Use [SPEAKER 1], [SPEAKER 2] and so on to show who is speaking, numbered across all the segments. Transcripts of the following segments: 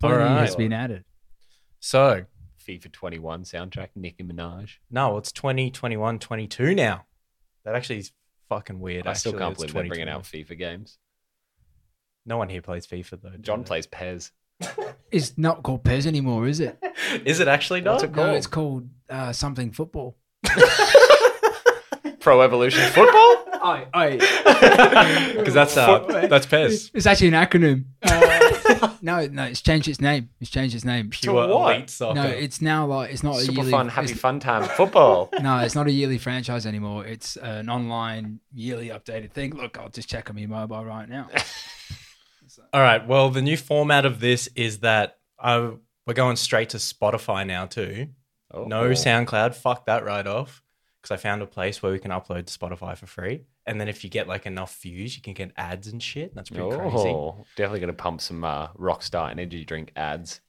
[SPEAKER 1] plenty
[SPEAKER 2] All
[SPEAKER 1] has
[SPEAKER 2] right.
[SPEAKER 1] been added.
[SPEAKER 2] So
[SPEAKER 3] FIFA 21 soundtrack, Nicki Minaj.
[SPEAKER 2] no, it's 20, 21, 22 now. That actually is fucking weird.
[SPEAKER 3] I still
[SPEAKER 2] actually.
[SPEAKER 3] can't
[SPEAKER 2] It's
[SPEAKER 3] believe they're bringing
[SPEAKER 2] 2021.
[SPEAKER 3] out FIFA games.
[SPEAKER 2] No one here plays FIFA though. do
[SPEAKER 3] John
[SPEAKER 2] they?
[SPEAKER 3] plays Pez.
[SPEAKER 1] It's not called Pez anymore, is it?
[SPEAKER 2] Is it actually not?
[SPEAKER 3] What's it
[SPEAKER 1] No,
[SPEAKER 3] Cool.
[SPEAKER 1] it's called uh, something football.
[SPEAKER 3] Pro Evolution Football?
[SPEAKER 1] Oh, oh,
[SPEAKER 2] Because that's uh, that's Pez.
[SPEAKER 1] it's actually an acronym. Uh, no, no, it's changed its name. It's changed its name.
[SPEAKER 2] Pure
[SPEAKER 3] what?
[SPEAKER 2] elite soccer.
[SPEAKER 1] No, it's now like it's
[SPEAKER 2] Oh,
[SPEAKER 1] not a
[SPEAKER 3] Super
[SPEAKER 1] yearly.
[SPEAKER 3] fun, happy
[SPEAKER 1] it's-
[SPEAKER 3] fun time football.
[SPEAKER 1] No, it's not a yearly franchise anymore. It's an online yearly updated thing. Look, I'll just check on my mobile right now.
[SPEAKER 2] All right. Well, the new format of this is that uh, we're going straight to Spotify now too.
[SPEAKER 3] Oh.
[SPEAKER 2] No SoundCloud. Fuck that right off. Because I found a place where we can upload to Spotify for free. And then if you get like enough views, you can get ads and shit. That's pretty crazy.
[SPEAKER 3] Oh, definitely going to pump some uh, Rockstar energy drink ads.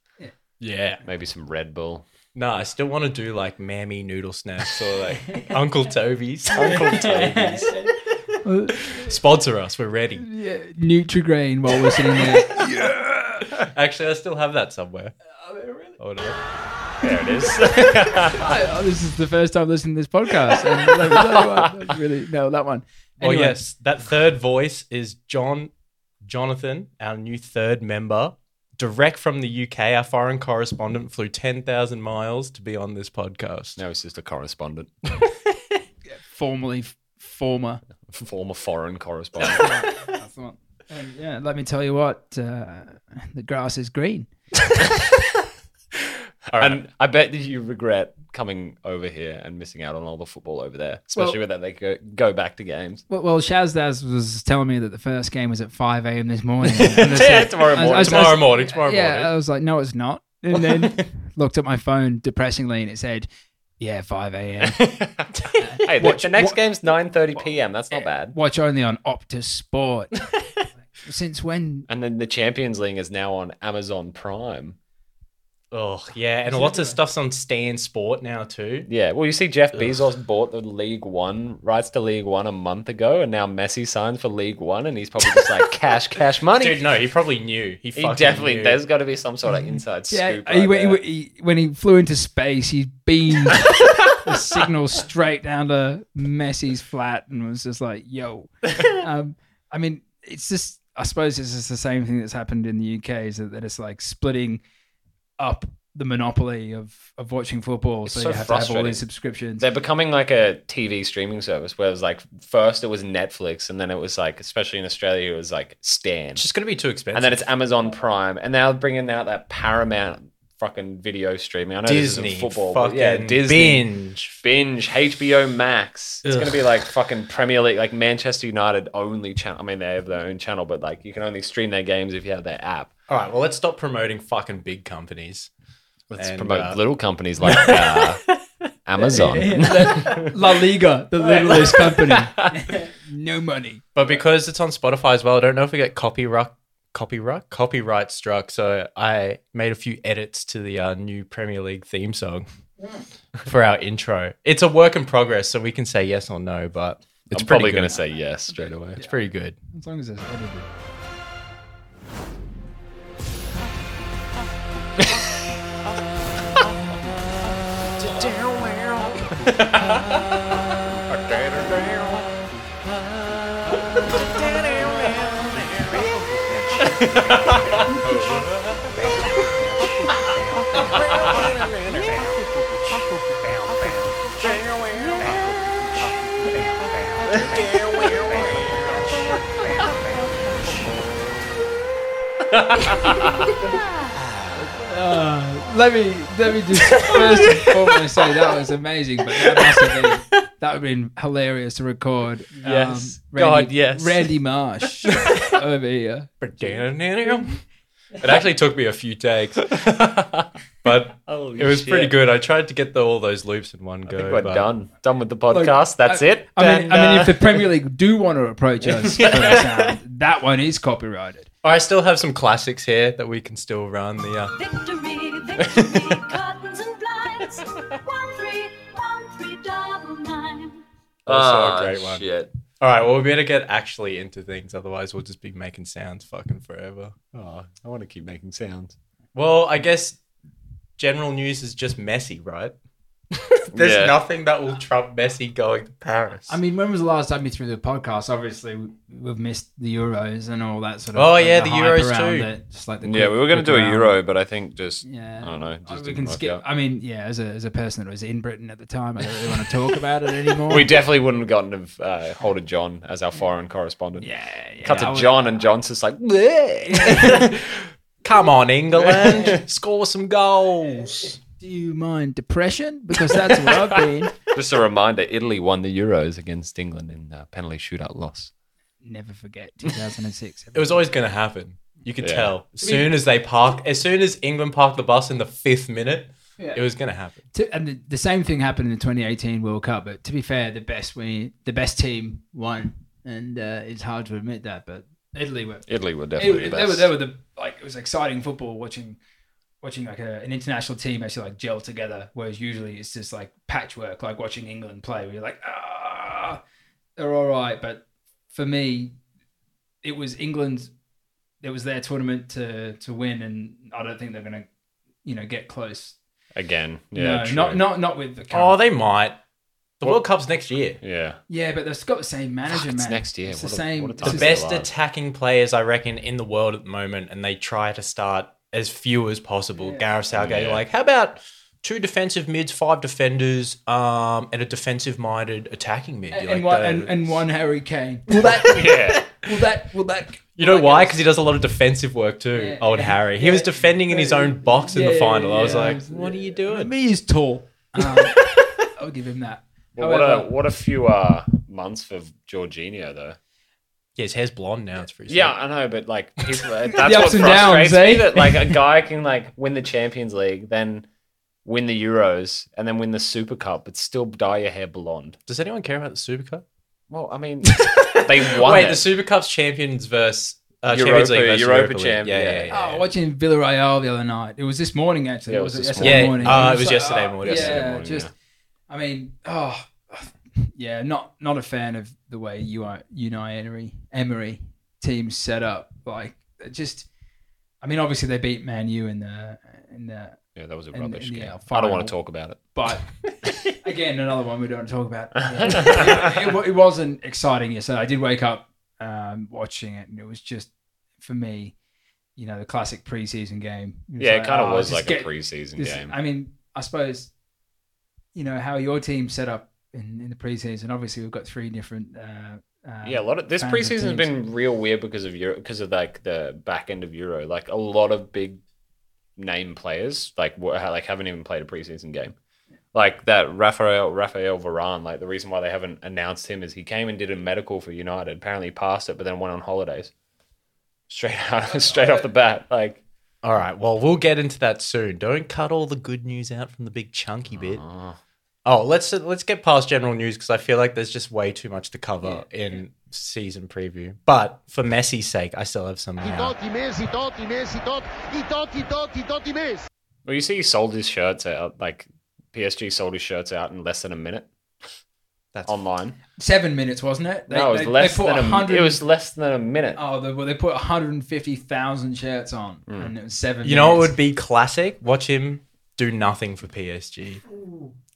[SPEAKER 2] Yeah.
[SPEAKER 3] Maybe some Red Bull.
[SPEAKER 2] No, I still want to do like Mammy Noodle Snacks or like Uncle Toby's. Uncle Toby's.
[SPEAKER 1] Uh,
[SPEAKER 2] Sponsor us. We're ready.
[SPEAKER 1] yeah, Nutrigrain while we're sitting there.
[SPEAKER 2] Actually, I still have that somewhere.
[SPEAKER 1] Uh,
[SPEAKER 2] Hold on. Oh,
[SPEAKER 3] There it is.
[SPEAKER 1] I- oh, this is the first time listening to this podcast. And that was that one. That's really, no, that one.
[SPEAKER 2] Well,
[SPEAKER 1] Anyway,
[SPEAKER 2] yes, that third voice is John Jonathan, our new third member, direct from the UK. Our foreign correspondent flew 10,000 miles to be on this podcast.
[SPEAKER 3] no, it's just a correspondent,
[SPEAKER 1] formerly f- former.
[SPEAKER 3] former foreign correspondent.
[SPEAKER 1] That's the one. And yeah, let me tell you what, uh, the grass is green.
[SPEAKER 2] All right.
[SPEAKER 3] and I bet that you regret coming over here and missing out on all the football over there, especially with that they go, go back to games.
[SPEAKER 1] Well, well Shazdaz was telling me that the first game was at 5 a.m. this morning. And I
[SPEAKER 3] yeah,
[SPEAKER 1] said-
[SPEAKER 3] tomorrow
[SPEAKER 1] I- I-
[SPEAKER 3] morning.
[SPEAKER 1] I-
[SPEAKER 2] tomorrow morning, tomorrow
[SPEAKER 1] yeah, uh,
[SPEAKER 2] morning.
[SPEAKER 1] I was like, no, it's not. And then looked at my phone depressingly and it said, yeah, 5 a.m.
[SPEAKER 3] hey, the, the next game's 9.30 p.m. That's
[SPEAKER 2] Eh,
[SPEAKER 3] not bad.
[SPEAKER 1] Watch only on Optus Sport. Since when?
[SPEAKER 3] And then the Champions League is now on Amazon Prime.
[SPEAKER 2] Oh, yeah. And lots of stuff's on Stan Sport now, too.
[SPEAKER 3] Yeah, well, you see, Jeff Bezos bought the League One rights to League One a month ago, and now Messi signs for League One, and he's probably just like cash, cash money.
[SPEAKER 2] Dude, no, he probably knew. He,
[SPEAKER 3] he
[SPEAKER 2] fucking
[SPEAKER 3] definitely.
[SPEAKER 2] knew. Mm-hmm.
[SPEAKER 3] There's got to be some sort of inside
[SPEAKER 1] Yeah,
[SPEAKER 3] scoop.
[SPEAKER 1] he,
[SPEAKER 3] right
[SPEAKER 1] went- he
[SPEAKER 3] there.
[SPEAKER 1] went- he- when he flew into space, he beamed the signal straight down to Messi's flat and was just like, yo. Um, I mean, it's just, I suppose it's just the same thing that's happened in the UK is that, that it's like splitting up the monopoly of, of watching football. so,
[SPEAKER 3] so
[SPEAKER 1] you have to have all
[SPEAKER 3] frustrating.
[SPEAKER 1] these subscriptions.
[SPEAKER 3] They're becoming like a TV streaming service, where it was like first it was Netflix, and then it was like, especially in Australia, it was like Stan,
[SPEAKER 2] It's just going to be too expensive.
[SPEAKER 3] and then it's Amazon Prime, and now bringing out that Paramount fucking video streaming. I know this
[SPEAKER 2] Disney.
[SPEAKER 3] isn't football, but
[SPEAKER 2] fucking
[SPEAKER 3] yeah, Disney.
[SPEAKER 2] Binge.
[SPEAKER 3] binge HBO Max. It's
[SPEAKER 2] Ugh.
[SPEAKER 3] going to be like fucking Premier League, like Manchester United only channel. I mean, they have their own channel, but like you can only stream their games if you have their app.
[SPEAKER 2] All right, well, let's stop promoting fucking big companies.
[SPEAKER 3] Let's
[SPEAKER 2] And,
[SPEAKER 3] promote
[SPEAKER 2] uh,
[SPEAKER 3] little companies like uh, Amazon.
[SPEAKER 1] La Liga, the littlest company. no money.
[SPEAKER 2] But because it's on Spotify as well, I don't know if we get copyright copyright copyright struck. So I made a few edits to the uh, new Premier League theme song for our intro. It's a work in progress, so we can say yes or no, but it's
[SPEAKER 3] I'm probably
[SPEAKER 2] going
[SPEAKER 3] going to say yes straight away.
[SPEAKER 2] it's pretty good.
[SPEAKER 1] As long as it's edited. Uh, let me let me just first and foremost say that was amazing, but that must have been that would have been hilarious to record. Um,
[SPEAKER 2] Yes.
[SPEAKER 1] Randy,
[SPEAKER 2] God, yes.
[SPEAKER 1] Randy Marsh over here.
[SPEAKER 2] It actually took me a few takes, but
[SPEAKER 3] Holy
[SPEAKER 2] it was pretty
[SPEAKER 3] shit.
[SPEAKER 2] good. I tried to get the, all those loops in one go.
[SPEAKER 3] I think we're
[SPEAKER 2] but-
[SPEAKER 3] done. Done with the podcast. That's
[SPEAKER 1] I-
[SPEAKER 3] it.
[SPEAKER 1] I mean,
[SPEAKER 2] And,
[SPEAKER 1] I mean,
[SPEAKER 2] uh,
[SPEAKER 1] if the Premier League do want to approach us, for the sound, that one is copyrighted.
[SPEAKER 2] I still have some classics here that we can still run. The uh,
[SPEAKER 4] Victory, victory, curtains and blinds. One three, one three double nine.
[SPEAKER 2] also a great one.
[SPEAKER 3] Ah, Shit.
[SPEAKER 2] All right, well, we better get actually into things. Otherwise, we'll just be making sounds fucking forever.
[SPEAKER 3] Oh, I want to keep making sounds.
[SPEAKER 2] Well, I guess general news is just Messi, right? There's
[SPEAKER 3] Yeah.
[SPEAKER 2] nothing that will trump Messi going to Paris.
[SPEAKER 1] I mean, when was the last time you threw the podcast? Obviously, we- we've missed the Euros and all that sort of.
[SPEAKER 2] Oh,
[SPEAKER 1] like,
[SPEAKER 2] yeah, the
[SPEAKER 1] hype
[SPEAKER 2] Euros
[SPEAKER 1] around
[SPEAKER 2] too.
[SPEAKER 1] It, just like the
[SPEAKER 3] Yeah,
[SPEAKER 1] quick-
[SPEAKER 3] we were going to
[SPEAKER 1] quick
[SPEAKER 3] do a
[SPEAKER 1] round.
[SPEAKER 3] Euro, but I think just
[SPEAKER 1] Yeah,
[SPEAKER 3] I don't know, just
[SPEAKER 1] we
[SPEAKER 3] didn't
[SPEAKER 1] can
[SPEAKER 3] work
[SPEAKER 1] skip.
[SPEAKER 3] out.
[SPEAKER 1] I mean, yeah, as a as a person that was in Britain at the time, I don't really want to talk about it anymore.
[SPEAKER 3] we definitely wouldn't have gotten of, uh, hold of John as our foreign correspondent.
[SPEAKER 1] yeah, yeah,
[SPEAKER 3] Cut
[SPEAKER 1] I
[SPEAKER 3] to
[SPEAKER 1] would-
[SPEAKER 3] John, and John's just like,
[SPEAKER 2] Come on, England, score some goals.
[SPEAKER 1] Do you mind depression? Because that's what I've been.
[SPEAKER 3] just a reminder: Italy won the Euros against England in uh, penalty shootout loss.
[SPEAKER 1] Never forget 2006.
[SPEAKER 2] It was always going to happen. You could
[SPEAKER 3] Yeah.
[SPEAKER 2] tell. As soon as they parked, as soon as England parked the bus in the fifth minute,
[SPEAKER 1] Yeah.
[SPEAKER 2] it was going to happen.
[SPEAKER 1] To- and the, the same thing happened in the 2018 World Cup. But to be fair, the best we the best team won, and uh, it's hard to admit that. But Italy were
[SPEAKER 3] Italy were definitely
[SPEAKER 1] it,
[SPEAKER 3] the
[SPEAKER 1] they were
[SPEAKER 3] best.
[SPEAKER 1] they were the like it was exciting football watching watching like a, an international team actually like gel together. Whereas usually it's just like patchwork, like watching England play. Where you're like ah, they're all right. But for me, it was England. It was their tournament to to win, and I don't think they're gonna you know get close.
[SPEAKER 3] Again,
[SPEAKER 1] no,
[SPEAKER 3] yeah, true.
[SPEAKER 1] not not not with the current-
[SPEAKER 2] Oh, they might. The World Cup's next year.
[SPEAKER 3] yeah.
[SPEAKER 1] Yeah, but they've got the same manager,
[SPEAKER 3] Fuck, it's
[SPEAKER 1] man.
[SPEAKER 3] next year.
[SPEAKER 1] It's
[SPEAKER 3] What
[SPEAKER 1] the
[SPEAKER 3] a-
[SPEAKER 1] same.
[SPEAKER 3] what a
[SPEAKER 1] it's
[SPEAKER 3] time.
[SPEAKER 2] the
[SPEAKER 1] the
[SPEAKER 3] This is
[SPEAKER 2] best
[SPEAKER 3] alive.
[SPEAKER 2] attacking players, I reckon, in the world at the moment, and they try to start as few as possible.
[SPEAKER 1] Yeah.
[SPEAKER 2] Gareth Southgate,
[SPEAKER 3] Yeah.
[SPEAKER 2] like, how about two defensive mids, five defenders, um, and a defensive-minded attacking mid?
[SPEAKER 1] and,
[SPEAKER 2] Like
[SPEAKER 1] and one,
[SPEAKER 2] the-
[SPEAKER 1] and, and one Harry Kane. Will that?
[SPEAKER 3] Yeah.
[SPEAKER 1] will that? Will that?
[SPEAKER 2] you know
[SPEAKER 1] will that
[SPEAKER 2] why?
[SPEAKER 1] get
[SPEAKER 2] Because
[SPEAKER 1] us-
[SPEAKER 2] he does a lot of defensive work too.
[SPEAKER 1] Yeah.
[SPEAKER 2] Old Harry, he was
[SPEAKER 1] Yeah.
[SPEAKER 2] defending in his own box in
[SPEAKER 1] Yeah,
[SPEAKER 2] the
[SPEAKER 1] yeah,
[SPEAKER 2] final. I was
[SPEAKER 1] yeah.
[SPEAKER 2] like, what are you doing?
[SPEAKER 1] Me is tall. Um, I'll give him that.
[SPEAKER 3] Well, what a
[SPEAKER 1] However-
[SPEAKER 3] what a few uh, months for Jorginho though.
[SPEAKER 2] Yeah, his hair's blonde now. It's pretty.
[SPEAKER 3] Yeah,
[SPEAKER 2] sick.
[SPEAKER 3] I know, but like people,
[SPEAKER 1] ups
[SPEAKER 3] that's what
[SPEAKER 1] and
[SPEAKER 3] frustrates
[SPEAKER 1] downs, eh?
[SPEAKER 3] me. That like a guy can like win the Champions League, then win the Euros, and then win the Super Cup, but still dye your hair blonde.
[SPEAKER 2] Does anyone care about the Super Cup?
[SPEAKER 3] Well, I mean, they won
[SPEAKER 2] Wait,
[SPEAKER 3] it.
[SPEAKER 2] the Super Cup's champions versus uh, Champions
[SPEAKER 3] Europa-
[SPEAKER 2] League versus
[SPEAKER 3] Europa
[SPEAKER 2] Europa, League.
[SPEAKER 3] champ,
[SPEAKER 2] Yeah,
[SPEAKER 3] yeah.
[SPEAKER 2] yeah, yeah. yeah.
[SPEAKER 1] Oh, watching Villarreal the other night. It was this morning actually.
[SPEAKER 3] Yeah, it
[SPEAKER 1] was
[SPEAKER 3] was
[SPEAKER 1] it
[SPEAKER 3] this
[SPEAKER 1] yesterday
[SPEAKER 2] morning.
[SPEAKER 1] morning?
[SPEAKER 2] Yeah, uh,
[SPEAKER 1] And
[SPEAKER 2] it
[SPEAKER 1] it's
[SPEAKER 2] was yesterday
[SPEAKER 1] oh,
[SPEAKER 2] morning.
[SPEAKER 1] Yeah,
[SPEAKER 3] Yesterday morning,
[SPEAKER 1] just. I mean, oh, yeah. Not not a fan of the way you are. You know, Emery Emery team set up. Like it just. I mean, obviously they beat Man U in the in the,
[SPEAKER 3] yeah, that was a
[SPEAKER 1] in,
[SPEAKER 3] rubbish
[SPEAKER 1] in the
[SPEAKER 3] game.
[SPEAKER 1] uh,
[SPEAKER 3] I don't want
[SPEAKER 1] final.
[SPEAKER 3] to talk about it.
[SPEAKER 1] But again, another one we don't talk about. Yeah. it, wa- it wasn't exciting yesterday. I did wake up um, watching it, and it was just for me, you know, the classic preseason game. was
[SPEAKER 3] Yeah, it
[SPEAKER 1] like,
[SPEAKER 3] kind of
[SPEAKER 1] oh,
[SPEAKER 3] was
[SPEAKER 1] just
[SPEAKER 3] like
[SPEAKER 1] get
[SPEAKER 3] a preseason
[SPEAKER 1] this-
[SPEAKER 3] game.
[SPEAKER 1] I mean, I suppose you know how your team set up in, in the preseason. Obviously, we've got three different. Uh, uh,
[SPEAKER 3] Yeah, a lot of this
[SPEAKER 1] fans and
[SPEAKER 3] preseason has
[SPEAKER 1] teams.
[SPEAKER 3] been real weird because of Euro, because of like the back end of Euro. Like a lot of big name players, like were, like haven't even played a preseason game. Like that Raphael Raphael Varane. Like the reason why they haven't announced him is he came and did a medical for United. Apparently passed it, but then went on holidays. Straight out, straight off the bat, like
[SPEAKER 2] All right. Well, we'll get into that soon. Don't cut all the good news out from the big chunky bit. Oh, let's let's get past general news because I feel like there's just way too much to cover in season preview. But for Messi's sake, I still have some. uh,
[SPEAKER 5] I
[SPEAKER 2] now.
[SPEAKER 5] Totti, Messi, Totti, Messi, Totti, i Totti, Totti, Totti, Messi.
[SPEAKER 3] Well, you see, he sold his shirts out. Like PSG sold his shirts out in less than a minute
[SPEAKER 2] That's
[SPEAKER 3] online.
[SPEAKER 1] seven minutes, wasn't it?
[SPEAKER 3] no, it was less
[SPEAKER 1] put
[SPEAKER 3] than a,
[SPEAKER 1] 100
[SPEAKER 3] it was less than a minute.
[SPEAKER 1] Oh, they, well, they put 150,000 shirts on,
[SPEAKER 3] Hmm.
[SPEAKER 1] and it was seven.
[SPEAKER 2] you know what
[SPEAKER 1] minutes.
[SPEAKER 2] would be classic? Watch him do nothing for PSG.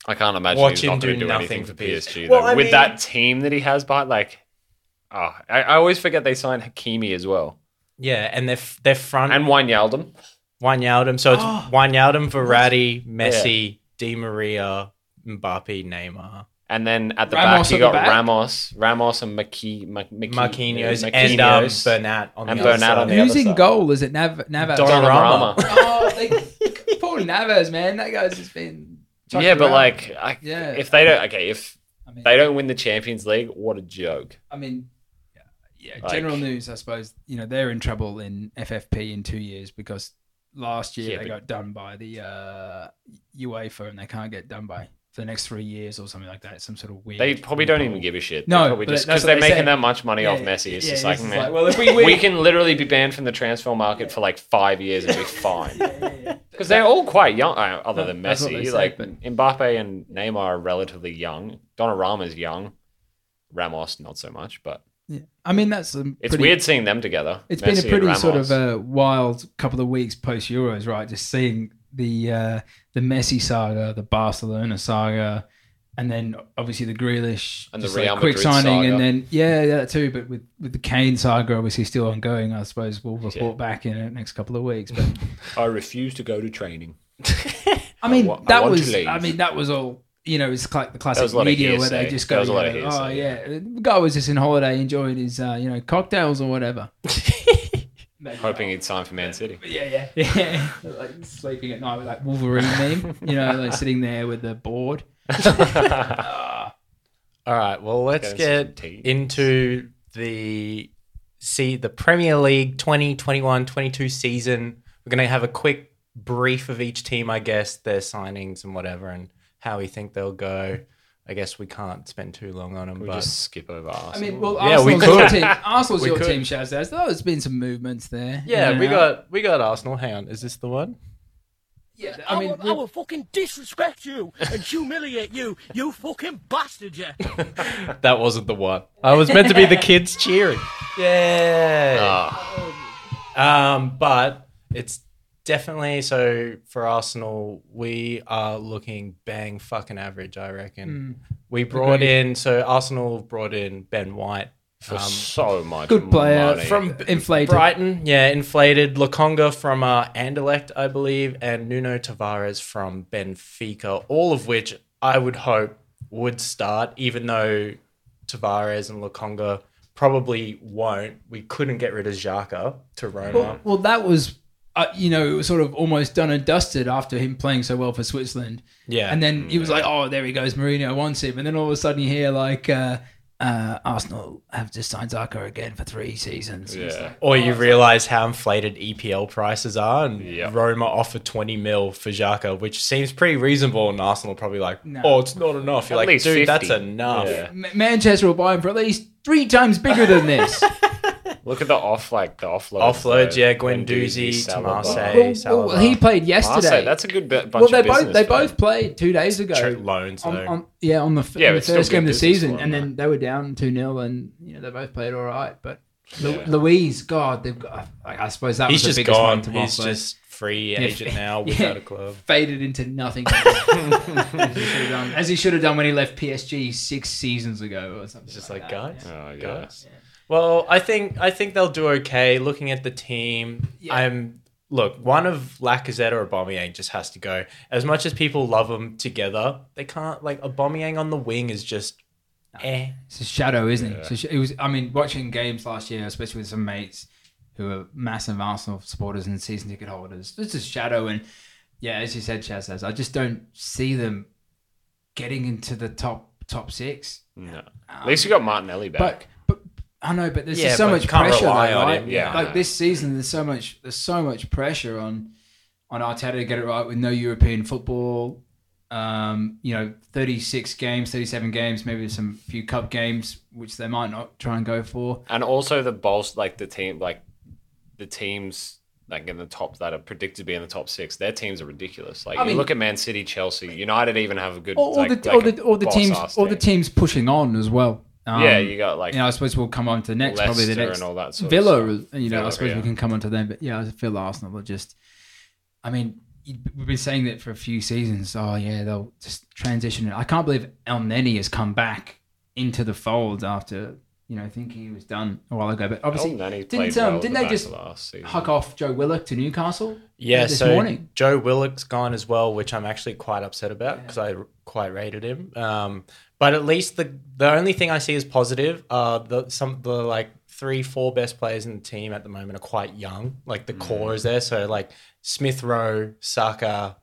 [SPEAKER 3] I can't imagine
[SPEAKER 2] Watch
[SPEAKER 3] he's
[SPEAKER 2] him
[SPEAKER 3] not going
[SPEAKER 2] do
[SPEAKER 3] to do,
[SPEAKER 2] nothing
[SPEAKER 3] anything
[SPEAKER 2] for
[SPEAKER 3] for PSG.
[SPEAKER 2] Well,
[SPEAKER 3] though.
[SPEAKER 2] I
[SPEAKER 3] With
[SPEAKER 2] mean-
[SPEAKER 3] that team that he has behind, like, oh, I, I always forget they signed Hakimi as well
[SPEAKER 2] Yeah, and their f- their front
[SPEAKER 3] and Wijnaldum.
[SPEAKER 2] Wijnaldum. So it's Wijnaldum, Verratti, Messi,
[SPEAKER 3] Messi,
[SPEAKER 2] Di Maria, Mbappe, Neymar,
[SPEAKER 3] And then at the
[SPEAKER 1] Ramos
[SPEAKER 3] back, you
[SPEAKER 1] at the
[SPEAKER 3] got
[SPEAKER 1] back?
[SPEAKER 3] Ramos, Ramos and McKee, Mc, McKee,
[SPEAKER 2] Marquinhos,
[SPEAKER 3] Marquinhos.
[SPEAKER 2] and um, Bernat on
[SPEAKER 3] And
[SPEAKER 2] the other
[SPEAKER 3] Bernat on
[SPEAKER 2] side.
[SPEAKER 3] the
[SPEAKER 1] Who's
[SPEAKER 3] other
[SPEAKER 1] in
[SPEAKER 3] side.
[SPEAKER 1] goal? Is it Nav- Navas?
[SPEAKER 2] Donnarumma.
[SPEAKER 3] Donnarumma.
[SPEAKER 1] oh, they, poor Navas, man. That guy's just been. chucked
[SPEAKER 3] yeah, but
[SPEAKER 1] around.
[SPEAKER 3] like, I,
[SPEAKER 1] Yeah.
[SPEAKER 3] if they don't, okay, if
[SPEAKER 1] I mean,
[SPEAKER 3] they don't win the Champions League, what a joke.
[SPEAKER 1] I mean, yeah, yeah,
[SPEAKER 3] Like-
[SPEAKER 1] general news, I suppose. You know, they're in trouble in FFP in two years because last year
[SPEAKER 3] Yeah,
[SPEAKER 1] they
[SPEAKER 3] but-
[SPEAKER 1] got done by the uh, UEFA and they can't get done by for the next three years or something like that. It's some sort of weird.
[SPEAKER 3] They probably don't
[SPEAKER 1] loophole.
[SPEAKER 3] even give a shit.
[SPEAKER 1] No,
[SPEAKER 3] No, probably
[SPEAKER 1] but
[SPEAKER 3] just
[SPEAKER 1] that's
[SPEAKER 3] because
[SPEAKER 1] what
[SPEAKER 3] they're
[SPEAKER 1] they
[SPEAKER 3] making
[SPEAKER 1] say.
[SPEAKER 3] that much money
[SPEAKER 1] Yeah,
[SPEAKER 3] off Messi. It's
[SPEAKER 1] yeah,
[SPEAKER 3] just
[SPEAKER 1] yeah,
[SPEAKER 3] like,
[SPEAKER 1] it's just
[SPEAKER 3] meh.
[SPEAKER 1] like, well, if we
[SPEAKER 3] we
[SPEAKER 1] win-
[SPEAKER 3] can literally be banned from the transfer market for like five years and be fine.
[SPEAKER 1] Yeah, yeah.
[SPEAKER 3] Because they're all quite young, uh, other than
[SPEAKER 1] That's what they
[SPEAKER 3] Messi.
[SPEAKER 1] say,
[SPEAKER 3] like
[SPEAKER 1] but-
[SPEAKER 3] Mbappe and Neymar are relatively young. Donnarumma's young. Ramos, not so much, but
[SPEAKER 1] I mean, that's a
[SPEAKER 3] It's
[SPEAKER 1] pretty-
[SPEAKER 3] weird seeing them together.
[SPEAKER 1] It's
[SPEAKER 3] Messi
[SPEAKER 1] been a
[SPEAKER 3] and
[SPEAKER 1] pretty sort of
[SPEAKER 3] Ramos.
[SPEAKER 1] uh, wild couple of weeks post Euros, right? Just seeing the uh, the Messi saga, the Barcelona saga, and then obviously the Grealish
[SPEAKER 3] And the
[SPEAKER 1] just,
[SPEAKER 3] Real
[SPEAKER 1] quick
[SPEAKER 3] Madrid
[SPEAKER 1] signing,
[SPEAKER 3] saga.
[SPEAKER 1] and then yeah, yeah, that too. But with with the Kane saga, obviously still ongoing. I suppose we'll report
[SPEAKER 2] Yeah.
[SPEAKER 1] back in the next couple of weeks. But
[SPEAKER 3] I refuse to go to training.
[SPEAKER 1] I mean,
[SPEAKER 3] wa- I
[SPEAKER 1] that
[SPEAKER 3] want to
[SPEAKER 1] was
[SPEAKER 3] leave.
[SPEAKER 1] I mean that was all. You know, it's like the classic
[SPEAKER 3] was a lot of
[SPEAKER 1] media where they
[SPEAKER 3] hearsay.
[SPEAKER 1] just
[SPEAKER 3] That
[SPEAKER 1] go,
[SPEAKER 3] was a lot of
[SPEAKER 1] you know, "Oh
[SPEAKER 3] hearsay,
[SPEAKER 1] yeah, the guy was just in holiday enjoying his, uh, you know, cocktails or whatever." Maybe
[SPEAKER 3] Hoping he'd sign for Man City.
[SPEAKER 1] Yeah, yeah, yeah. like sleeping at night with that Wolverine meme. You know, like sitting there with the board.
[SPEAKER 2] All right. Well, let's
[SPEAKER 3] Go
[SPEAKER 2] get
[SPEAKER 3] see the teams.
[SPEAKER 2] into the see the Premier League 2021-22 season. We're going to have a quick brief of each team, I guess, their signings and whatever and how we think they'll go. I guess we can't spend too long on them,
[SPEAKER 3] We
[SPEAKER 2] but
[SPEAKER 3] just skip over Arsenal.
[SPEAKER 1] I mean, well,
[SPEAKER 2] Yeah, we
[SPEAKER 1] Arsenal's your
[SPEAKER 2] could.
[SPEAKER 1] team. Arsenal's
[SPEAKER 2] We
[SPEAKER 1] your
[SPEAKER 2] could.
[SPEAKER 1] team, Shazaz. Though there's been some movements there.
[SPEAKER 2] yeah,
[SPEAKER 1] You
[SPEAKER 2] we
[SPEAKER 1] know.
[SPEAKER 2] got we got Arsenal. Hang on, is this the one?
[SPEAKER 1] Yeah, I mean,
[SPEAKER 6] I will fucking disrespect you and humiliate you, you fucking bastard, yeah.
[SPEAKER 2] That wasn't the one. I was meant to be the kids cheering. Yeah.
[SPEAKER 3] Ah,
[SPEAKER 2] Um, but it's definitely so for Arsenal, we are looking bang fucking average, I reckon. We brought in so Arsenal brought in Ben White
[SPEAKER 3] for so much
[SPEAKER 1] good player
[SPEAKER 3] money.
[SPEAKER 1] um, uh, from inflated.
[SPEAKER 2] Brighton, yeah, inflated. Laconga from uh, Anderlecht, I believe, and Nuno Tavares from Benfica, all of which I would hope would start, even though Tavares and Laconga probably won't. We couldn't get rid of Xhaka to Roma.
[SPEAKER 1] Well, well, that was, uh, you know, it was sort of almost done and dusted after him playing so well for Switzerland.
[SPEAKER 2] Yeah.
[SPEAKER 1] And then he was like, oh, there he goes. Mourinho wants him. And then all of a sudden you hear, like, uh, uh, Arsenal have just signed Zarko again for three seasons. And it's
[SPEAKER 3] Yeah.
[SPEAKER 1] like,
[SPEAKER 2] or you realize how inflated EPL prices are, and
[SPEAKER 3] Yep.
[SPEAKER 2] Roma offer 20 mil for Xhaka, which seems pretty reasonable. And Arsenal probably like,
[SPEAKER 1] No.
[SPEAKER 2] oh, it's not enough. You're
[SPEAKER 3] At
[SPEAKER 2] like,
[SPEAKER 3] least
[SPEAKER 2] dude,
[SPEAKER 3] 50.
[SPEAKER 2] that's enough.
[SPEAKER 3] Yeah.
[SPEAKER 1] Ma- Manchester will buy him for at least three times bigger than this.
[SPEAKER 3] Look at the off, like the offload.
[SPEAKER 2] Offloads, yeah, Guendouzi, Tomase. Hey,
[SPEAKER 1] well,
[SPEAKER 2] Saliba.
[SPEAKER 1] he played yesterday.
[SPEAKER 3] Marseille, that's a good bu- bunch
[SPEAKER 1] well, they
[SPEAKER 3] of
[SPEAKER 1] both
[SPEAKER 3] business
[SPEAKER 1] they
[SPEAKER 3] for them.
[SPEAKER 1] both played two days ago.
[SPEAKER 2] True loans,
[SPEAKER 1] on,
[SPEAKER 2] though.
[SPEAKER 1] on- yeah, on the, f-
[SPEAKER 3] Yeah,
[SPEAKER 1] on the
[SPEAKER 3] it's still
[SPEAKER 1] first game of
[SPEAKER 3] good
[SPEAKER 1] the
[SPEAKER 3] business
[SPEAKER 1] season,
[SPEAKER 3] for
[SPEAKER 1] and
[SPEAKER 3] them,
[SPEAKER 1] then they were down two 0 and you know they both played all right. But Lu-
[SPEAKER 3] Yeah.
[SPEAKER 1] Louise, God, they've got. I, I suppose that
[SPEAKER 2] He's
[SPEAKER 1] was the
[SPEAKER 2] just
[SPEAKER 1] biggest
[SPEAKER 2] gone.
[SPEAKER 1] one to
[SPEAKER 2] He's
[SPEAKER 1] Marseille.
[SPEAKER 2] just free
[SPEAKER 1] Yeah,
[SPEAKER 2] agent now
[SPEAKER 1] yeah.
[SPEAKER 2] without a club.
[SPEAKER 1] faded into nothing, As he should've done- as he should have done when he left PSG six seasons ago or something.
[SPEAKER 2] It's just
[SPEAKER 1] like,
[SPEAKER 2] like,
[SPEAKER 1] that.
[SPEAKER 2] guys,
[SPEAKER 3] Oh, yeah.
[SPEAKER 2] guys. Well, I think I think they'll do okay. Looking at the team,
[SPEAKER 1] Yeah.
[SPEAKER 2] I'm look one of Lacazette or Aubameyang just has to go. As much as people love them together, they can't like Aubameyang on the wing is just eh.
[SPEAKER 1] It's a shadow, isn't it? So sh- it was. I mean, watching games last year, especially with some mates who are massive Arsenal supporters and season ticket holders, it's a shadow. And yeah, as you said, Chaz says, I just don't see them getting into the top top six.
[SPEAKER 3] No. At least you got Martinelli back.
[SPEAKER 1] Um, But but I know, but there's
[SPEAKER 2] Yeah,
[SPEAKER 1] just so
[SPEAKER 2] but
[SPEAKER 1] much
[SPEAKER 2] can't
[SPEAKER 1] pressure, though,
[SPEAKER 2] rely on
[SPEAKER 1] right?
[SPEAKER 2] him,
[SPEAKER 3] yeah.
[SPEAKER 1] like this season, there's so much there's so much pressure on on Arteta to get it right with no European football. Um, you know, 36 games, 37 games, maybe some few cup games, which they might not try and go for.
[SPEAKER 3] and also the Bulls, like the team, like the teams, like in the top that are predicted to be in the top six, their teams are ridiculous. Like
[SPEAKER 1] I
[SPEAKER 3] you
[SPEAKER 1] mean-
[SPEAKER 3] look at Man City, Chelsea, United even have a good.
[SPEAKER 1] Or, or
[SPEAKER 3] like-
[SPEAKER 1] the
[SPEAKER 3] like
[SPEAKER 1] or the
[SPEAKER 3] a
[SPEAKER 1] or the teams
[SPEAKER 3] boss-ass
[SPEAKER 1] or the
[SPEAKER 3] team.
[SPEAKER 1] teams pushing on as well. Um,
[SPEAKER 3] Yeah, you got like
[SPEAKER 1] you know, I suppose we'll come on to the next, probably the
[SPEAKER 3] Leicester
[SPEAKER 1] next
[SPEAKER 3] and all that sort of
[SPEAKER 1] Villa.
[SPEAKER 3] stuff.
[SPEAKER 1] You know, I
[SPEAKER 3] Villa,
[SPEAKER 1] suppose
[SPEAKER 3] yeah.
[SPEAKER 1] we can come on to them, but yeah, I feel Arsenal are just. I mean, you- we've been saying that for a few seasons. Oh yeah, they'll just transition it. I can't believe El Neni has come back into the fold after you know thinking he was done a while ago. But obviously,
[SPEAKER 3] El Nani played
[SPEAKER 1] didn't um,
[SPEAKER 3] well at
[SPEAKER 1] didn't
[SPEAKER 3] the
[SPEAKER 1] they
[SPEAKER 3] back
[SPEAKER 1] just
[SPEAKER 3] last season.
[SPEAKER 1] huck off Joe Willock to Newcastle?
[SPEAKER 2] Yeah,
[SPEAKER 1] this
[SPEAKER 2] so
[SPEAKER 1] morning.
[SPEAKER 2] Joe Willock's gone as well, which I'm actually quite upset about because I quite rated him. Um, but at least the the only thing I see as positive are the some the like three four best players in the team at the moment are quite young. Like
[SPEAKER 1] Mm.
[SPEAKER 2] the core is there, so like Smith Rowe, Saka,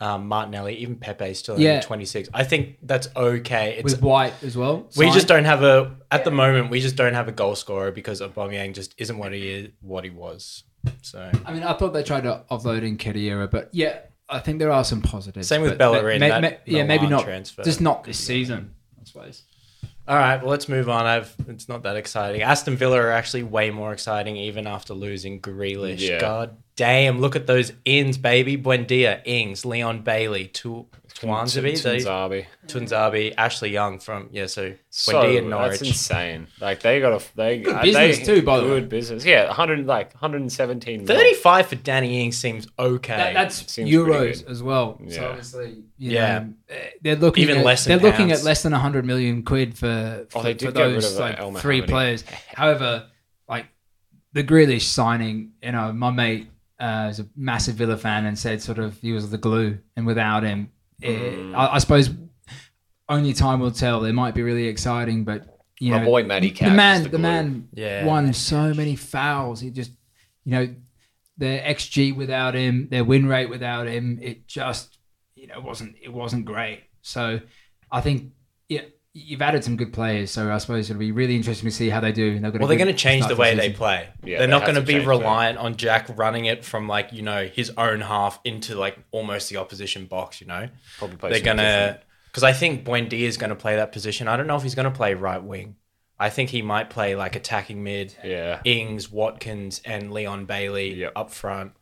[SPEAKER 2] um, Martinelli, even Pepe's still
[SPEAKER 1] Yeah.
[SPEAKER 2] only 26. I think that's okay. It's
[SPEAKER 1] With White as well.
[SPEAKER 2] we
[SPEAKER 1] signed.
[SPEAKER 2] just don't have a at the moment. We just don't have a goal scorer because Aubameyang just isn't what he is, what he was. So
[SPEAKER 1] I mean, I thought they tried to offload in Kedira, but yeah, I think there are some positives.
[SPEAKER 2] Same with
[SPEAKER 1] but- but
[SPEAKER 2] Bellerin, that
[SPEAKER 1] yeah, maybe
[SPEAKER 2] Milan
[SPEAKER 1] not.
[SPEAKER 2] transfer.
[SPEAKER 1] Just not this season, I suppose.
[SPEAKER 2] All right, well, let's move on. I've it's not that exciting. Aston Villa are actually way more exciting, even after losing Grealish.
[SPEAKER 3] Yeah.
[SPEAKER 2] God damn! Look at those ins, baby. Buendia, Ings, Leon Bailey, two Twanzabi, they,
[SPEAKER 3] Zabi.
[SPEAKER 2] Tunzabi, Ashley Young from yeah. So,
[SPEAKER 3] So
[SPEAKER 2] Wendy and
[SPEAKER 3] that's
[SPEAKER 2] Norwich.
[SPEAKER 3] insane. Like they got a they
[SPEAKER 1] Good
[SPEAKER 3] uh,
[SPEAKER 1] business
[SPEAKER 3] they-
[SPEAKER 1] too, by the way.
[SPEAKER 3] good business. Yeah, 100 like 117 mil.
[SPEAKER 2] Thirty-five for Danny Ings seems okay.
[SPEAKER 1] That, that's
[SPEAKER 3] Seems pretty
[SPEAKER 1] euros
[SPEAKER 3] good.
[SPEAKER 1] as well. So
[SPEAKER 3] Yeah.
[SPEAKER 1] obviously, you
[SPEAKER 2] Yeah.
[SPEAKER 1] know, eh, they're looking
[SPEAKER 2] Even
[SPEAKER 1] at,
[SPEAKER 2] less
[SPEAKER 1] They're
[SPEAKER 2] in
[SPEAKER 1] looking
[SPEAKER 2] pounds.
[SPEAKER 1] at less than hundred million quid for for,
[SPEAKER 3] Oh, they
[SPEAKER 1] for
[SPEAKER 3] did get rid
[SPEAKER 1] those
[SPEAKER 3] of, uh,
[SPEAKER 1] like
[SPEAKER 3] El
[SPEAKER 1] three
[SPEAKER 3] Mohammadi.
[SPEAKER 1] players. However, like the Grealish signing, you know, my mate uh, is a massive Villa fan and said sort of he was the glue, and without him, eh,
[SPEAKER 3] Mm.
[SPEAKER 1] I, I suppose only time will tell. It might be really exciting, but you
[SPEAKER 3] My
[SPEAKER 1] know,
[SPEAKER 3] boy Matty Cash
[SPEAKER 1] the
[SPEAKER 3] is
[SPEAKER 1] man,
[SPEAKER 3] the
[SPEAKER 1] the,
[SPEAKER 3] glue.
[SPEAKER 1] man,
[SPEAKER 2] Yeah.
[SPEAKER 1] won so many fouls. He just, you know, their xG without him, their win rate without him, it just, you know, wasn't it wasn't great. So, I think yeah, you've added some good players. So I suppose it'll be really interesting to see how they do.
[SPEAKER 2] Well, they're going to change the way they play.
[SPEAKER 3] Yeah,
[SPEAKER 2] they're
[SPEAKER 3] they
[SPEAKER 2] not going
[SPEAKER 3] have
[SPEAKER 2] to
[SPEAKER 3] to
[SPEAKER 2] be
[SPEAKER 3] change that.
[SPEAKER 2] reliant on Jack running it from like you know his own half into like almost the opposition box. You know,
[SPEAKER 3] Probably play
[SPEAKER 2] they're
[SPEAKER 3] something
[SPEAKER 2] gonna
[SPEAKER 3] different.
[SPEAKER 2] because I think Buendia is going to play that position. I don't know if he's going to play right wing. I think he might play like attacking mid.
[SPEAKER 3] Yeah.
[SPEAKER 2] Ings, Watkins, and Leon Bailey
[SPEAKER 3] Yep.
[SPEAKER 2] up front.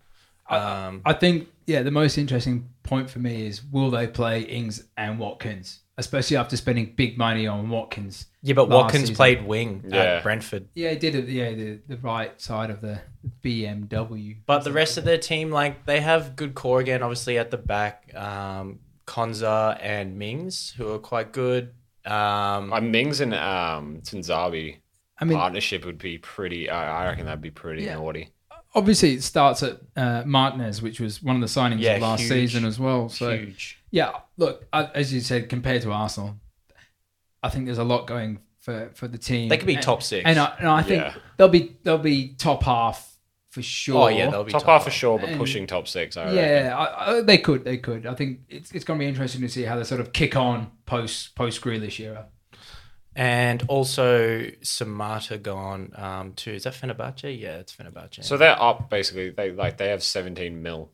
[SPEAKER 2] Um,
[SPEAKER 1] I think yeah, the most interesting point for me is will they play Ings and Watkins, especially after spending big money on Watkins.
[SPEAKER 2] yeah, but
[SPEAKER 1] last
[SPEAKER 2] Watkins
[SPEAKER 1] season.
[SPEAKER 2] played wing
[SPEAKER 3] Yeah.
[SPEAKER 2] at Brentford.
[SPEAKER 1] Yeah, he did it. Yeah, the, the right side of the BMW.
[SPEAKER 2] But the rest of their team, like they have good core again, obviously at the back, um, Konza and Mings, who are quite good. Um,
[SPEAKER 3] Uh, Mings and um Tanzabi
[SPEAKER 1] I mean,
[SPEAKER 3] partnership would be pretty I, I reckon that'd be pretty
[SPEAKER 1] Yeah.
[SPEAKER 3] naughty.
[SPEAKER 1] obviously it starts at uh, Martinez, which was one of the signings
[SPEAKER 2] Yeah,
[SPEAKER 1] of last
[SPEAKER 2] huge.
[SPEAKER 1] season as well. So
[SPEAKER 2] huge.
[SPEAKER 1] yeah, look, I, as you said, compared to Arsenal, I think there's a lot going for for the team.
[SPEAKER 2] They could be
[SPEAKER 1] And-
[SPEAKER 2] top six.
[SPEAKER 1] and uh, I, and I think
[SPEAKER 3] Yeah.
[SPEAKER 1] they'll be they'll be top half for sure.
[SPEAKER 2] oh yeah, they'll be
[SPEAKER 3] Top half for
[SPEAKER 2] half.
[SPEAKER 3] sure, but
[SPEAKER 1] And-
[SPEAKER 3] pushing top six. I reckon.
[SPEAKER 1] Yeah, I, I, they could, they could. I think it's it's going to be interesting to see how they sort of kick on post post Grealish era.
[SPEAKER 2] And also Samata gone um, too. Is that Fenerbahce? Yeah, it's Fenerbahce.
[SPEAKER 3] So they're up basically. They like they have 17 mil,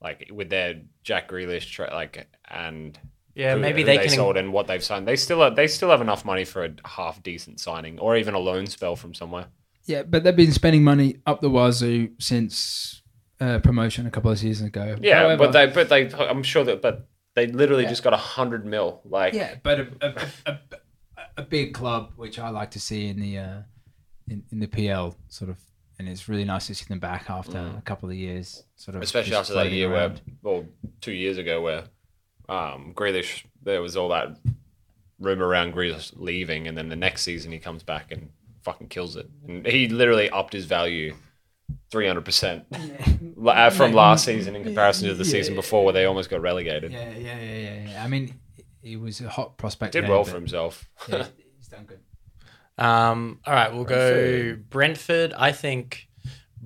[SPEAKER 3] like with their Jack Grealish tra- like and
[SPEAKER 2] yeah,
[SPEAKER 3] who-
[SPEAKER 2] maybe
[SPEAKER 3] who
[SPEAKER 2] they, can.
[SPEAKER 3] sold and what they've signed. They still have, they still have enough money for a half decent signing or even a loan spell from somewhere.
[SPEAKER 1] Yeah, but they've been spending money up the wazoo since uh, promotion a couple of seasons ago.
[SPEAKER 3] Yeah,
[SPEAKER 1] However-
[SPEAKER 3] but they but they I'm sure that but they literally just got a hundred mil. Like
[SPEAKER 1] yeah, but a, a, a, a- a big club, which I like to see in the uh, in, in the PL, sort of, and it's really nice to see them back after a couple of years, sort of,
[SPEAKER 3] especially
[SPEAKER 1] just
[SPEAKER 3] after that
[SPEAKER 1] floating
[SPEAKER 3] year
[SPEAKER 1] around.
[SPEAKER 3] where, well, two years ago where um, Grealish, there was all that rumor around Grealish leaving, and then the next season he comes back and fucking kills it. And he literally upped his value three hundred percent uh, from last season in comparison to the season before, where they almost got relegated.
[SPEAKER 1] yeah, yeah, yeah, yeah, yeah. I mean, he was a hot prospect.
[SPEAKER 3] Did
[SPEAKER 1] then,
[SPEAKER 3] well
[SPEAKER 1] but-
[SPEAKER 3] for himself.
[SPEAKER 1] Yeah, he's done good.
[SPEAKER 2] Um, all right, we'll go Brentford. I think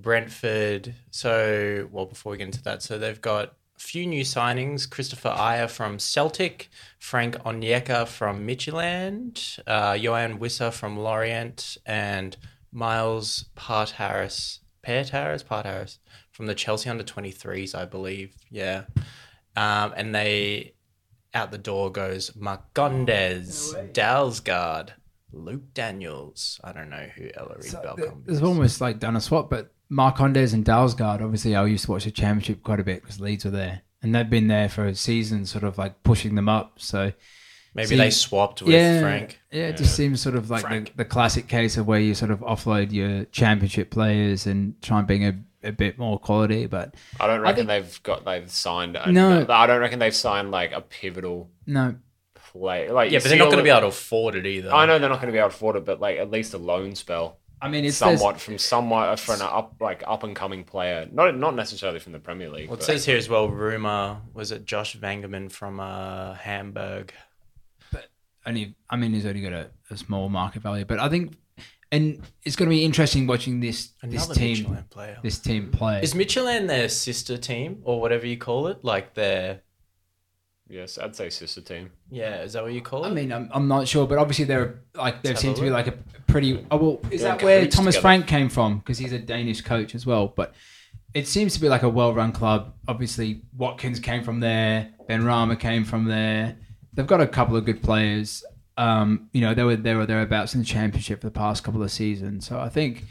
[SPEAKER 2] Brentford. So, well, before we get into that, so they've got a few new signings: Christopher Ayer from Celtic, Frank Onyeka from Midtjylland, uh, Johan Wisser from Lorient, and Miles Part Harris, Part Harris, Part Harris from the Chelsea under twenty threes, I believe. Yeah, um, and they out the door goes Mark Gondes, Dalsgaard, Luke Daniels. I don't know who Ellery Belcombe
[SPEAKER 1] It's
[SPEAKER 2] is.
[SPEAKER 1] almost like done a swap, but Mark Condes and Dalsgaard, obviously, I used to watch the Championship quite a bit because Leeds were there. And they've been there for a season, sort of like pushing them up. So
[SPEAKER 2] Maybe
[SPEAKER 1] See-
[SPEAKER 2] they swapped with Frank.
[SPEAKER 1] Yeah, it just seems sort of like the,
[SPEAKER 2] Frank.
[SPEAKER 1] the classic case of where you sort of offload your championship players and try and bring a, a bit more quality. But
[SPEAKER 3] I don't reckon they've got they've signed. a-
[SPEAKER 1] No.
[SPEAKER 3] I don't reckon they've signed like a pivotal
[SPEAKER 1] no,
[SPEAKER 3] play. Like
[SPEAKER 2] Yeah, but they're not going to be able to afford it either.
[SPEAKER 3] I know they're not going to be able to afford it, but like at least a loan spell.
[SPEAKER 1] I mean, it's there's-
[SPEAKER 3] somewhat from somewhat uh, for an up like up and coming player, not not necessarily from the Premier League.
[SPEAKER 2] Well, it
[SPEAKER 3] but-
[SPEAKER 2] says here as well, rumor was it Josh Vangerman from uh, Hamburg?
[SPEAKER 1] only I mean he's only got a, a small market value, but I think and it's going to be interesting watching this
[SPEAKER 2] Another
[SPEAKER 1] this team
[SPEAKER 2] Michelin player.
[SPEAKER 1] this team play.
[SPEAKER 2] Is Michelin their sister team or whatever you call it? Like their
[SPEAKER 3] yes, I'd say sister team.
[SPEAKER 2] yeah, is that what you call it?
[SPEAKER 1] I mean, I'm, I'm not sure, but obviously they're like they
[SPEAKER 2] Let's
[SPEAKER 1] seem
[SPEAKER 2] have a
[SPEAKER 1] to be
[SPEAKER 2] look.
[SPEAKER 1] like a pretty. Oh well, is
[SPEAKER 3] They're
[SPEAKER 1] that where
[SPEAKER 3] coached
[SPEAKER 1] Thomas
[SPEAKER 3] together.
[SPEAKER 1] Frank came from? Because he's a Danish coach as well. But it seems to be like a well-run club. Obviously, Watkins came from there. Ben Rama came from there. They've got a couple of good players. Um, you know, they were there or thereabouts in the championship for the past couple of seasons. So I think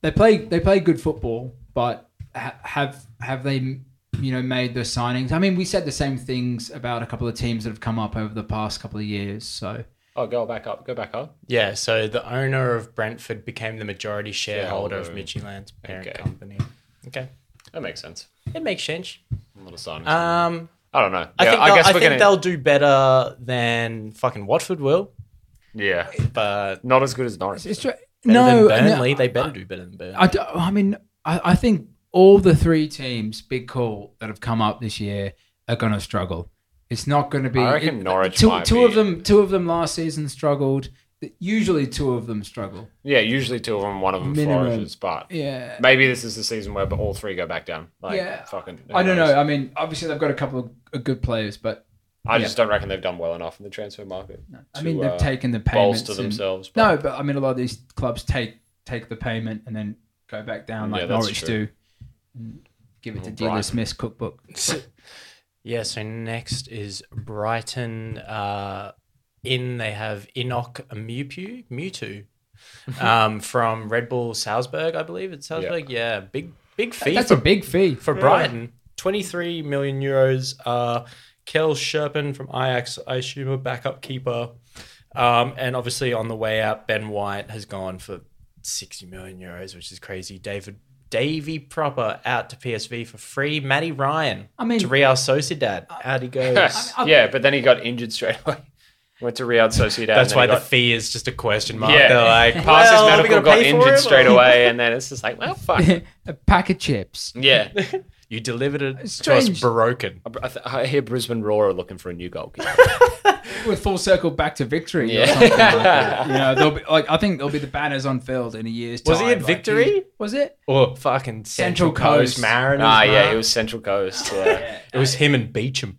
[SPEAKER 1] they play they play good football, but ha- have have they you you know made the signings. I mean, we said the same things about a couple of teams that have come up over the past couple of years. So
[SPEAKER 3] Oh, go back up. Go back up.
[SPEAKER 2] Yeah, so the owner of Brentford became the majority shareholder of Midtjylland's parent
[SPEAKER 3] Okay.
[SPEAKER 2] company. Okay,
[SPEAKER 3] That makes sense.
[SPEAKER 2] it makes sense.
[SPEAKER 3] A little sign.
[SPEAKER 2] Um,
[SPEAKER 3] I don't know.
[SPEAKER 2] I
[SPEAKER 3] Yeah,
[SPEAKER 2] think,
[SPEAKER 3] I
[SPEAKER 2] they'll-
[SPEAKER 3] guess
[SPEAKER 2] I
[SPEAKER 3] we're
[SPEAKER 2] think
[SPEAKER 3] gonna.
[SPEAKER 2] they'll do better than fucking Watford will,
[SPEAKER 3] Yeah,
[SPEAKER 2] but
[SPEAKER 3] not as good as Norris.
[SPEAKER 1] it's just,
[SPEAKER 2] no,
[SPEAKER 1] no,
[SPEAKER 2] than Burnley,
[SPEAKER 1] no,
[SPEAKER 2] they better do better than Burnley.
[SPEAKER 1] I, d- I mean, I, I think all the three teams, big call, that have come up this year are going to struggle. It's not going to be.
[SPEAKER 3] I reckon
[SPEAKER 1] it-
[SPEAKER 3] Norwich
[SPEAKER 1] Two,
[SPEAKER 3] might
[SPEAKER 1] two
[SPEAKER 3] be-
[SPEAKER 1] of them. Two of them last season struggled. Usually, two of them struggle.
[SPEAKER 3] Yeah, usually two of them, one of them
[SPEAKER 1] Minimum.
[SPEAKER 3] flourishes, but
[SPEAKER 1] Yeah.
[SPEAKER 3] maybe this is the season where all three go back down. Like,
[SPEAKER 1] Yeah.
[SPEAKER 3] fucking. who
[SPEAKER 1] I don't
[SPEAKER 3] knows?
[SPEAKER 1] know. I mean, obviously they've got a couple of uh, good players, but
[SPEAKER 3] I just don't reckon they've done well enough in the transfer market.
[SPEAKER 1] I
[SPEAKER 3] to,
[SPEAKER 1] mean they've
[SPEAKER 3] uh,
[SPEAKER 1] taken the payments
[SPEAKER 3] bolster
[SPEAKER 1] and-
[SPEAKER 3] themselves. but-
[SPEAKER 1] No, but I mean a lot of these clubs take take the payment and then go back down like
[SPEAKER 3] Yeah, that's
[SPEAKER 1] Norwich
[SPEAKER 3] true. Mm-hmm.
[SPEAKER 1] do. Give it to
[SPEAKER 3] Or
[SPEAKER 1] Dealer
[SPEAKER 3] Brighton.
[SPEAKER 1] Smith's cookbook.
[SPEAKER 2] yeah, so next is Brighton. Uh, in they have Enoch Mupu, Mutu um, from Red Bull Salzburg, I believe. It's Salzburg, yeah. Big big fee
[SPEAKER 1] That's
[SPEAKER 2] for
[SPEAKER 1] a big fee.
[SPEAKER 2] for Brighton. 23 million euros. Uh, Kel Sherpen from Ajax, I assume, a backup keeper. Um, and obviously, on the way out, Ben White has gone for 60 million euros, which is crazy. David Davy proper out to PSV for free. Matty Ryan
[SPEAKER 1] I mean- uh,
[SPEAKER 2] to Real Sociedad. Out he goes.
[SPEAKER 3] yeah, but then he got injured straight away. Went to Real Sociedad. and
[SPEAKER 2] That's
[SPEAKER 3] then
[SPEAKER 2] why
[SPEAKER 3] he
[SPEAKER 2] the
[SPEAKER 3] got,
[SPEAKER 2] fee is just a question mark.
[SPEAKER 3] Yeah.
[SPEAKER 2] They're like,
[SPEAKER 3] past
[SPEAKER 2] well, are
[SPEAKER 3] his
[SPEAKER 2] we
[SPEAKER 3] medical
[SPEAKER 2] gonna
[SPEAKER 3] got
[SPEAKER 2] pay for
[SPEAKER 3] injured
[SPEAKER 2] him?
[SPEAKER 3] straight away, and then it's just like, well, fuck.
[SPEAKER 1] a pack of chips.
[SPEAKER 3] yeah.
[SPEAKER 2] You delivered it to us
[SPEAKER 1] Strange.
[SPEAKER 2] broken.
[SPEAKER 3] I, th- I hear Brisbane Roar are looking for a new goalkeeper.
[SPEAKER 1] We're full circle back to victory. Or
[SPEAKER 3] Yeah.
[SPEAKER 1] something like that. You know, they'll be like I think there'll be the banners on field in a year's
[SPEAKER 2] Was
[SPEAKER 1] time.
[SPEAKER 2] he at
[SPEAKER 1] like,
[SPEAKER 2] Victory?
[SPEAKER 1] he- was it?
[SPEAKER 2] Or fucking Central,
[SPEAKER 1] Central
[SPEAKER 2] Coast,
[SPEAKER 1] Coast.
[SPEAKER 2] Mariners.
[SPEAKER 3] Oh. ah, yeah,
[SPEAKER 2] man.
[SPEAKER 3] it was Central Coast. Yeah.
[SPEAKER 2] it was him and Beecham.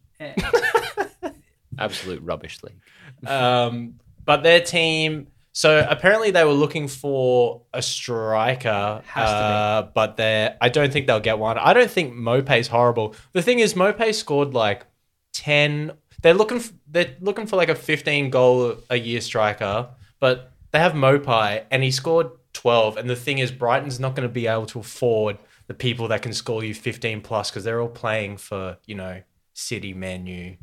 [SPEAKER 3] Absolute rubbish league.
[SPEAKER 2] Um, but their team. So apparently they were looking for a striker,
[SPEAKER 1] Has to be.
[SPEAKER 2] uh, but they I don't think they'll get one. I don't think Mope's horrible. The thing is, Mope scored like ten. They're looking. For, they're looking for like a fifteen goal a year striker, but they have Mopai, and he scored twelve. And the thing is, Brighton's not going to be able to afford the people that can score you fifteen plus because they're all playing for you know City, Menu,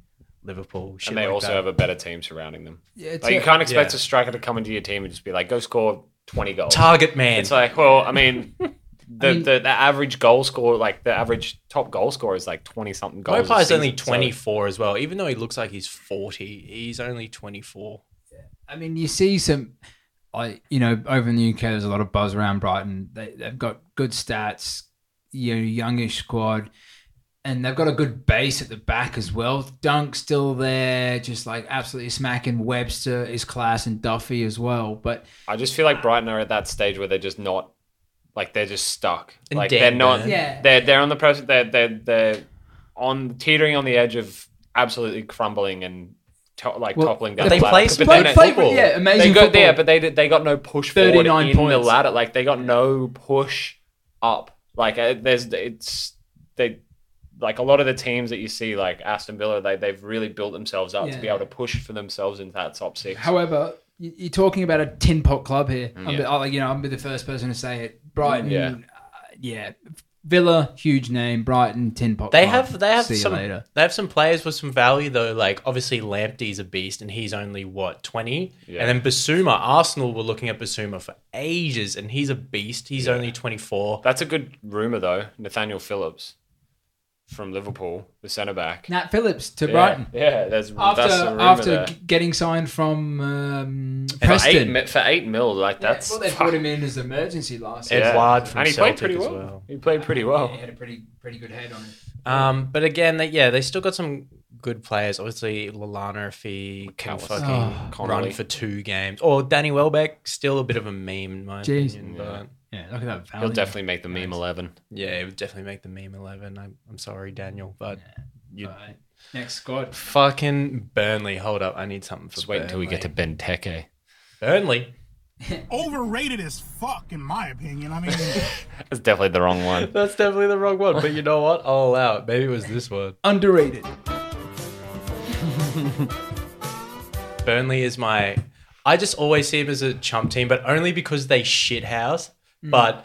[SPEAKER 2] Liverpool, shit
[SPEAKER 3] and they
[SPEAKER 2] like
[SPEAKER 3] also
[SPEAKER 2] that.
[SPEAKER 3] have a better team surrounding them.
[SPEAKER 1] Yeah, it's
[SPEAKER 3] Like, you
[SPEAKER 1] a-
[SPEAKER 3] can't expect
[SPEAKER 2] yeah.
[SPEAKER 3] a striker to come into your team and just be like, go score 20 goals.
[SPEAKER 2] target man.
[SPEAKER 3] It's like, well, I mean, the,
[SPEAKER 1] mean-
[SPEAKER 3] the, the average goal score, like the average top goal scorer is like 20 something goals. a
[SPEAKER 2] Mopai is
[SPEAKER 3] season,
[SPEAKER 2] only
[SPEAKER 3] so-
[SPEAKER 2] 24 as well. Even though he looks like he's 40, he's only 24.
[SPEAKER 1] I mean, you see some, like you know, over in the UK, there's a lot of buzz around Brighton. They, they've got good stats, you know, youngish squad, and they've got a good base at the back as well. Dunk still there, just like absolutely smacking Webster, is class, and Duffy as well. But
[SPEAKER 3] I just feel like Brighton are at that stage where they're just not, like, they're just stuck.
[SPEAKER 2] And
[SPEAKER 3] like,
[SPEAKER 2] dead,
[SPEAKER 3] they're not,
[SPEAKER 2] man.
[SPEAKER 1] Yeah.
[SPEAKER 3] they're, they're on the precipice, they're, they're, they're on teetering on the edge of absolutely crumbling and. To, like
[SPEAKER 1] Well,
[SPEAKER 3] toppling down
[SPEAKER 2] they
[SPEAKER 3] the ladder.
[SPEAKER 2] play some
[SPEAKER 3] But then
[SPEAKER 2] great
[SPEAKER 3] they-
[SPEAKER 2] football.
[SPEAKER 1] yeah, amazing.
[SPEAKER 3] they got
[SPEAKER 1] football.
[SPEAKER 3] there, but they did- they got no push forward
[SPEAKER 1] 39
[SPEAKER 3] in the
[SPEAKER 1] points.
[SPEAKER 3] ladder. Like they got no push up. Like uh, there's it's they like a lot of the teams that you see like Aston Villa they they've really built themselves up to be
[SPEAKER 1] Yeah.
[SPEAKER 3] able to push for themselves into that top six.
[SPEAKER 1] However, you- you're talking about a tin pot club here. I'm,
[SPEAKER 3] Mm, Yeah.
[SPEAKER 1] I'll, you know, I'm the first person to say it. Brighton,
[SPEAKER 3] Yeah.
[SPEAKER 1] yeah, yeah. Villa, huge name. Brighton, tin pot.
[SPEAKER 2] They
[SPEAKER 1] club.
[SPEAKER 2] have they have
[SPEAKER 1] See you
[SPEAKER 2] some
[SPEAKER 1] later.
[SPEAKER 2] they have some players with some value though. Like obviously Lamptey's a beast and he's only what twenty.
[SPEAKER 3] Yeah.
[SPEAKER 2] And then Basuma, Arsenal were looking at Basuma for ages and he's a beast. He's only twenty four.
[SPEAKER 3] That's a good rumor though. Nathaniel Phillips from Liverpool, the centre back.
[SPEAKER 1] Nat Phillips to
[SPEAKER 3] yeah,
[SPEAKER 1] Brighton.
[SPEAKER 3] Yeah, that's
[SPEAKER 1] after
[SPEAKER 3] that's a rumor
[SPEAKER 1] after
[SPEAKER 3] there.
[SPEAKER 1] g- getting signed from um,
[SPEAKER 3] for eight,
[SPEAKER 1] Preston.
[SPEAKER 3] mi- for eight mil, like that's
[SPEAKER 1] well, they brought him in as emergency last
[SPEAKER 3] Yeah.
[SPEAKER 1] year.
[SPEAKER 2] Edouard from
[SPEAKER 3] and he
[SPEAKER 2] Celtic
[SPEAKER 3] played pretty
[SPEAKER 2] as
[SPEAKER 3] well.
[SPEAKER 2] well.
[SPEAKER 3] He played pretty
[SPEAKER 1] He
[SPEAKER 3] well.
[SPEAKER 1] had a pretty pretty good head on him.
[SPEAKER 2] Um, but again, they, yeah, they still got some good players. Obviously, Lallana if he can
[SPEAKER 3] McAllister.
[SPEAKER 2] fucking
[SPEAKER 1] Oh.
[SPEAKER 2] run
[SPEAKER 3] Connolly.
[SPEAKER 2] for two games, or Danny Welbeck, still a bit of a meme in my
[SPEAKER 1] Jeez.
[SPEAKER 2] opinion. But
[SPEAKER 1] Yeah, look at that value.
[SPEAKER 3] He'll definitely make the meme eleven.
[SPEAKER 2] yeah, it would definitely make the meme eleven. I'm, I'm sorry, Daniel, but you
[SPEAKER 1] Alright, Next squad.
[SPEAKER 2] fucking Burnley. Hold up, I need something for.
[SPEAKER 3] Just wait until we get to
[SPEAKER 2] Burnley.
[SPEAKER 3] Benteke.
[SPEAKER 2] Burnley.
[SPEAKER 7] Overrated as fuck, in my opinion. I mean,
[SPEAKER 3] That's definitely the wrong one.
[SPEAKER 2] That's definitely the wrong one, but you know what? I'll allow it. Maybe it was this one.
[SPEAKER 1] Underrated.
[SPEAKER 2] Burnley is my. I just always
[SPEAKER 3] Mm.
[SPEAKER 2] see them as a chump team, but only because they shit house. But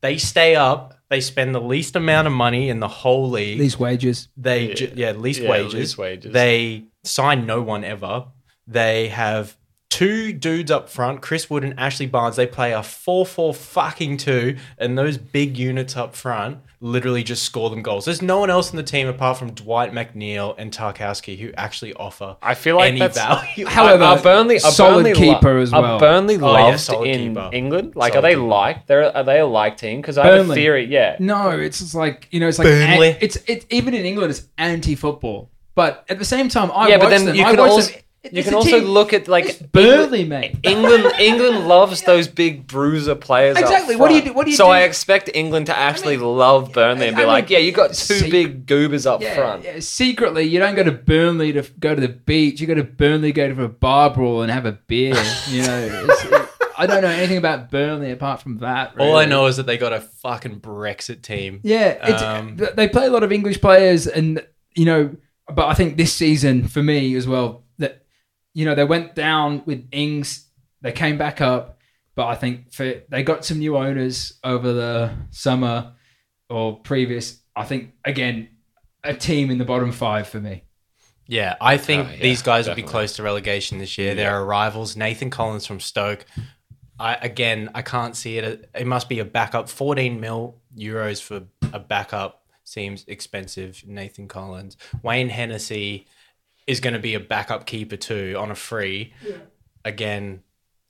[SPEAKER 2] they stay up They spend the least amount of money in the whole league.
[SPEAKER 1] These wages.
[SPEAKER 2] They ju- yeah, least
[SPEAKER 3] Yeah,
[SPEAKER 2] wages.
[SPEAKER 3] least wages.
[SPEAKER 2] They sign no one ever. They have two dudes up front, Chris Wood and Ashley Barnes. They play a four-four fucking two, and those big units up front literally just score them goals. There's no one else in the team apart from Dwight McNeil and Tarkowski who actually offer
[SPEAKER 3] I feel like
[SPEAKER 2] any
[SPEAKER 3] that's-
[SPEAKER 2] value.
[SPEAKER 1] However,
[SPEAKER 3] are, are Burnley, are
[SPEAKER 1] solid
[SPEAKER 3] Burnley
[SPEAKER 1] keeper as well.
[SPEAKER 3] Are Burnley
[SPEAKER 2] Oh, yeah,
[SPEAKER 3] loved
[SPEAKER 2] solid
[SPEAKER 3] in
[SPEAKER 2] keeper.
[SPEAKER 3] England? Like,
[SPEAKER 2] Solid
[SPEAKER 3] are they
[SPEAKER 2] keeper.
[SPEAKER 3] liked? They're, are they a like team? Because I have a
[SPEAKER 1] Burnley.
[SPEAKER 3] theory. Yeah,
[SPEAKER 1] No, it's just like you know, it's like
[SPEAKER 2] Burnley.
[SPEAKER 1] an- it's it, even in England, it's anti-football. But at the same time, I
[SPEAKER 3] yeah,
[SPEAKER 1] watch
[SPEAKER 3] but then
[SPEAKER 1] them.
[SPEAKER 3] you
[SPEAKER 1] I
[SPEAKER 3] can
[SPEAKER 1] watch
[SPEAKER 3] also
[SPEAKER 1] them. It-
[SPEAKER 3] you
[SPEAKER 1] it's
[SPEAKER 3] can
[SPEAKER 1] a
[SPEAKER 3] also
[SPEAKER 1] team.
[SPEAKER 3] look at like
[SPEAKER 1] It's Burnley, mate.
[SPEAKER 3] England, England loves those big bruiser players. up
[SPEAKER 1] Exactly. What do you
[SPEAKER 3] front.
[SPEAKER 1] do- what do you
[SPEAKER 3] so
[SPEAKER 1] do-
[SPEAKER 3] I expect England to actually
[SPEAKER 1] mean,
[SPEAKER 3] love Burnley and
[SPEAKER 1] I
[SPEAKER 3] be
[SPEAKER 1] mean,
[SPEAKER 3] like, yeah, you got two
[SPEAKER 1] see-
[SPEAKER 3] big goobers up
[SPEAKER 1] Yeah,
[SPEAKER 3] front.
[SPEAKER 1] yeah, secretly, you don't go to Burnley to f- go to the beach. You go to Burnley, go to a bar brawl and have a beer. You know, It's- it- I don't know anything about Burnley apart from that.
[SPEAKER 2] All I
[SPEAKER 1] really.
[SPEAKER 2] know is that they got a fucking Brexit team.
[SPEAKER 1] Yeah, it's,
[SPEAKER 2] Um,
[SPEAKER 1] th- they play a lot of English players, and you know, but I think this season for me as well that you know they went down with Ings, they came back up, but I think for they got some new owners over the summer or previous. I think again, a team in the bottom five for me.
[SPEAKER 2] Yeah, I think
[SPEAKER 3] Oh, yeah,
[SPEAKER 2] these guys will be
[SPEAKER 3] definitely.
[SPEAKER 2] close to relegation this year. There are rivals. Nathan Collins from Stoke. I again, I can't see it. It must be a backup. Fourteen mil euros for a backup seems expensive. Nathan Collins, Wayne Hennessy is going to be a backup keeper too on a free. Again,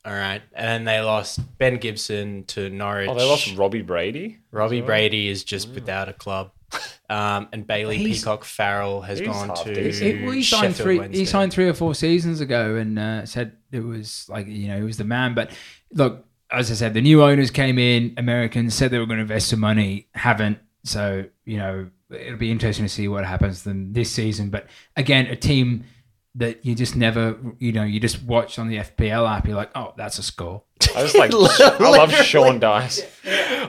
[SPEAKER 2] all right. And they lost Ben Gibson to Norwich.
[SPEAKER 3] Oh, they lost Robbie Brady.
[SPEAKER 2] Robbie Brady is
[SPEAKER 3] Mm.
[SPEAKER 2] just without a club. Um, and Bailey
[SPEAKER 1] He's-
[SPEAKER 2] Peacock Farrell has
[SPEAKER 3] he's
[SPEAKER 2] gone
[SPEAKER 3] half
[SPEAKER 2] to
[SPEAKER 3] decent.
[SPEAKER 1] He, well, he signed
[SPEAKER 2] Sheffield
[SPEAKER 1] three.
[SPEAKER 2] Wednesday.
[SPEAKER 1] He signed three or four seasons ago, and uh, said it was like you know he was the man. But look, as I said, the new owners came in. Americans said they were going to invest some money, haven't. So you know it'll be interesting to see what happens to them this season. But again, a team that you just never, you know, you just watch on the FPL app. You're like, oh, that's a score.
[SPEAKER 3] I just like, I love Sean Dice.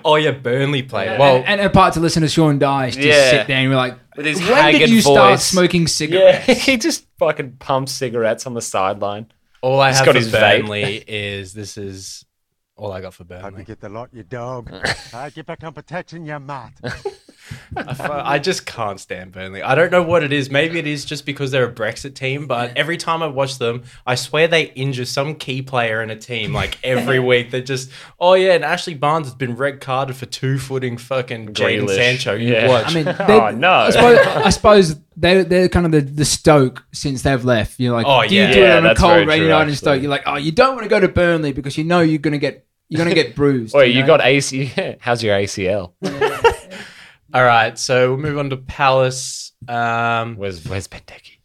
[SPEAKER 2] Oh yeah, Burnley played.
[SPEAKER 1] And-
[SPEAKER 2] Well,
[SPEAKER 1] and, and apart to listen to Sean Dyche just
[SPEAKER 3] Oh. Yeah.
[SPEAKER 1] sit there and you're like,
[SPEAKER 3] With his
[SPEAKER 1] when did
[SPEAKER 3] haggard
[SPEAKER 1] you start
[SPEAKER 3] voice.
[SPEAKER 1] smoking
[SPEAKER 3] Yeah,
[SPEAKER 1] cigarettes?
[SPEAKER 3] he just fucking pumps cigarettes on the sideline.
[SPEAKER 2] all I
[SPEAKER 3] He's
[SPEAKER 2] have
[SPEAKER 3] got
[SPEAKER 2] for
[SPEAKER 3] his vape.
[SPEAKER 2] Burnley is this is all I got for Burnley.
[SPEAKER 5] get the lot, you dog. uh, get back on protection, you mutt.
[SPEAKER 2] I fu- I just can't stand Burnley. I don't know what it is. Maybe it is just because they're a Brexit team, but every time I watch them, I swear they injure some key player in a team like every week. They're just, oh yeah, and Ashley Barnes has been red carded for two footing fucking Jaden
[SPEAKER 3] Grealish.
[SPEAKER 2] Sancho. You
[SPEAKER 3] Yeah.
[SPEAKER 2] watch.
[SPEAKER 1] I mean,
[SPEAKER 3] Oh,
[SPEAKER 1] they-
[SPEAKER 3] no.
[SPEAKER 1] I suppose, I suppose they're they're kind of the, the Stoke since they've left. You're like,
[SPEAKER 2] Oh,
[SPEAKER 1] do
[SPEAKER 2] yeah.
[SPEAKER 1] you do
[SPEAKER 3] Yeah,
[SPEAKER 1] it on a
[SPEAKER 3] that's very
[SPEAKER 1] cold rainy
[SPEAKER 3] true,
[SPEAKER 1] night
[SPEAKER 3] actually.
[SPEAKER 1] in Stoke? You're like, oh, you don't want to go to Burnley because you know you're gonna get you're gonna get bruised.
[SPEAKER 3] Wait, you
[SPEAKER 1] know?
[SPEAKER 3] got AC? How's your ACL?
[SPEAKER 2] all right, so we'll move on to Palace. Um,
[SPEAKER 3] Where's Where's Benteke?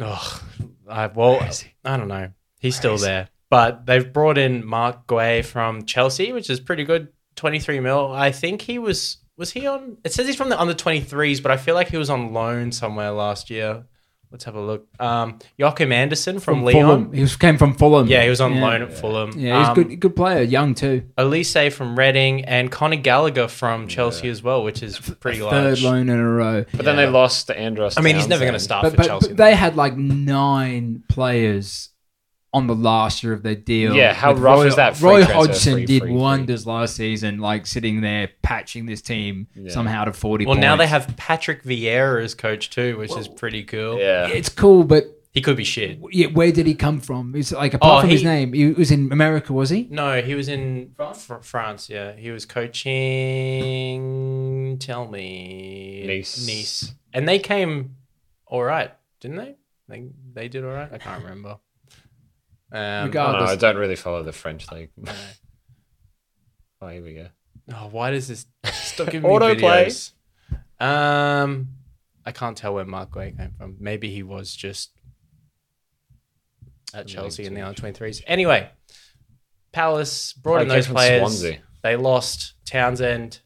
[SPEAKER 2] Ugh, I, well,
[SPEAKER 3] is he?
[SPEAKER 2] I don't know. He's still there. But they've brought in Mark Guay from Chelsea, which is pretty good. 23 mil. I think he was, was he on? It says he's from the under 23s, but I feel like he was on loan somewhere last year. Let's have a look. Um, Joachim Anderson from,
[SPEAKER 1] Fulham.
[SPEAKER 2] Leon.
[SPEAKER 1] He was, came from Fulham.
[SPEAKER 2] Yeah, he was on
[SPEAKER 1] Yeah.
[SPEAKER 2] loan at Fulham.
[SPEAKER 1] Yeah, he's
[SPEAKER 2] Um,
[SPEAKER 1] good good player, young too.
[SPEAKER 2] Elise from Reading and Conor Gallagher from Chelsea as well, which is pretty
[SPEAKER 1] Third
[SPEAKER 2] large.
[SPEAKER 1] loan in a row.
[SPEAKER 3] But then they lost to Andros.
[SPEAKER 2] I mean, he's never going to
[SPEAKER 3] Townsend.
[SPEAKER 2] start
[SPEAKER 1] But,
[SPEAKER 2] for
[SPEAKER 1] but,
[SPEAKER 2] Chelsea.
[SPEAKER 1] but they had like nine players on the last year of their deal.
[SPEAKER 3] Yeah, how
[SPEAKER 1] With
[SPEAKER 3] rough
[SPEAKER 1] Roy,
[SPEAKER 3] is that free
[SPEAKER 1] Roy
[SPEAKER 3] transfer,
[SPEAKER 1] Hodgson
[SPEAKER 3] free,
[SPEAKER 1] did
[SPEAKER 3] free, free.
[SPEAKER 1] wonders last season, like sitting there patching this team somehow to forty.
[SPEAKER 2] well, now they
[SPEAKER 1] points.
[SPEAKER 2] have Patrick Vieira as coach too, which is pretty cool.
[SPEAKER 3] Yeah.
[SPEAKER 1] It's cool, but
[SPEAKER 2] He could be shit.
[SPEAKER 1] yeah, where did he come from? It's like apart
[SPEAKER 2] Oh,
[SPEAKER 1] from his
[SPEAKER 2] he-
[SPEAKER 1] name, he was in America, was he?
[SPEAKER 2] No, he was in France. Fr- France, yeah. He was coaching. Tell me,
[SPEAKER 3] Nice.
[SPEAKER 2] Nice, and they came all right, didn't they? They they did all right. I can't remember. Um,
[SPEAKER 3] I
[SPEAKER 1] Regard-
[SPEAKER 3] don't know, I don't really follow the French league. oh, here we go.
[SPEAKER 2] oh, why does this stop giving me
[SPEAKER 3] Autoplay.
[SPEAKER 2] videos? Um, I can't tell where Mark Way came from. Maybe he was just at Chelsea in the under twenty threes. Anyway, Palace brought
[SPEAKER 3] Like
[SPEAKER 2] in those
[SPEAKER 3] Jason
[SPEAKER 2] players.
[SPEAKER 3] Swansea.
[SPEAKER 2] They lost Townsend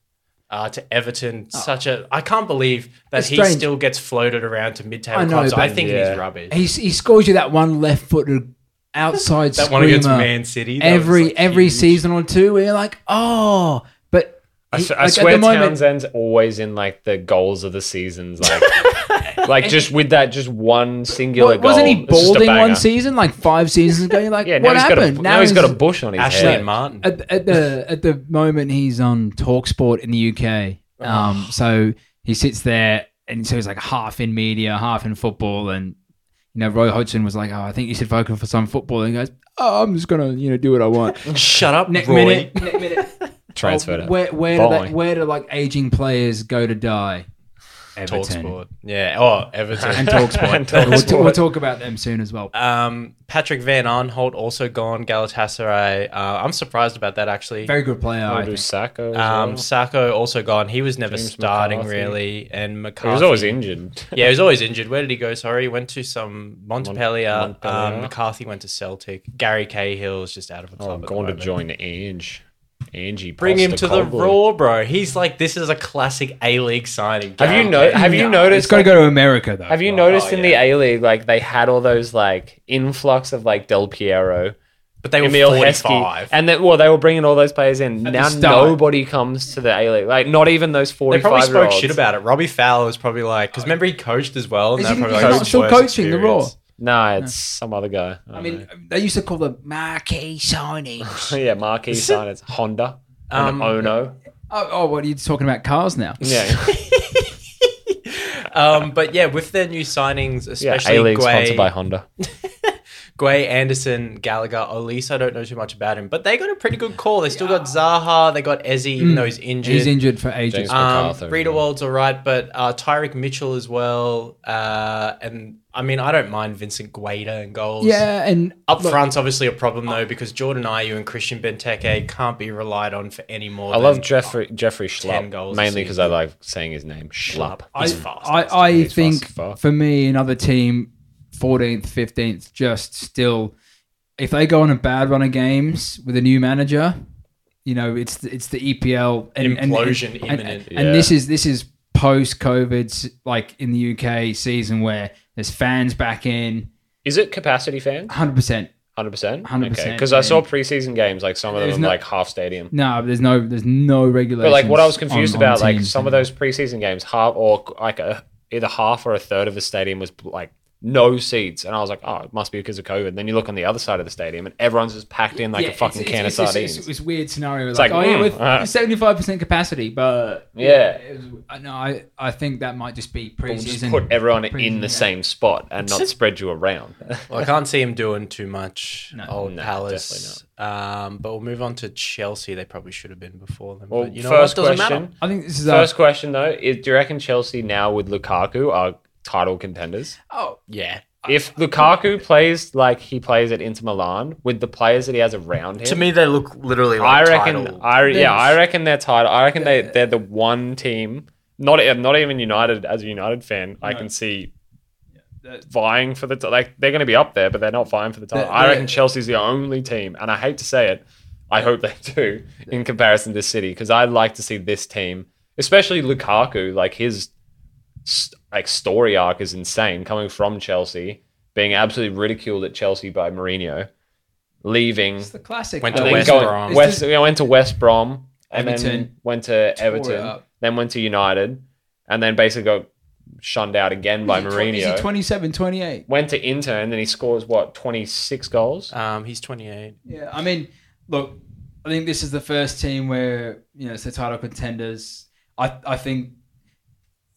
[SPEAKER 2] uh, to Everton. Such a I can't believe that
[SPEAKER 1] Oh. It's
[SPEAKER 2] he
[SPEAKER 1] strange.
[SPEAKER 2] still gets floated around to mid-table
[SPEAKER 1] I know,
[SPEAKER 2] clubs. I
[SPEAKER 1] but-
[SPEAKER 2] think
[SPEAKER 3] Yeah.
[SPEAKER 2] he's rubbish.
[SPEAKER 1] He he scores you that one left-footed outside
[SPEAKER 2] that
[SPEAKER 1] screamer
[SPEAKER 2] one against Man City that was,
[SPEAKER 1] every
[SPEAKER 2] like,
[SPEAKER 1] every
[SPEAKER 2] huge.
[SPEAKER 1] season or two. Where you're like, oh, but
[SPEAKER 3] I, s-
[SPEAKER 1] He-
[SPEAKER 3] I
[SPEAKER 1] like, at
[SPEAKER 3] swear
[SPEAKER 1] the moment-
[SPEAKER 3] Townsend's always in like the goals of the seasons, like like just with that just one singular
[SPEAKER 1] Wa- wasn't
[SPEAKER 3] goal.
[SPEAKER 1] he
[SPEAKER 3] It's just a
[SPEAKER 1] bald in one
[SPEAKER 3] banger.
[SPEAKER 1] season, like five seasons ago? You're like,
[SPEAKER 3] Yeah, now
[SPEAKER 1] what
[SPEAKER 3] he's
[SPEAKER 1] happened?
[SPEAKER 3] got a now he's got a
[SPEAKER 1] he's- oh,
[SPEAKER 3] bush on his
[SPEAKER 2] Ashley
[SPEAKER 3] head.
[SPEAKER 2] and Martin.
[SPEAKER 1] at, at the at the moment he's on Talksport in the UK. Um, so he sits there, and so he's like half in media, half in football, and you know Roy Hodgson was like, "Oh, I think you should focus for some football," and he goes, "Oh, I'm just gonna you know do what I want."
[SPEAKER 2] Shut up,
[SPEAKER 1] Next
[SPEAKER 2] Roy.
[SPEAKER 1] minute, next minute,
[SPEAKER 3] Transferred
[SPEAKER 1] oh,
[SPEAKER 3] it.
[SPEAKER 1] where where do they,
[SPEAKER 3] Bowling.
[SPEAKER 1] where do like aging players go to die? Everton.
[SPEAKER 2] Talksport. Yeah. Oh, Everton.
[SPEAKER 1] and Talksport.
[SPEAKER 2] And
[SPEAKER 1] We'll, t-
[SPEAKER 2] Talksport.
[SPEAKER 1] we'll talk about them soon as well.
[SPEAKER 2] Um, Patrick Van Arnholt also gone. Galatasaray. Uh, I'm surprised about that actually.
[SPEAKER 1] Very good player. I
[SPEAKER 3] Or do
[SPEAKER 1] think.
[SPEAKER 3] Sacco as
[SPEAKER 2] Um,
[SPEAKER 3] well.
[SPEAKER 2] Sacco also gone. He was never
[SPEAKER 3] James
[SPEAKER 2] starting
[SPEAKER 3] McCarthy.
[SPEAKER 2] really, and McCarthy.
[SPEAKER 3] He was always injured.
[SPEAKER 2] Yeah, he was always injured. Where did he go? Sorry, he went to some Montpellier.
[SPEAKER 3] Montpellier.
[SPEAKER 2] Um, McCarthy went to Celtic. Gary Cahill is just out of a club.
[SPEAKER 3] Oh,
[SPEAKER 2] at the
[SPEAKER 3] going to
[SPEAKER 2] moment.
[SPEAKER 3] join Ange. Angie,
[SPEAKER 2] Bring him to the
[SPEAKER 3] Postacoglu.
[SPEAKER 2] Raw, bro. He's like, this is a classic A League signing.
[SPEAKER 3] Have
[SPEAKER 2] Gary
[SPEAKER 3] you no- have you
[SPEAKER 2] Cahill.
[SPEAKER 3] noticed?
[SPEAKER 1] It's got to go to America though.
[SPEAKER 3] Have you
[SPEAKER 2] well.
[SPEAKER 3] noticed
[SPEAKER 2] Oh,
[SPEAKER 3] in the A League, like they had all those like influx of like Del Piero,
[SPEAKER 2] But they were
[SPEAKER 3] Emil Heskey,
[SPEAKER 2] 45.
[SPEAKER 3] and that well they were bringing all those players in. now
[SPEAKER 1] start.
[SPEAKER 3] nobody comes to the A League, like not even those
[SPEAKER 2] They
[SPEAKER 3] forty-five.
[SPEAKER 2] probably spoke
[SPEAKER 3] year-olds.
[SPEAKER 2] shit about it. Robbie Fowler was probably like, because remember he coached as well. And
[SPEAKER 1] Is
[SPEAKER 2] they're
[SPEAKER 1] he-
[SPEAKER 2] probably
[SPEAKER 1] he's
[SPEAKER 2] like,
[SPEAKER 1] not
[SPEAKER 2] his
[SPEAKER 1] still
[SPEAKER 2] worst
[SPEAKER 1] coaching the Raw?
[SPEAKER 2] experience.
[SPEAKER 3] Nah, it's some other guy.
[SPEAKER 1] I mean, they used to call them marquee signings.
[SPEAKER 3] yeah, marquee sign. It's Honda.
[SPEAKER 2] Um,
[SPEAKER 3] and Ono.
[SPEAKER 1] Oh, oh, what are you talking about cars now?
[SPEAKER 3] Yeah,
[SPEAKER 2] Um, but yeah, with their new signings,
[SPEAKER 3] yeah.
[SPEAKER 2] especially
[SPEAKER 3] A League
[SPEAKER 2] Guay,
[SPEAKER 3] sponsored by Honda.
[SPEAKER 2] Guay, Anderson, Gallagher, Olise, I don't know too much about him, but they got a pretty good call. They still got Zaha, they got Ezzy, even though he's injured.
[SPEAKER 1] Mm. He's injured for ages.
[SPEAKER 3] James
[SPEAKER 2] Um,
[SPEAKER 3] MacArthur,
[SPEAKER 2] Rita
[SPEAKER 3] yeah.
[SPEAKER 2] Wald's all right, but uh, Tyreek Mitchell as well. Uh, and I mean, I don't mind Vincent Guaita and goals.
[SPEAKER 1] yeah, and
[SPEAKER 2] Up
[SPEAKER 1] look,
[SPEAKER 2] front's obviously a problem though because Jordan Ayew and Christian Benteke can't be relied on for any more.
[SPEAKER 3] I
[SPEAKER 2] than-
[SPEAKER 3] love Jeffrey Jeffrey
[SPEAKER 2] 10
[SPEAKER 3] Schlupp
[SPEAKER 2] goals
[SPEAKER 3] mainly
[SPEAKER 2] this
[SPEAKER 3] because I
[SPEAKER 2] season.
[SPEAKER 3] like saying his name. Schlupp.
[SPEAKER 2] I-
[SPEAKER 3] He's
[SPEAKER 2] fast.
[SPEAKER 1] I,
[SPEAKER 2] He's
[SPEAKER 1] I
[SPEAKER 3] fast
[SPEAKER 1] think
[SPEAKER 3] as fuck.
[SPEAKER 1] for me, another team, 14th, 15th, just still, if they go on a bad run of games with a new manager, you know, it's the, it's the EPL and, and-
[SPEAKER 2] Implosion
[SPEAKER 1] and,
[SPEAKER 2] imminent.
[SPEAKER 1] And, and this is this is post COVID, like in the UK season where there's fans back in,
[SPEAKER 3] Is it capacity fan?
[SPEAKER 1] 100. percent
[SPEAKER 3] Hundred percent.
[SPEAKER 1] 100%,
[SPEAKER 3] Okay, because I saw
[SPEAKER 1] yeah.
[SPEAKER 3] preseason games like some of them
[SPEAKER 1] There's
[SPEAKER 3] in,
[SPEAKER 1] no-
[SPEAKER 3] like half stadium.
[SPEAKER 1] No, there's no there's no regulation.
[SPEAKER 3] But like what I was confused about, like some of those preseason games, half or like a, either half or a third of the stadium was like no seats, and I was like, oh, it must be because of COVID. And then you look on the other side of the stadium, and everyone's just packed in like a fucking can of
[SPEAKER 1] it's,
[SPEAKER 3] sardines.
[SPEAKER 1] It's, it's weird scenario.
[SPEAKER 3] It's
[SPEAKER 1] like,
[SPEAKER 3] like,
[SPEAKER 1] oh yeah,
[SPEAKER 3] mm,
[SPEAKER 1] with
[SPEAKER 3] uh.
[SPEAKER 1] seventy five percent capacity, but
[SPEAKER 3] Yeah.
[SPEAKER 1] it was, I know. I I think that might just be
[SPEAKER 3] We'll just
[SPEAKER 1] preseason.
[SPEAKER 3] put everyone in
[SPEAKER 1] preseason, yeah.
[SPEAKER 3] the same spot and not spread you around.
[SPEAKER 2] Well, I can't see him doing too much. Old
[SPEAKER 3] No,
[SPEAKER 2] Palace. Um, but we'll move on to Chelsea. They probably should have been before them.
[SPEAKER 3] well,
[SPEAKER 2] but you know
[SPEAKER 3] first
[SPEAKER 2] what? Doesn't
[SPEAKER 3] question.
[SPEAKER 2] matter.
[SPEAKER 1] I think this is our
[SPEAKER 3] First question though is: Do you reckon Chelsea now with Lukaku are title contenders?
[SPEAKER 1] Oh,
[SPEAKER 2] Yeah.
[SPEAKER 3] If Lukaku plays like he plays at Inter Milan with the players that he has around him,
[SPEAKER 2] To me, they look literally.
[SPEAKER 3] I
[SPEAKER 2] Like
[SPEAKER 3] reckon.
[SPEAKER 2] title.
[SPEAKER 3] I yeah, I reckon they're title. I reckon they they're the one team. Not e, not even United. As a United fan, I can see vying for the ti- like they're going to be up there, but they're not vying for the title. I
[SPEAKER 1] they're-
[SPEAKER 3] reckon Chelsea's the only team, and I hate to say it. I hope they do in comparison to City because I'd like to see this team, especially Lukaku. Like his s- like story arc is insane, coming from Chelsea, being absolutely ridiculed at Chelsea by Mourinho, leaving,
[SPEAKER 1] it's the classic.
[SPEAKER 2] Went
[SPEAKER 1] I
[SPEAKER 2] to
[SPEAKER 1] think
[SPEAKER 3] then
[SPEAKER 2] West
[SPEAKER 1] going-
[SPEAKER 3] going-
[SPEAKER 2] Brom.
[SPEAKER 1] it's
[SPEAKER 3] West,
[SPEAKER 1] just-
[SPEAKER 3] yeah, went to West Brom, and
[SPEAKER 1] Everton.
[SPEAKER 3] then went to
[SPEAKER 1] it
[SPEAKER 3] Everton,
[SPEAKER 1] up.
[SPEAKER 3] then went to United, and then basically got shunned out again by
[SPEAKER 1] Is he
[SPEAKER 3] Mourinho.
[SPEAKER 1] 27, 28?
[SPEAKER 3] Went to Inter, and then he scores what twenty six
[SPEAKER 1] Uh,
[SPEAKER 3] goals.
[SPEAKER 2] Um, he's 28.
[SPEAKER 1] Yeah, I mean, look, I think this is the first team where you know it's the title contenders. I I think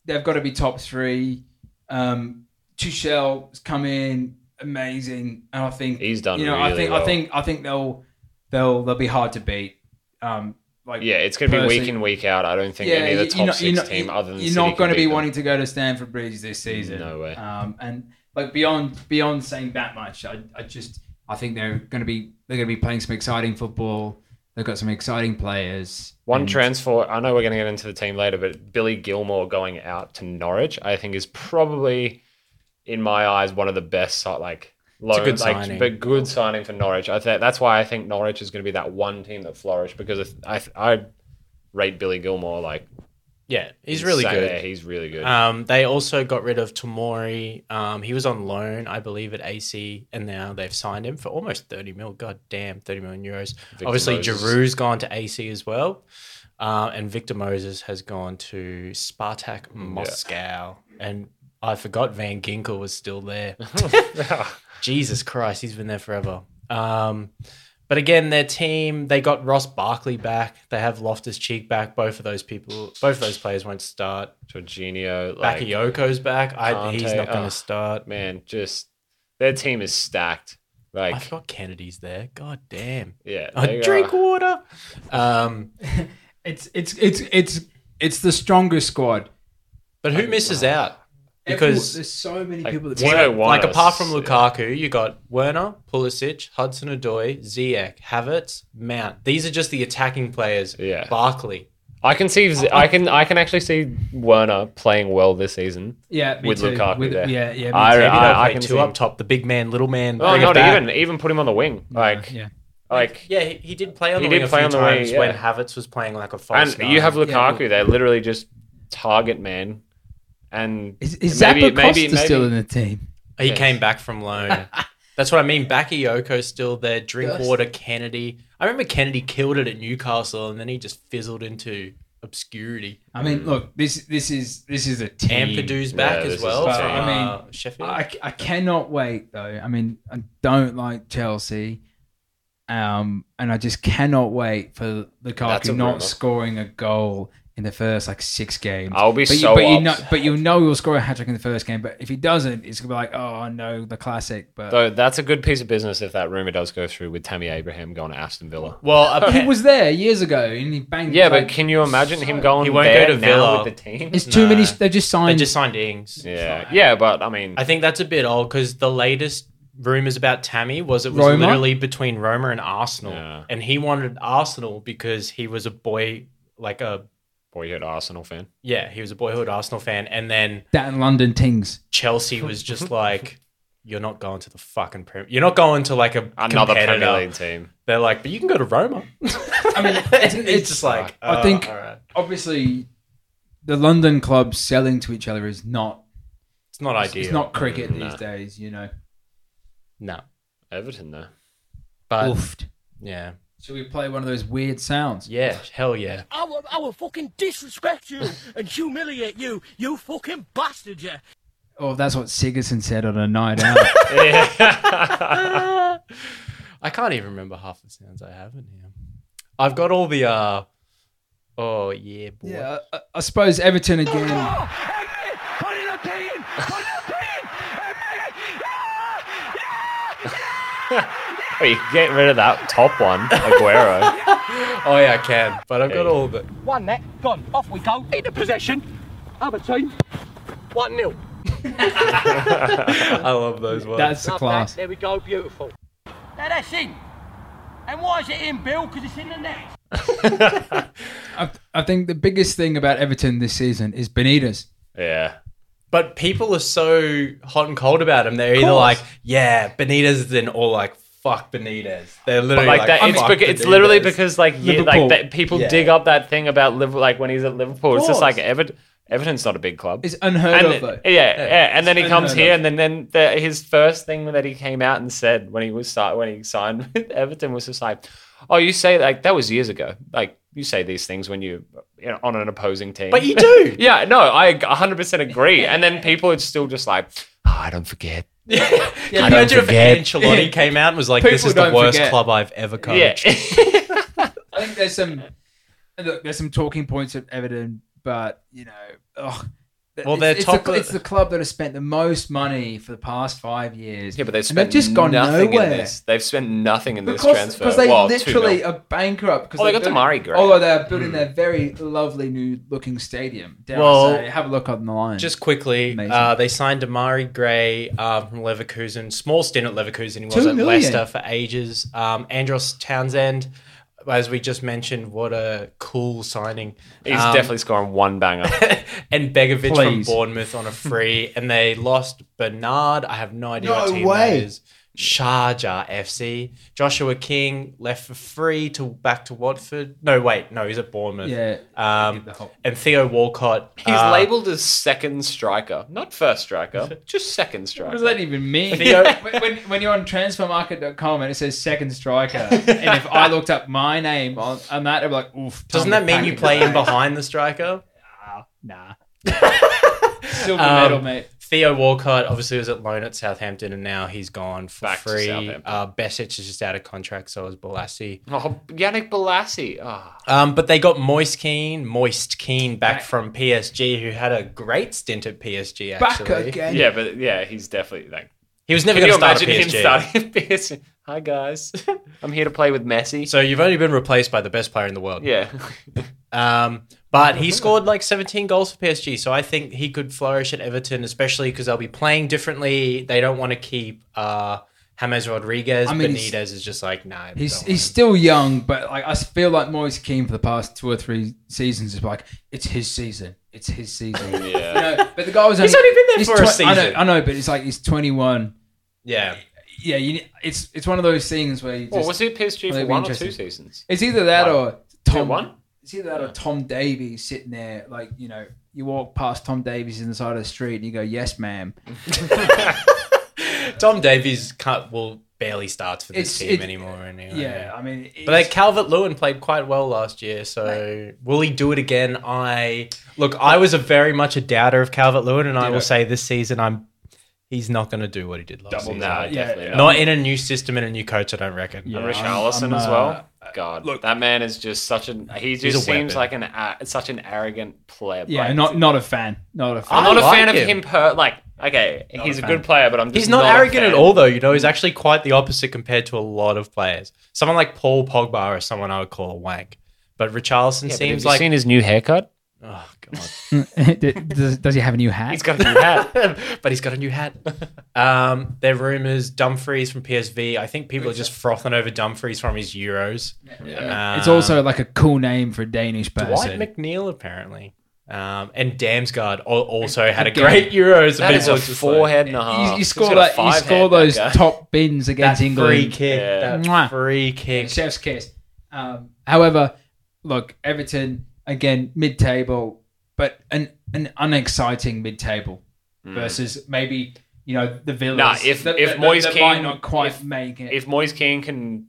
[SPEAKER 1] they've got to be top three. Um, Tuchel has come in amazing, and I think
[SPEAKER 3] He's done
[SPEAKER 1] You know, I
[SPEAKER 3] really
[SPEAKER 1] think I
[SPEAKER 3] well.
[SPEAKER 1] think I think they'll they'll they'll be hard to beat. Um, like
[SPEAKER 3] yeah, it's going to be
[SPEAKER 1] Percy-
[SPEAKER 3] week in week out. I don't think any of the
[SPEAKER 1] you-
[SPEAKER 3] top
[SPEAKER 1] you're not-
[SPEAKER 3] 6
[SPEAKER 1] you're not-
[SPEAKER 3] team other than
[SPEAKER 1] you're
[SPEAKER 3] City
[SPEAKER 1] not
[SPEAKER 3] can
[SPEAKER 1] going to
[SPEAKER 3] beat
[SPEAKER 1] be
[SPEAKER 3] them.
[SPEAKER 1] wanting to go to Stanford Bridge this season.
[SPEAKER 3] No way.
[SPEAKER 1] Um, and like beyond beyond saying that much, I, I just I think they're going to be they're going to be playing some exciting football. They've got some exciting players.
[SPEAKER 3] One
[SPEAKER 1] And-
[SPEAKER 3] transfer. I know we're going to get into the team later, but Billy Gilmore going out to Norwich, I think, is probably, in my eyes, one of the best si- like loans,
[SPEAKER 2] good
[SPEAKER 3] like,
[SPEAKER 2] signing.
[SPEAKER 3] but good signing for Norwich. I think that's why I think Norwich is going to be that one team that flourished because if, I I rate Billy Gilmore like
[SPEAKER 2] Yeah, he's really
[SPEAKER 3] insane.
[SPEAKER 2] good.
[SPEAKER 3] Yeah, he's really good.
[SPEAKER 2] Um, they also got rid of Tomori. Um, he was on loan, I believe, at AC, and now they've signed him for almost 30 mil. God damn, 30 million euros. Obviously,
[SPEAKER 3] Moses.
[SPEAKER 2] Giroud's gone to AC as well. Uh, and Victor Moses has gone to Spartak Moscow. And I forgot Van Ginkel was still there. Jesus Christ, he's been there forever. Um, but again, their team, they got Ross Barkley back. They have Loftus Cheek back. Both of those people, both of those players won't start.
[SPEAKER 3] Jorginho, like, ah.
[SPEAKER 2] Bakayoko's back. I, he's
[SPEAKER 3] Conte,
[SPEAKER 2] not going to
[SPEAKER 3] ugh.
[SPEAKER 2] start.
[SPEAKER 3] man, just their team is stacked.
[SPEAKER 2] I
[SPEAKER 3] Like,
[SPEAKER 2] forgot Kennedy's there. God damn.
[SPEAKER 3] yeah,
[SPEAKER 2] I
[SPEAKER 3] they
[SPEAKER 2] drink
[SPEAKER 3] are-
[SPEAKER 2] water. Um,
[SPEAKER 1] It's it's it's it's it's the strongest squad
[SPEAKER 2] but who misses out? Because
[SPEAKER 1] there's so many
[SPEAKER 3] like,
[SPEAKER 1] people that
[SPEAKER 3] what I
[SPEAKER 2] like
[SPEAKER 3] want us-
[SPEAKER 2] apart from
[SPEAKER 3] yeah.
[SPEAKER 2] Lukaku, you got Werner, Pulisic, Hudson Odoi, Ziyech, Havertz, Mount. These are just the attacking players.
[SPEAKER 3] Yeah.
[SPEAKER 2] Barkley.
[SPEAKER 3] I can see, I can, I can actually see Werner playing well this season.
[SPEAKER 1] yeah, me
[SPEAKER 3] with
[SPEAKER 1] too.
[SPEAKER 3] Lukaku there.
[SPEAKER 1] Yeah, yeah. Me
[SPEAKER 3] I-
[SPEAKER 1] too.
[SPEAKER 2] Maybe
[SPEAKER 3] I-
[SPEAKER 2] they'll
[SPEAKER 3] I
[SPEAKER 2] play
[SPEAKER 3] can
[SPEAKER 2] two
[SPEAKER 3] see-
[SPEAKER 2] up top. The big man, little man.
[SPEAKER 3] Well,
[SPEAKER 2] bring it
[SPEAKER 3] Oh, not
[SPEAKER 2] back.
[SPEAKER 3] even, even put him on the wing. Like,
[SPEAKER 1] yeah.
[SPEAKER 3] like,
[SPEAKER 2] Yeah, he, he did play on
[SPEAKER 3] He
[SPEAKER 2] the
[SPEAKER 3] did
[SPEAKER 2] wing a
[SPEAKER 3] play
[SPEAKER 2] few
[SPEAKER 3] on the wing,
[SPEAKER 2] times
[SPEAKER 3] yeah.
[SPEAKER 2] when Havertz was playing like a false.
[SPEAKER 3] and you have
[SPEAKER 2] nine.
[SPEAKER 3] Lukaku. they literally just target man. And
[SPEAKER 1] Is, is
[SPEAKER 3] maybe-
[SPEAKER 1] Zappa Costa
[SPEAKER 3] maybe- maybe-
[SPEAKER 1] still in the team?
[SPEAKER 2] He
[SPEAKER 3] Yes.
[SPEAKER 2] came back from loan. That's what I mean. Bakayoko's still there. Drinkwater, Kennedy. I remember Kennedy killed it at Newcastle, and then he just fizzled into obscurity.
[SPEAKER 1] I
[SPEAKER 3] Mm.
[SPEAKER 1] mean, look, this this is this is a team.
[SPEAKER 2] Ampadu's
[SPEAKER 3] Yeah,
[SPEAKER 2] back
[SPEAKER 3] this
[SPEAKER 2] as
[SPEAKER 3] is
[SPEAKER 2] well.
[SPEAKER 3] the
[SPEAKER 2] from,
[SPEAKER 3] team.
[SPEAKER 1] I mean,
[SPEAKER 2] uh, Sheffield.
[SPEAKER 1] I, I cannot wait though. I mean, I don't like Chelsea, um, and I just cannot wait for
[SPEAKER 3] That's a
[SPEAKER 1] Lukaku not
[SPEAKER 3] rumour.
[SPEAKER 1] scoring a goal in the first like six games.
[SPEAKER 3] I'll be
[SPEAKER 1] but you,
[SPEAKER 3] so
[SPEAKER 1] but you know,
[SPEAKER 3] upset.
[SPEAKER 1] but you know he'll score a hat trick in the first game. But if he doesn't, it's gonna be like, oh no, the classic. But
[SPEAKER 3] though that's a good piece of business if that rumor does go through with Tammy Abraham going to Aston Villa.
[SPEAKER 2] well,
[SPEAKER 1] he
[SPEAKER 2] appa-
[SPEAKER 1] was there years ago, and he banged.
[SPEAKER 3] Yeah, but
[SPEAKER 1] like,
[SPEAKER 3] can you imagine him going
[SPEAKER 2] He won't
[SPEAKER 3] there
[SPEAKER 2] go to
[SPEAKER 3] now
[SPEAKER 2] Villa.
[SPEAKER 3] with the team?
[SPEAKER 1] it's too many.
[SPEAKER 2] Nah.
[SPEAKER 1] They just
[SPEAKER 2] they
[SPEAKER 1] signed.
[SPEAKER 2] just signed Ings.
[SPEAKER 3] Yeah, yeah, but I mean,
[SPEAKER 2] I think that's a bit old because the latest rumors about Tammy was it was
[SPEAKER 1] Roma?
[SPEAKER 2] literally between Roma and Arsenal,
[SPEAKER 3] Yeah.
[SPEAKER 2] and he wanted Arsenal because he was a boy, like a
[SPEAKER 3] boyhood Arsenal fan.
[SPEAKER 2] yeah, he was a boyhood Arsenal fan, and then
[SPEAKER 1] that in London Tings.
[SPEAKER 2] Chelsea was just like, "You're not going to the fucking Premier. You're not going to like a
[SPEAKER 3] Another
[SPEAKER 2] competitor."
[SPEAKER 3] Premier League team.
[SPEAKER 2] They're like, "But you can go to Roma."
[SPEAKER 1] I mean,
[SPEAKER 2] it's, just like
[SPEAKER 1] I
[SPEAKER 2] oh,
[SPEAKER 1] think-
[SPEAKER 2] all right.
[SPEAKER 1] obviously the London clubs selling to each other is not
[SPEAKER 2] it's not ideal.
[SPEAKER 1] it's not cricket
[SPEAKER 3] Nah.
[SPEAKER 1] these days, you know.
[SPEAKER 2] no,
[SPEAKER 3] Everton though.
[SPEAKER 2] but
[SPEAKER 1] Oofed.
[SPEAKER 2] yeah,
[SPEAKER 1] Should we play one of those weird sounds?
[SPEAKER 2] yeah, hell yeah.
[SPEAKER 6] I will, I will fucking disrespect you and humiliate you, you fucking bastard, yeah.
[SPEAKER 1] Oh, that's what Sigerson said on a night out.
[SPEAKER 2] I can't even remember half the sounds I have in here. I've got all the uh oh yeah boy.
[SPEAKER 1] yeah, I, I suppose Everton again.
[SPEAKER 3] Hey, you get rid of that top one, Aguero.
[SPEAKER 2] Oh yeah, I can. But I've got all the
[SPEAKER 6] One net, gone, off we go. In the possession, Aberdeen, 1 0.
[SPEAKER 2] I love those ones.
[SPEAKER 1] That's the class.
[SPEAKER 6] There we go, beautiful. Now that's in. And why is it in, Bill? Because it's in the net.
[SPEAKER 1] I, I think the biggest thing about Everton this season is Benitez.
[SPEAKER 3] yeah.
[SPEAKER 2] But people are so hot and cold about him. They're either like, yeah, Benitez then or like fuck Benitez. They're literally
[SPEAKER 3] like,
[SPEAKER 2] like,
[SPEAKER 3] that. It's,
[SPEAKER 2] fuck
[SPEAKER 3] beca- it's
[SPEAKER 2] Benitez.
[SPEAKER 3] literally because like you,
[SPEAKER 1] Liverpool.
[SPEAKER 3] like that people
[SPEAKER 2] Yeah.
[SPEAKER 3] dig up that thing about Liverpool. Like when he's at Liverpool, it's just like Everton. Everton's not a big club.
[SPEAKER 1] It's unheard
[SPEAKER 3] and
[SPEAKER 1] of.
[SPEAKER 3] then-
[SPEAKER 1] though.
[SPEAKER 3] yeah, yeah, and then he
[SPEAKER 1] it's
[SPEAKER 3] comes
[SPEAKER 1] unheard
[SPEAKER 3] here,
[SPEAKER 1] of.
[SPEAKER 3] and then then the, his first thing that he came out and said when he was si- when he signed with Everton was just like, "Oh, you say like that was years ago. Like you say these things when you, you know, on an opposing team,
[SPEAKER 2] But you do.
[SPEAKER 3] yeah, no, I 100 percent agree. And then people are still just like, oh, I don't forget.
[SPEAKER 2] yeah, imagine if Ancelotti came out and was like, this
[SPEAKER 1] People
[SPEAKER 2] is the
[SPEAKER 1] don't
[SPEAKER 2] worst
[SPEAKER 1] forget.
[SPEAKER 2] club I've ever
[SPEAKER 1] Oh,
[SPEAKER 2] coached.
[SPEAKER 3] Yeah,
[SPEAKER 1] I think there's some look, there's some talking points at Everton, but you know, ugh.
[SPEAKER 2] Well,
[SPEAKER 1] It's-
[SPEAKER 2] they're
[SPEAKER 1] it's,
[SPEAKER 2] top-
[SPEAKER 1] the, it's the club that has spent the most money for the past five years.
[SPEAKER 3] yeah, but they've
[SPEAKER 1] And they've
[SPEAKER 3] spent
[SPEAKER 1] just gone
[SPEAKER 3] nothing
[SPEAKER 1] nowhere.
[SPEAKER 3] in this. They've spent nothing in this
[SPEAKER 1] Because
[SPEAKER 3] transfer.
[SPEAKER 1] because they
[SPEAKER 3] Well, two
[SPEAKER 1] literally
[SPEAKER 3] mil.
[SPEAKER 1] are bankrupt. 'cause
[SPEAKER 3] Oh, they
[SPEAKER 1] they're
[SPEAKER 3] got Damari Gray.
[SPEAKER 1] Although they're building their very lovely new looking stadium. Dare
[SPEAKER 2] Well,
[SPEAKER 1] I say, have a look on the line.
[SPEAKER 2] Just quickly,
[SPEAKER 1] Amazing.
[SPEAKER 2] uh, they signed Damari Gray um, from Leverkusen. Small stint at Leverkusen. He was
[SPEAKER 1] Two
[SPEAKER 2] at
[SPEAKER 1] million.
[SPEAKER 2] Leicester for ages. Um, Andros Townsend, as we just mentioned, what a cool signing.
[SPEAKER 3] He's
[SPEAKER 2] Um,
[SPEAKER 3] definitely scoring one banger. Uh,
[SPEAKER 2] and Begovic from
[SPEAKER 1] Please.
[SPEAKER 2] Bournemouth on a free. and they lost Bernard. I have no idea
[SPEAKER 1] No
[SPEAKER 2] what team
[SPEAKER 1] way.
[SPEAKER 2] that is. Sharjah FC. Joshua King left for free to back to Watford. No, wait, no, he's at Bournemouth.
[SPEAKER 1] Yeah.
[SPEAKER 2] Um, and Theo Walcott.
[SPEAKER 3] He's
[SPEAKER 2] uh,
[SPEAKER 3] labelled as second striker, not first striker, just second
[SPEAKER 1] What
[SPEAKER 3] striker.
[SPEAKER 1] does that even mean?
[SPEAKER 2] Yeah.
[SPEAKER 1] when, when, when you're on transfermarket.com and it says second striker, and if I looked up my name on, on that, I'd be like, oof.
[SPEAKER 2] Doesn't that
[SPEAKER 1] Tommy
[SPEAKER 2] mean you
[SPEAKER 1] Packer.
[SPEAKER 2] play in behind the striker?
[SPEAKER 1] Nah. Silver
[SPEAKER 2] Um,
[SPEAKER 1] medal, mate.
[SPEAKER 2] Theo Walcott obviously was at loan at Southampton and now he's gone for
[SPEAKER 3] Back to
[SPEAKER 2] free.
[SPEAKER 3] Southampton.
[SPEAKER 2] Uh, Besic is just out of contract, so is Balassi.
[SPEAKER 3] Oh, Yannick Balassi. Ah,
[SPEAKER 2] Um, but they got Moist Keane, Moist Keane back
[SPEAKER 1] Back.
[SPEAKER 2] from PSG, who had a great stint at PSG.
[SPEAKER 1] Back
[SPEAKER 2] Actually,
[SPEAKER 1] again.
[SPEAKER 3] yeah, but yeah, he's definitely like.
[SPEAKER 2] he was never
[SPEAKER 3] Can
[SPEAKER 2] going
[SPEAKER 3] you
[SPEAKER 2] to start at
[SPEAKER 3] imagine him
[SPEAKER 2] PSG.
[SPEAKER 3] starting at PSG? Hi guys, I'm here to play with Messi.
[SPEAKER 2] So you've only been replaced by the best player in the world.
[SPEAKER 3] yeah,
[SPEAKER 2] Um, but he scored like 17 goals for PSG, so I think he could flourish at Everton, especially because they'll be playing differently. They don't want to keep uh, James Rodriguez.
[SPEAKER 1] I mean, he's-
[SPEAKER 2] Benitez is just like nah. we
[SPEAKER 1] He's
[SPEAKER 2] don't
[SPEAKER 1] he's
[SPEAKER 2] want
[SPEAKER 1] still young, but like I feel like Moyes Keane for the past two or three seasons is like it's his season. It's his season. You
[SPEAKER 3] yeah.
[SPEAKER 1] know, but the guy was only,
[SPEAKER 2] He's only been there
[SPEAKER 1] he's
[SPEAKER 2] for a
[SPEAKER 1] I know,
[SPEAKER 2] season.
[SPEAKER 1] I know, but it's like he's 21.
[SPEAKER 2] him. yeah.
[SPEAKER 1] Yeah, you, it's it's one of those things where you just,
[SPEAKER 3] Well, was he at PSG
[SPEAKER 1] Well,
[SPEAKER 3] for
[SPEAKER 1] it'd be
[SPEAKER 3] one or
[SPEAKER 1] interesting.
[SPEAKER 3] two seasons?
[SPEAKER 1] it's either that or Tom.
[SPEAKER 3] one?
[SPEAKER 1] It's either that or Tom Davies sitting there, like you know, you walk past Tom Davies in the side of the street and you go, "Yes, ma'am."
[SPEAKER 2] Tom Davies can't, will barely starts for
[SPEAKER 1] It's-
[SPEAKER 2] this team
[SPEAKER 1] it-
[SPEAKER 2] anymore. Anyway.
[SPEAKER 1] Yeah, I mean, it's,
[SPEAKER 2] But like Calvert Lewin played quite well last year, so will he do it again? I look, I was a very much a doubter of Calvert Lewin, and I will say this season I'm he's not going to do what he did last
[SPEAKER 3] Double
[SPEAKER 2] season.
[SPEAKER 3] nah, definitely.
[SPEAKER 1] yeah.
[SPEAKER 3] Not.
[SPEAKER 2] Not in a new system and a new coach, I don't reckon.
[SPEAKER 1] Yeah.
[SPEAKER 3] And
[SPEAKER 1] I'm-
[SPEAKER 3] Richarlison
[SPEAKER 1] I'm,
[SPEAKER 3] as
[SPEAKER 1] uh,
[SPEAKER 3] well. God, that man is just such an. He just
[SPEAKER 2] a
[SPEAKER 3] seems
[SPEAKER 2] weapon.
[SPEAKER 3] like an a- such an arrogant pleb.
[SPEAKER 1] yeah,
[SPEAKER 3] like,
[SPEAKER 1] not not a fan, not a fan.
[SPEAKER 3] I'm not
[SPEAKER 2] I
[SPEAKER 3] a
[SPEAKER 2] like
[SPEAKER 3] fan of
[SPEAKER 2] him.
[SPEAKER 3] him. Per like, okay, he's a,
[SPEAKER 1] fan.
[SPEAKER 3] good player, but I'm just
[SPEAKER 2] He's not,
[SPEAKER 3] a
[SPEAKER 2] arrogant at
[SPEAKER 3] fan.
[SPEAKER 2] all, though. You know, he's actually quite the opposite compared to a lot of players. Someone like Paul Pogba is someone I would call a wank, but Richarlison
[SPEAKER 3] Yeah, but have
[SPEAKER 2] seems
[SPEAKER 3] you
[SPEAKER 2] like
[SPEAKER 3] seen his new haircut.
[SPEAKER 2] oh god.
[SPEAKER 1] does, does he have a new hat?
[SPEAKER 3] He's got a new hat.
[SPEAKER 2] but he's got a new hat. Um, there are rumors Dumfries from PSV. I think people are just frothing over Dumfries from his Euros. Um,
[SPEAKER 1] It's also like a cool name for a Danish
[SPEAKER 2] Dwight
[SPEAKER 1] person.
[SPEAKER 2] McNeil apparently, um, and Damsgaard al- also had a
[SPEAKER 1] Again,
[SPEAKER 2] great Euros.
[SPEAKER 3] That
[SPEAKER 2] and
[SPEAKER 3] is
[SPEAKER 2] people
[SPEAKER 3] a
[SPEAKER 2] are just
[SPEAKER 3] forehead and a half.
[SPEAKER 1] you, you
[SPEAKER 3] Oh, He's
[SPEAKER 1] score
[SPEAKER 3] got a
[SPEAKER 1] that, you
[SPEAKER 3] five
[SPEAKER 1] score
[SPEAKER 3] head,
[SPEAKER 1] those
[SPEAKER 3] that guy.
[SPEAKER 1] top bins
[SPEAKER 2] Like,
[SPEAKER 1] against
[SPEAKER 2] that
[SPEAKER 1] England.
[SPEAKER 2] free kick,
[SPEAKER 3] Yeah.
[SPEAKER 2] that
[SPEAKER 1] Mwah.
[SPEAKER 2] free kick.
[SPEAKER 1] Chef's kiss. Um, however, look, Everton again mid table, but an an unexciting mid table versus maybe you know the Villas.
[SPEAKER 3] Hmm. Nah, if-
[SPEAKER 1] that,
[SPEAKER 3] if
[SPEAKER 1] that-
[SPEAKER 3] Moyes
[SPEAKER 1] that might
[SPEAKER 3] Keane-
[SPEAKER 1] not quite
[SPEAKER 3] if-
[SPEAKER 1] make it.
[SPEAKER 3] If Moyes Keane can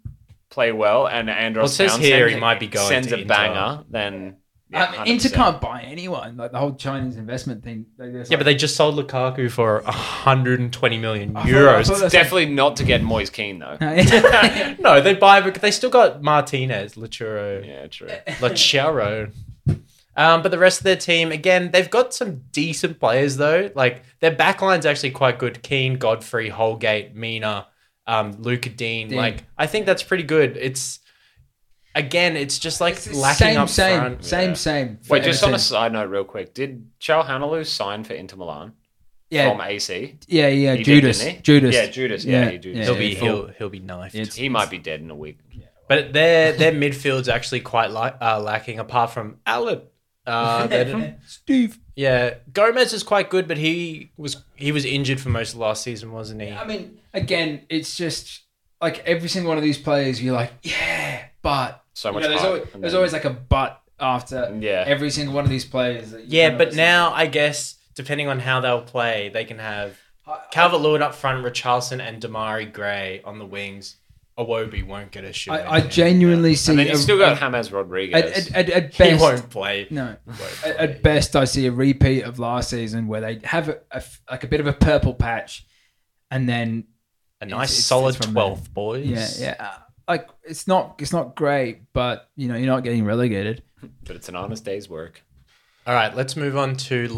[SPEAKER 3] play well and Andros
[SPEAKER 2] Well, it says
[SPEAKER 3] Townsend
[SPEAKER 2] here he might be going
[SPEAKER 3] sends
[SPEAKER 2] to
[SPEAKER 3] a
[SPEAKER 2] Inter. Um,
[SPEAKER 3] banger, then yeah,
[SPEAKER 1] I mean, Inter
[SPEAKER 3] 100%.
[SPEAKER 1] can't buy anyone. Like the whole Chinese investment thing. They, yeah,
[SPEAKER 2] Yeah, but they just sold Lukaku for 120 million
[SPEAKER 1] I thought- I
[SPEAKER 2] euros.
[SPEAKER 1] thought that's
[SPEAKER 3] Definitely not to get Moyes Keane though.
[SPEAKER 1] like-
[SPEAKER 2] no, they buy, but they still got Martinez, Lachuro.
[SPEAKER 3] Yeah, true.
[SPEAKER 2] Lachero. Um, but the rest of their team, again, they've got some decent players though. Like their backline's actually quite good. Keane, Godfrey, Holgate, Mina, um, Luca Dean.
[SPEAKER 1] Dean.
[SPEAKER 2] Like I think that's pretty good. It's again, it's just like
[SPEAKER 1] It's
[SPEAKER 2] lacking
[SPEAKER 1] same,
[SPEAKER 2] up
[SPEAKER 1] same,
[SPEAKER 2] front.
[SPEAKER 1] same, same. for
[SPEAKER 3] Wait, just on a
[SPEAKER 1] Everton.
[SPEAKER 3] side note, real quick, did Chalhanoglu sign for Inter Milan
[SPEAKER 1] yeah,
[SPEAKER 3] from AC?
[SPEAKER 1] yeah, yeah,
[SPEAKER 3] He did,
[SPEAKER 1] Judas,
[SPEAKER 3] didn't he?
[SPEAKER 1] Judas,
[SPEAKER 3] Yeah, Judas. Yeah,
[SPEAKER 1] Yeah,
[SPEAKER 3] he Judas.
[SPEAKER 1] yeah.
[SPEAKER 2] He'll be
[SPEAKER 1] it's
[SPEAKER 2] he'll he'll be knifed.
[SPEAKER 1] It's-
[SPEAKER 3] He might be dead in a week.
[SPEAKER 2] but their their midfield's actually quite li- uh, lacking, apart from Allen. Uh, they didn't-
[SPEAKER 1] Steve.
[SPEAKER 2] yeah, Gomez is quite good, but he was he was injured for most of last season, wasn't he?
[SPEAKER 1] I mean, again, it's just like every single one of these players, you're like, yeah, but
[SPEAKER 3] So
[SPEAKER 1] You
[SPEAKER 3] much
[SPEAKER 1] know, there's
[SPEAKER 3] hype,
[SPEAKER 1] always,
[SPEAKER 3] and
[SPEAKER 1] there's
[SPEAKER 3] then-
[SPEAKER 1] always like a but after
[SPEAKER 3] Yeah.
[SPEAKER 1] every single one of these players. that you
[SPEAKER 2] Yeah,
[SPEAKER 1] kind
[SPEAKER 2] but
[SPEAKER 1] of-
[SPEAKER 2] now I guess depending on how they'll play, they can have Calvert Lewin up front, Richarlison and Damari Gray on the wings. Awobi won't get a shoot.
[SPEAKER 1] I, I genuinely see.
[SPEAKER 3] And then you
[SPEAKER 1] a-
[SPEAKER 3] still got
[SPEAKER 1] a-
[SPEAKER 3] James Rodriguez.
[SPEAKER 1] at, at, at, at
[SPEAKER 2] he
[SPEAKER 1] best,
[SPEAKER 2] won't play.
[SPEAKER 1] no.
[SPEAKER 2] Won't play.
[SPEAKER 1] At, at best, I see a repeat of last season where they have a, a f- like a bit of a purple patch, and then
[SPEAKER 2] a nice
[SPEAKER 1] it's-
[SPEAKER 2] solid
[SPEAKER 1] it's from there.
[SPEAKER 2] twelfth, boys.
[SPEAKER 1] yeah, yeah, uh, like it's not it's not great, but you know you're not getting relegated.
[SPEAKER 3] but it's an honest day's work.
[SPEAKER 2] All right, let's move on to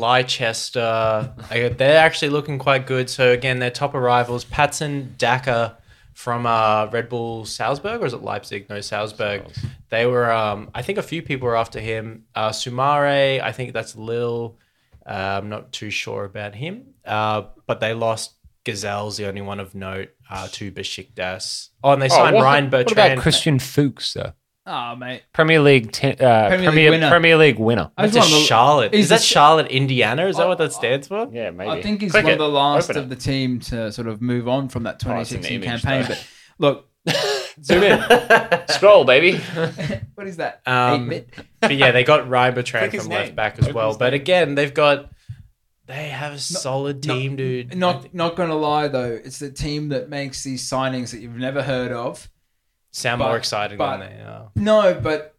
[SPEAKER 2] Leicester. I- They're actually looking quite good. So again, their top arrivals: Patson Daka from uh, Red Bull Salzburg, or is it Leipzig? No, Salzburg. They were. Um, I think a few people were after him. Uh, Sumare, I think that's Lil. Uh, I'm not too sure about him. Uh, but they lost Gazelle's the only
[SPEAKER 3] Oh,
[SPEAKER 2] one of note uh, to Besiktas. Oh, and they Oh, signed Ryan Bertrand.
[SPEAKER 3] Christian Fuchs though?
[SPEAKER 1] Oh, mate.
[SPEAKER 3] Premier League, te- uh,
[SPEAKER 1] Premier League
[SPEAKER 3] Premier,
[SPEAKER 1] winner.
[SPEAKER 3] Premier League winner.
[SPEAKER 1] I just
[SPEAKER 2] That's
[SPEAKER 1] want the-
[SPEAKER 2] Charlotte.
[SPEAKER 1] He's
[SPEAKER 2] Is that
[SPEAKER 1] the-
[SPEAKER 2] Charlotte, Indiana? Is that what that stands for?
[SPEAKER 3] Oh, Yeah, maybe.
[SPEAKER 1] I think he's
[SPEAKER 3] Click
[SPEAKER 1] one
[SPEAKER 3] it.
[SPEAKER 1] of the last
[SPEAKER 3] Open
[SPEAKER 1] of
[SPEAKER 3] it.
[SPEAKER 1] the team to sort of move on from that
[SPEAKER 3] Oh, it's an
[SPEAKER 1] 2016
[SPEAKER 3] image,
[SPEAKER 1] campaign.
[SPEAKER 3] though.
[SPEAKER 1] But look,
[SPEAKER 3] Zoom in. Scroll, baby.
[SPEAKER 1] what is that?
[SPEAKER 2] Um,
[SPEAKER 1] Eight bit?
[SPEAKER 2] But yeah, they got Rybertran
[SPEAKER 3] Click his
[SPEAKER 2] from left
[SPEAKER 3] name.
[SPEAKER 2] back as
[SPEAKER 3] Open
[SPEAKER 2] well.
[SPEAKER 3] his
[SPEAKER 2] But
[SPEAKER 3] name.
[SPEAKER 2] again, they've got they have a solid team, dude.
[SPEAKER 1] Not not going to lie though, it's the team that makes these signings that you've never heard of.
[SPEAKER 2] sound
[SPEAKER 1] but-
[SPEAKER 2] more exciting
[SPEAKER 1] but-
[SPEAKER 2] than they are.
[SPEAKER 1] No, but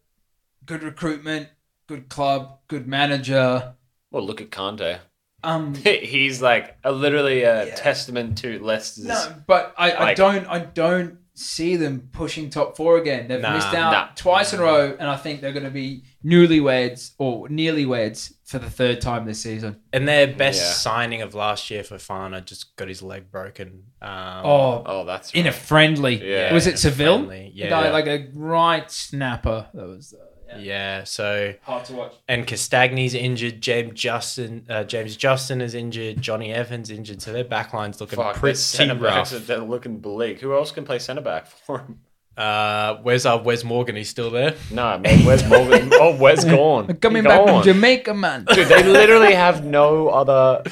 [SPEAKER 1] good recruitment, good club, good manager.
[SPEAKER 3] Well, look at Conte.
[SPEAKER 1] Um,
[SPEAKER 3] he's like a, literally a testament to Leicester's.
[SPEAKER 1] no, but I, I
[SPEAKER 3] Like-
[SPEAKER 1] don't I don't see them pushing top four again. They've
[SPEAKER 2] Nah,
[SPEAKER 1] missed out
[SPEAKER 3] nah.
[SPEAKER 1] twice in a row, and I think they're going to be newlyweds or nearly weds for the third time this season.
[SPEAKER 2] And their best
[SPEAKER 3] Yeah.
[SPEAKER 2] signing of last year, Fafana, just got his leg broken. Um,
[SPEAKER 1] Oh,
[SPEAKER 3] Oh, that's
[SPEAKER 1] in a
[SPEAKER 3] right.
[SPEAKER 1] friendly.
[SPEAKER 3] Yeah.
[SPEAKER 1] was
[SPEAKER 2] in a
[SPEAKER 1] it Seville?
[SPEAKER 2] friendly,
[SPEAKER 1] The
[SPEAKER 2] yeah.
[SPEAKER 1] guy, like a right snapper. That was uh, yeah.
[SPEAKER 2] yeah. So
[SPEAKER 1] hard to watch.
[SPEAKER 2] and Castagni's injured. James Justin, uh, James Justin is injured. Johnny Evans injured. So their backline's looking
[SPEAKER 3] Fuck, their
[SPEAKER 2] pretty
[SPEAKER 3] centre-backs
[SPEAKER 2] rough.
[SPEAKER 3] are- They're looking bleak. Who else can play centre back for him?
[SPEAKER 2] Uh, where's our Wes Morgan? He's still there.
[SPEAKER 3] No, man, where's Morgan? Oh, where's gone?
[SPEAKER 1] Coming
[SPEAKER 3] He
[SPEAKER 1] back
[SPEAKER 3] gone.
[SPEAKER 1] from Jamaica, man.
[SPEAKER 3] Dude, they literally have no other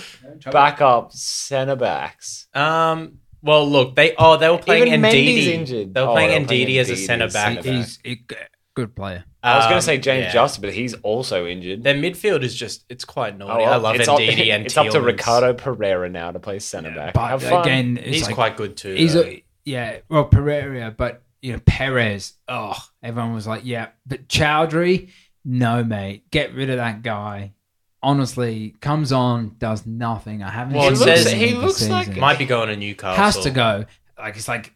[SPEAKER 3] backup centre backs.
[SPEAKER 2] Um. Well, look, they oh they were playing
[SPEAKER 3] Even Mendy's
[SPEAKER 2] Ndidi.
[SPEAKER 3] injured.
[SPEAKER 2] They were
[SPEAKER 3] Oh,
[SPEAKER 2] playing
[SPEAKER 3] they were playing
[SPEAKER 2] Ndidi as a
[SPEAKER 3] Ndidi as
[SPEAKER 2] centre back.
[SPEAKER 3] centre-back.
[SPEAKER 1] He's a g- good player.
[SPEAKER 3] I was going
[SPEAKER 2] Um,
[SPEAKER 3] to say James
[SPEAKER 2] yeah.
[SPEAKER 3] Justin, but he's also injured. Oh,
[SPEAKER 2] Their midfield is just it's quite naughty.
[SPEAKER 3] well,
[SPEAKER 2] I love
[SPEAKER 3] it's
[SPEAKER 2] it's
[SPEAKER 3] up-
[SPEAKER 2] Ndidi and
[SPEAKER 3] It's up to
[SPEAKER 2] Tielemans.
[SPEAKER 3] Ricardo Pereira now to play centre back.
[SPEAKER 1] But
[SPEAKER 3] Have fun.
[SPEAKER 1] again, it's
[SPEAKER 2] He's
[SPEAKER 1] like-
[SPEAKER 2] quite good too.
[SPEAKER 1] He's
[SPEAKER 2] though.
[SPEAKER 1] a, yeah, well Pereira, but you know Perez. Oh, everyone was like, yeah, but Chowdhury, no, mate, get rid of that guy. Honestly, comes on, does nothing. I haven't.
[SPEAKER 2] Well,
[SPEAKER 1] seen him
[SPEAKER 2] it says-
[SPEAKER 1] in
[SPEAKER 2] he
[SPEAKER 1] the
[SPEAKER 3] looks like-
[SPEAKER 1] season.
[SPEAKER 2] might be going to Newcastle.
[SPEAKER 1] has to go. Like it's like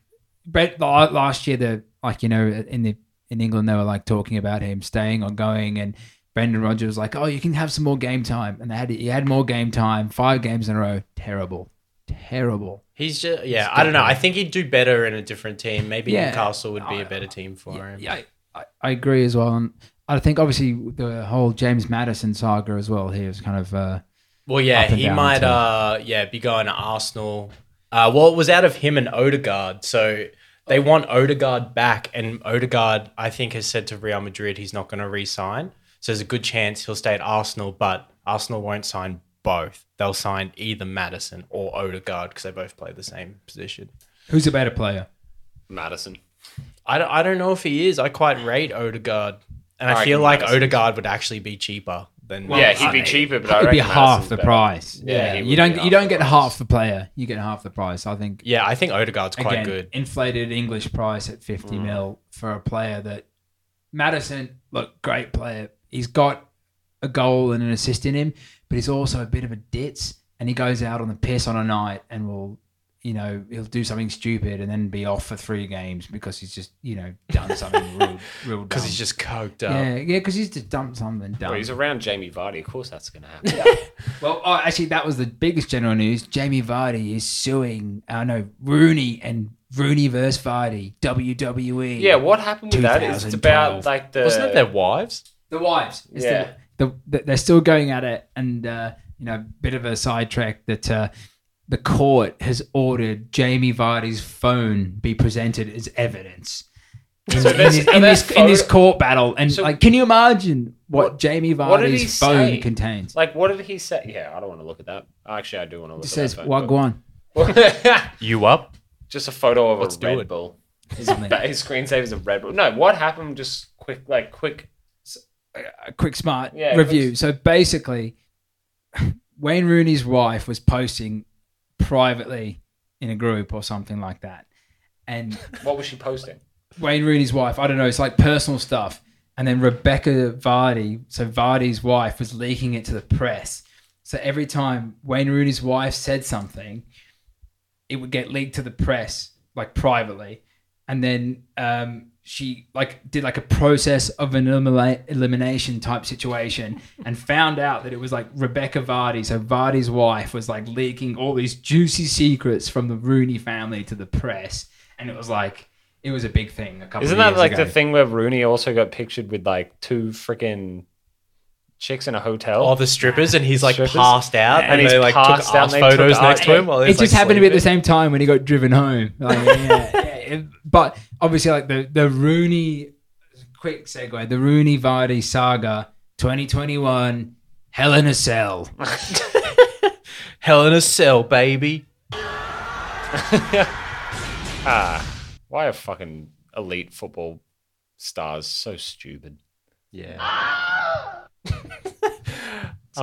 [SPEAKER 1] Brett la- last year. The like you know in the in England they were like talking about him staying or going, and Brendan Rodgers was like, "Oh, you can have some more game time," and they had he had more game time, five games in a row. Terrible, terrible.
[SPEAKER 2] He's just yeah. I don't know. I think he'd do better in a different team. Maybe
[SPEAKER 1] Yeah.
[SPEAKER 2] Newcastle would be a
[SPEAKER 1] I-
[SPEAKER 2] better team for him.
[SPEAKER 1] Yeah, I, I, I agree as well. And I think obviously the whole James Madison saga as well. He was kind of uh,
[SPEAKER 2] Well, yeah,
[SPEAKER 1] Up and
[SPEAKER 2] he
[SPEAKER 1] down
[SPEAKER 2] might.
[SPEAKER 1] too.
[SPEAKER 2] Uh, yeah, be going to Arsenal. Uh, well, it was out of him and Odegaard, so they want Odegaard back, and Odegaard, I think, has said to Real Madrid he's not going to re-sign. So there's a good chance he'll stay at Arsenal, but Arsenal won't sign both. They'll sign either Madison or Odegaard because they both play the same position.
[SPEAKER 1] who's a better player.
[SPEAKER 3] Madison.
[SPEAKER 2] I don't, I don't know if he is. I quite rate Odegaard, and I,
[SPEAKER 3] I
[SPEAKER 2] feel
[SPEAKER 3] reckon
[SPEAKER 2] like
[SPEAKER 3] Madison's-
[SPEAKER 2] Odegaard would actually be cheaper than
[SPEAKER 3] yeah, he'd
[SPEAKER 2] Madison.
[SPEAKER 3] be cheaper, but I
[SPEAKER 1] It'd be
[SPEAKER 3] reckon
[SPEAKER 1] half
[SPEAKER 3] Madison's
[SPEAKER 1] the
[SPEAKER 3] better.
[SPEAKER 1] price.
[SPEAKER 3] Yeah,
[SPEAKER 1] Yeah,
[SPEAKER 3] he
[SPEAKER 1] you
[SPEAKER 3] would
[SPEAKER 1] don't
[SPEAKER 3] be
[SPEAKER 1] you
[SPEAKER 3] half
[SPEAKER 1] don't
[SPEAKER 3] the
[SPEAKER 1] get
[SPEAKER 3] price.
[SPEAKER 1] half the player. You get half the price. I think
[SPEAKER 2] Yeah, I think Odegaard's quite good. Mm.
[SPEAKER 1] Inflated English price at 50 mil for a player that Madison, look, great player. He's got a goal and an assist in him, but he's also a bit of a ditz and he goes out on the piss on a night and will, you know, he'll do something stupid and then be off for three games because he's just, you know, done something real, real dumb.
[SPEAKER 2] Because he's just coked up.
[SPEAKER 1] yeah, yeah, because he's just dumped something dumb.
[SPEAKER 3] Well, he's around Jamie Vardy. Of course, that's going to happen.
[SPEAKER 1] Well, oh, actually, that was the biggest general news. Jamie Vardy is suing, I uh, know, Rooney and Rooney versus Vardy, E. WWE.
[SPEAKER 3] yeah, what happened with that is it's
[SPEAKER 1] 2012.
[SPEAKER 3] about like the.
[SPEAKER 2] Wasn't it their wives?
[SPEAKER 1] The wives. It's
[SPEAKER 3] Yeah.
[SPEAKER 1] The, the, the- they're still going at it. And, uh, you know, bit of a sidetrack that uh, the court has ordered Jamie Vardy's phone be presented as evidence. In, in
[SPEAKER 3] there's-
[SPEAKER 1] this,
[SPEAKER 3] are
[SPEAKER 1] in,
[SPEAKER 3] there
[SPEAKER 1] this, in this
[SPEAKER 3] photo-
[SPEAKER 1] court battle, and
[SPEAKER 3] So-
[SPEAKER 1] like, can you imagine what, Jamie
[SPEAKER 3] what did he
[SPEAKER 1] Vardy's phone
[SPEAKER 3] say?
[SPEAKER 1] contains?
[SPEAKER 3] Like, what did he say? Yeah, I don't want to look at that. Actually, I do want to look
[SPEAKER 1] It
[SPEAKER 3] at
[SPEAKER 1] says
[SPEAKER 3] that.
[SPEAKER 1] Wagwan.
[SPEAKER 3] Wagwan.
[SPEAKER 2] You up?
[SPEAKER 3] just a photo of
[SPEAKER 2] Let's
[SPEAKER 3] a
[SPEAKER 2] do
[SPEAKER 3] Red
[SPEAKER 2] it.
[SPEAKER 3] Bull. His, ba- his screensaver's a Red Bull. No, what happened? Just quick, like, quick.
[SPEAKER 1] a quick smart
[SPEAKER 3] Yeah,
[SPEAKER 1] review.
[SPEAKER 3] quick-
[SPEAKER 1] So basically, Wayne Rooney's wife was posting privately in a group or something like that, and
[SPEAKER 3] What was she posting?
[SPEAKER 1] Wayne Rooney's wife, I don't know, it's like personal stuff. And then Rebecca Vardy, so Vardy's wife, was leaking it to the press. So every time Wayne Rooney's wife said something, it would get leaked to the press, like privately. And then um, she like did like a process of an elimina- elimination type situation and found out that it was like Rebecca Vardy. So Vardy's wife was like leaking all these juicy secrets from the Rooney family to the press. And it was like, it was a big thing a couple
[SPEAKER 3] Isn't
[SPEAKER 1] of years
[SPEAKER 3] that like
[SPEAKER 1] ago.
[SPEAKER 3] the thing where Rooney also got pictured with like two freaking chicks in a hotel?
[SPEAKER 2] All Oh, the strippers, and he's like
[SPEAKER 3] Strippers?
[SPEAKER 2] passed out,
[SPEAKER 3] And
[SPEAKER 2] and,
[SPEAKER 3] he's
[SPEAKER 2] they like
[SPEAKER 3] passed
[SPEAKER 2] took
[SPEAKER 3] out,
[SPEAKER 2] ass
[SPEAKER 3] and they took
[SPEAKER 2] photos
[SPEAKER 3] ass-
[SPEAKER 2] next to him. While
[SPEAKER 1] it
[SPEAKER 2] he
[SPEAKER 1] just
[SPEAKER 2] was, like,
[SPEAKER 1] happened to be at the
[SPEAKER 2] sleeping.
[SPEAKER 1] same time when he got driven home. Like, yeah, yeah. But obviously, like the the Rooney quick segue. The Rooney Vardy saga, 2021, Hell in a Cell.
[SPEAKER 2] Hell in a cell, baby.
[SPEAKER 3] Why are fucking elite football stars so stupid?
[SPEAKER 2] Yeah.
[SPEAKER 3] I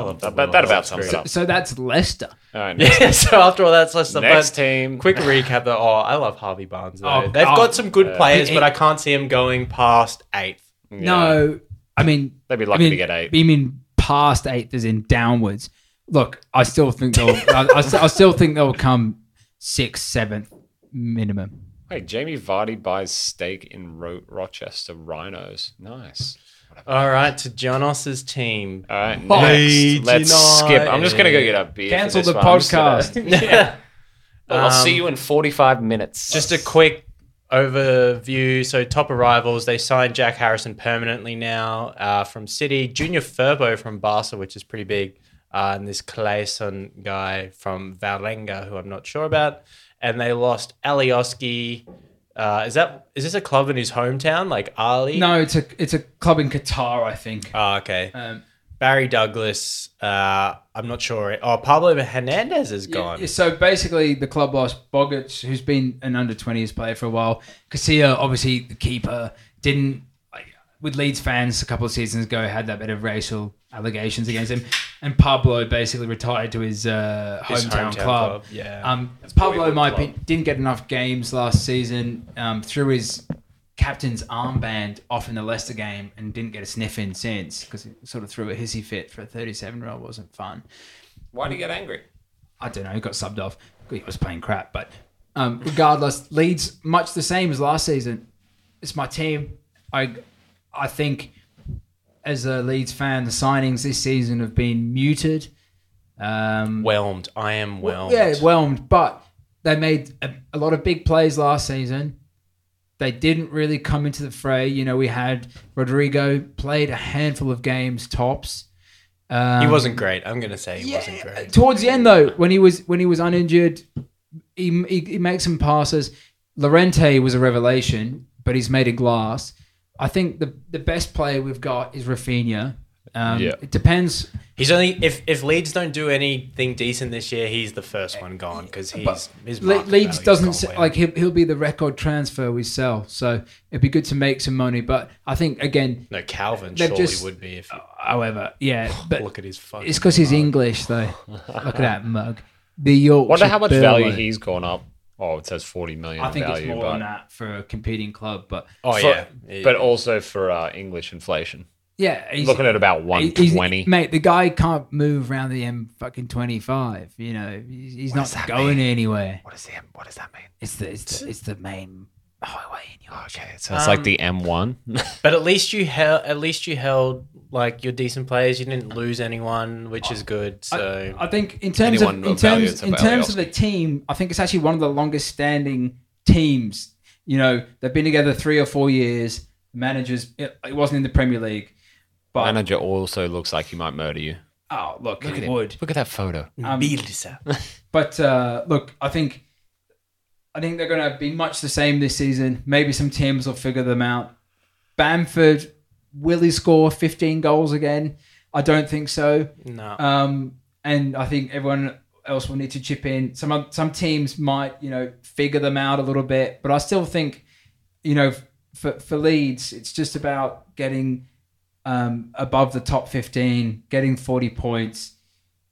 [SPEAKER 3] love that. That, that about sums it
[SPEAKER 2] Great.
[SPEAKER 3] up.
[SPEAKER 1] So that's Leicester.
[SPEAKER 3] All right, next,
[SPEAKER 2] Yeah, so after all that's less than
[SPEAKER 3] next
[SPEAKER 2] but
[SPEAKER 3] team.
[SPEAKER 2] Quick recap though. Oh, I love Harvey Barnes though.
[SPEAKER 1] Oh,
[SPEAKER 2] They've
[SPEAKER 1] oh,
[SPEAKER 2] got some good
[SPEAKER 3] yeah.
[SPEAKER 2] players,
[SPEAKER 1] He-
[SPEAKER 2] but I can't see him going past eighth.
[SPEAKER 3] Yeah.
[SPEAKER 1] No, I mean,
[SPEAKER 3] They'd be
[SPEAKER 1] I
[SPEAKER 3] lucky
[SPEAKER 1] mean,
[SPEAKER 3] to get eight.
[SPEAKER 1] You mean past eighth as in downwards? Look, I still think they'll. I, I s- I still think they'll come sixth, seventh minimum.
[SPEAKER 3] Wait, Jamie Vardy buys stake in Ro- Rochester Rhinos. Nice.
[SPEAKER 2] All right, to Jonos's team.
[SPEAKER 3] All right,
[SPEAKER 2] Oh.
[SPEAKER 3] next,
[SPEAKER 2] Leeds
[SPEAKER 3] let's skip. I'm just gonna go
[SPEAKER 2] United.
[SPEAKER 3] get a beer. for
[SPEAKER 1] Cancel
[SPEAKER 3] this
[SPEAKER 1] the
[SPEAKER 3] one. I'm just gonna-
[SPEAKER 1] podcast.
[SPEAKER 3] Well, I'll
[SPEAKER 2] Um,
[SPEAKER 3] see you in 45 minutes.
[SPEAKER 2] Just a quick overview. So top arrivals, they signed Jack Harrison permanently now uh, from City. Junior Furbo from Barca, which is pretty big, uh, and this Clayson guy from Valenga, who I'm not sure about. And they lost Alioski. Uh, is that is this a club in his hometown, like Ali?
[SPEAKER 1] No, it's a it's a club in Qatar, I think.
[SPEAKER 2] Oh, okay.
[SPEAKER 1] Um,
[SPEAKER 2] Barry Douglas. Uh, I'm not sure. Oh, Pablo Hernandez is gone.
[SPEAKER 1] Yeah, so basically, the club lost Bogic, who's been an under 20s player for a while. Casilla, obviously the keeper, didn't like, with Leeds fans a couple of seasons ago had that bit of racial allegations against him, and Pablo basically retired to his, uh,
[SPEAKER 2] His
[SPEAKER 1] hometown,
[SPEAKER 2] hometown
[SPEAKER 1] club.
[SPEAKER 2] club, yeah.
[SPEAKER 1] um, Pablo, in my
[SPEAKER 3] club.
[SPEAKER 1] opinion, didn't get enough games last season. Um, threw his captain's armband off in the Leicester game and didn't get a sniff in since because he sort of threw a hissy fit for a 37 year old wasn't fun.
[SPEAKER 3] Why do you get angry?
[SPEAKER 1] I don't know, he got subbed off. He was playing crap, but um, regardless, Leeds much the same as last season. It's my team. I I think as a Leeds fan, the signings this season have been muted. Um,
[SPEAKER 2] Whelmed. I am whelmed.
[SPEAKER 1] yeah, whelmed. But they made a, a lot of big plays last season. They didn't really come into the fray. You know, we had Rodrigo played a handful of games tops. Um,
[SPEAKER 2] he wasn't great. I'm gonna say he
[SPEAKER 1] yeah,
[SPEAKER 2] wasn't great.
[SPEAKER 1] Towards the end, though, when he was when he was uninjured, he, he, he makes some passes. Lorente was a revelation, but he's made a glass. I think the the best player we've got is Rafinha. Um,
[SPEAKER 3] Yeah.
[SPEAKER 1] It depends.
[SPEAKER 2] He's only if if Leeds don't do anything decent this year, he's the first one gone because he's his
[SPEAKER 1] Le-
[SPEAKER 2] market
[SPEAKER 1] Leeds
[SPEAKER 2] value's
[SPEAKER 1] doesn't
[SPEAKER 2] gone
[SPEAKER 1] se-
[SPEAKER 2] way up.
[SPEAKER 1] like he'll, he'll be the record transfer we sell, so it'd be good to make some money. But I think again,
[SPEAKER 2] no Calvin
[SPEAKER 1] they've
[SPEAKER 2] surely
[SPEAKER 1] just- Oh.
[SPEAKER 2] would be if you
[SPEAKER 1] however, yeah, but
[SPEAKER 2] look at his fucking.
[SPEAKER 1] it's because he's English though. Look at that mug. The Yorkshire.
[SPEAKER 3] Wonder how much value
[SPEAKER 1] Burlo.
[SPEAKER 3] he's gone up. Oh, it says 40 million.
[SPEAKER 1] I think
[SPEAKER 3] value,
[SPEAKER 1] it's more
[SPEAKER 3] but,
[SPEAKER 1] than that for a competing club, but
[SPEAKER 2] oh
[SPEAKER 3] for-
[SPEAKER 2] yeah,
[SPEAKER 3] But also for uh, English inflation,
[SPEAKER 1] yeah, he's
[SPEAKER 3] looking at about
[SPEAKER 1] he- he's-
[SPEAKER 3] 120.
[SPEAKER 1] mate, the guy can't move around the M fucking twenty five. You know, he's, he's not going anywhere.
[SPEAKER 3] what, is the, M- what does that mean?
[SPEAKER 1] It's the it's the, it's the main highway in Yorkshire.
[SPEAKER 3] Okay, so
[SPEAKER 1] Um,
[SPEAKER 3] it's like the M1.
[SPEAKER 2] but at least you held at least you held like your decent players. You didn't lose anyone,
[SPEAKER 3] Oh.
[SPEAKER 2] which is good. So
[SPEAKER 1] I think in terms
[SPEAKER 3] Anyone
[SPEAKER 1] of in
[SPEAKER 3] of value,
[SPEAKER 1] terms
[SPEAKER 3] it's
[SPEAKER 1] in terms of the team, I think it's actually one of the longest standing teams. You know, they've been together three or four years. Managers, it, it wasn't in the Premier League, but
[SPEAKER 3] Manager also looks like he might murder you.
[SPEAKER 1] oh look,
[SPEAKER 3] Look at
[SPEAKER 1] it
[SPEAKER 3] him.
[SPEAKER 1] would.
[SPEAKER 3] Look at that photo.
[SPEAKER 1] um,
[SPEAKER 2] Bielsa.
[SPEAKER 1] But uh, look, I think I think they're going to be much the same this season. Maybe some teams will figure them out. Bamford will he score 15 goals again? I don't think so.
[SPEAKER 2] no.
[SPEAKER 1] Um, and I think everyone else will need to chip in. Some oth- some teams might you know figure them out a little bit, but I still think you know f- for for Leeds, it's just about getting um, above the top fifteen, getting forty points,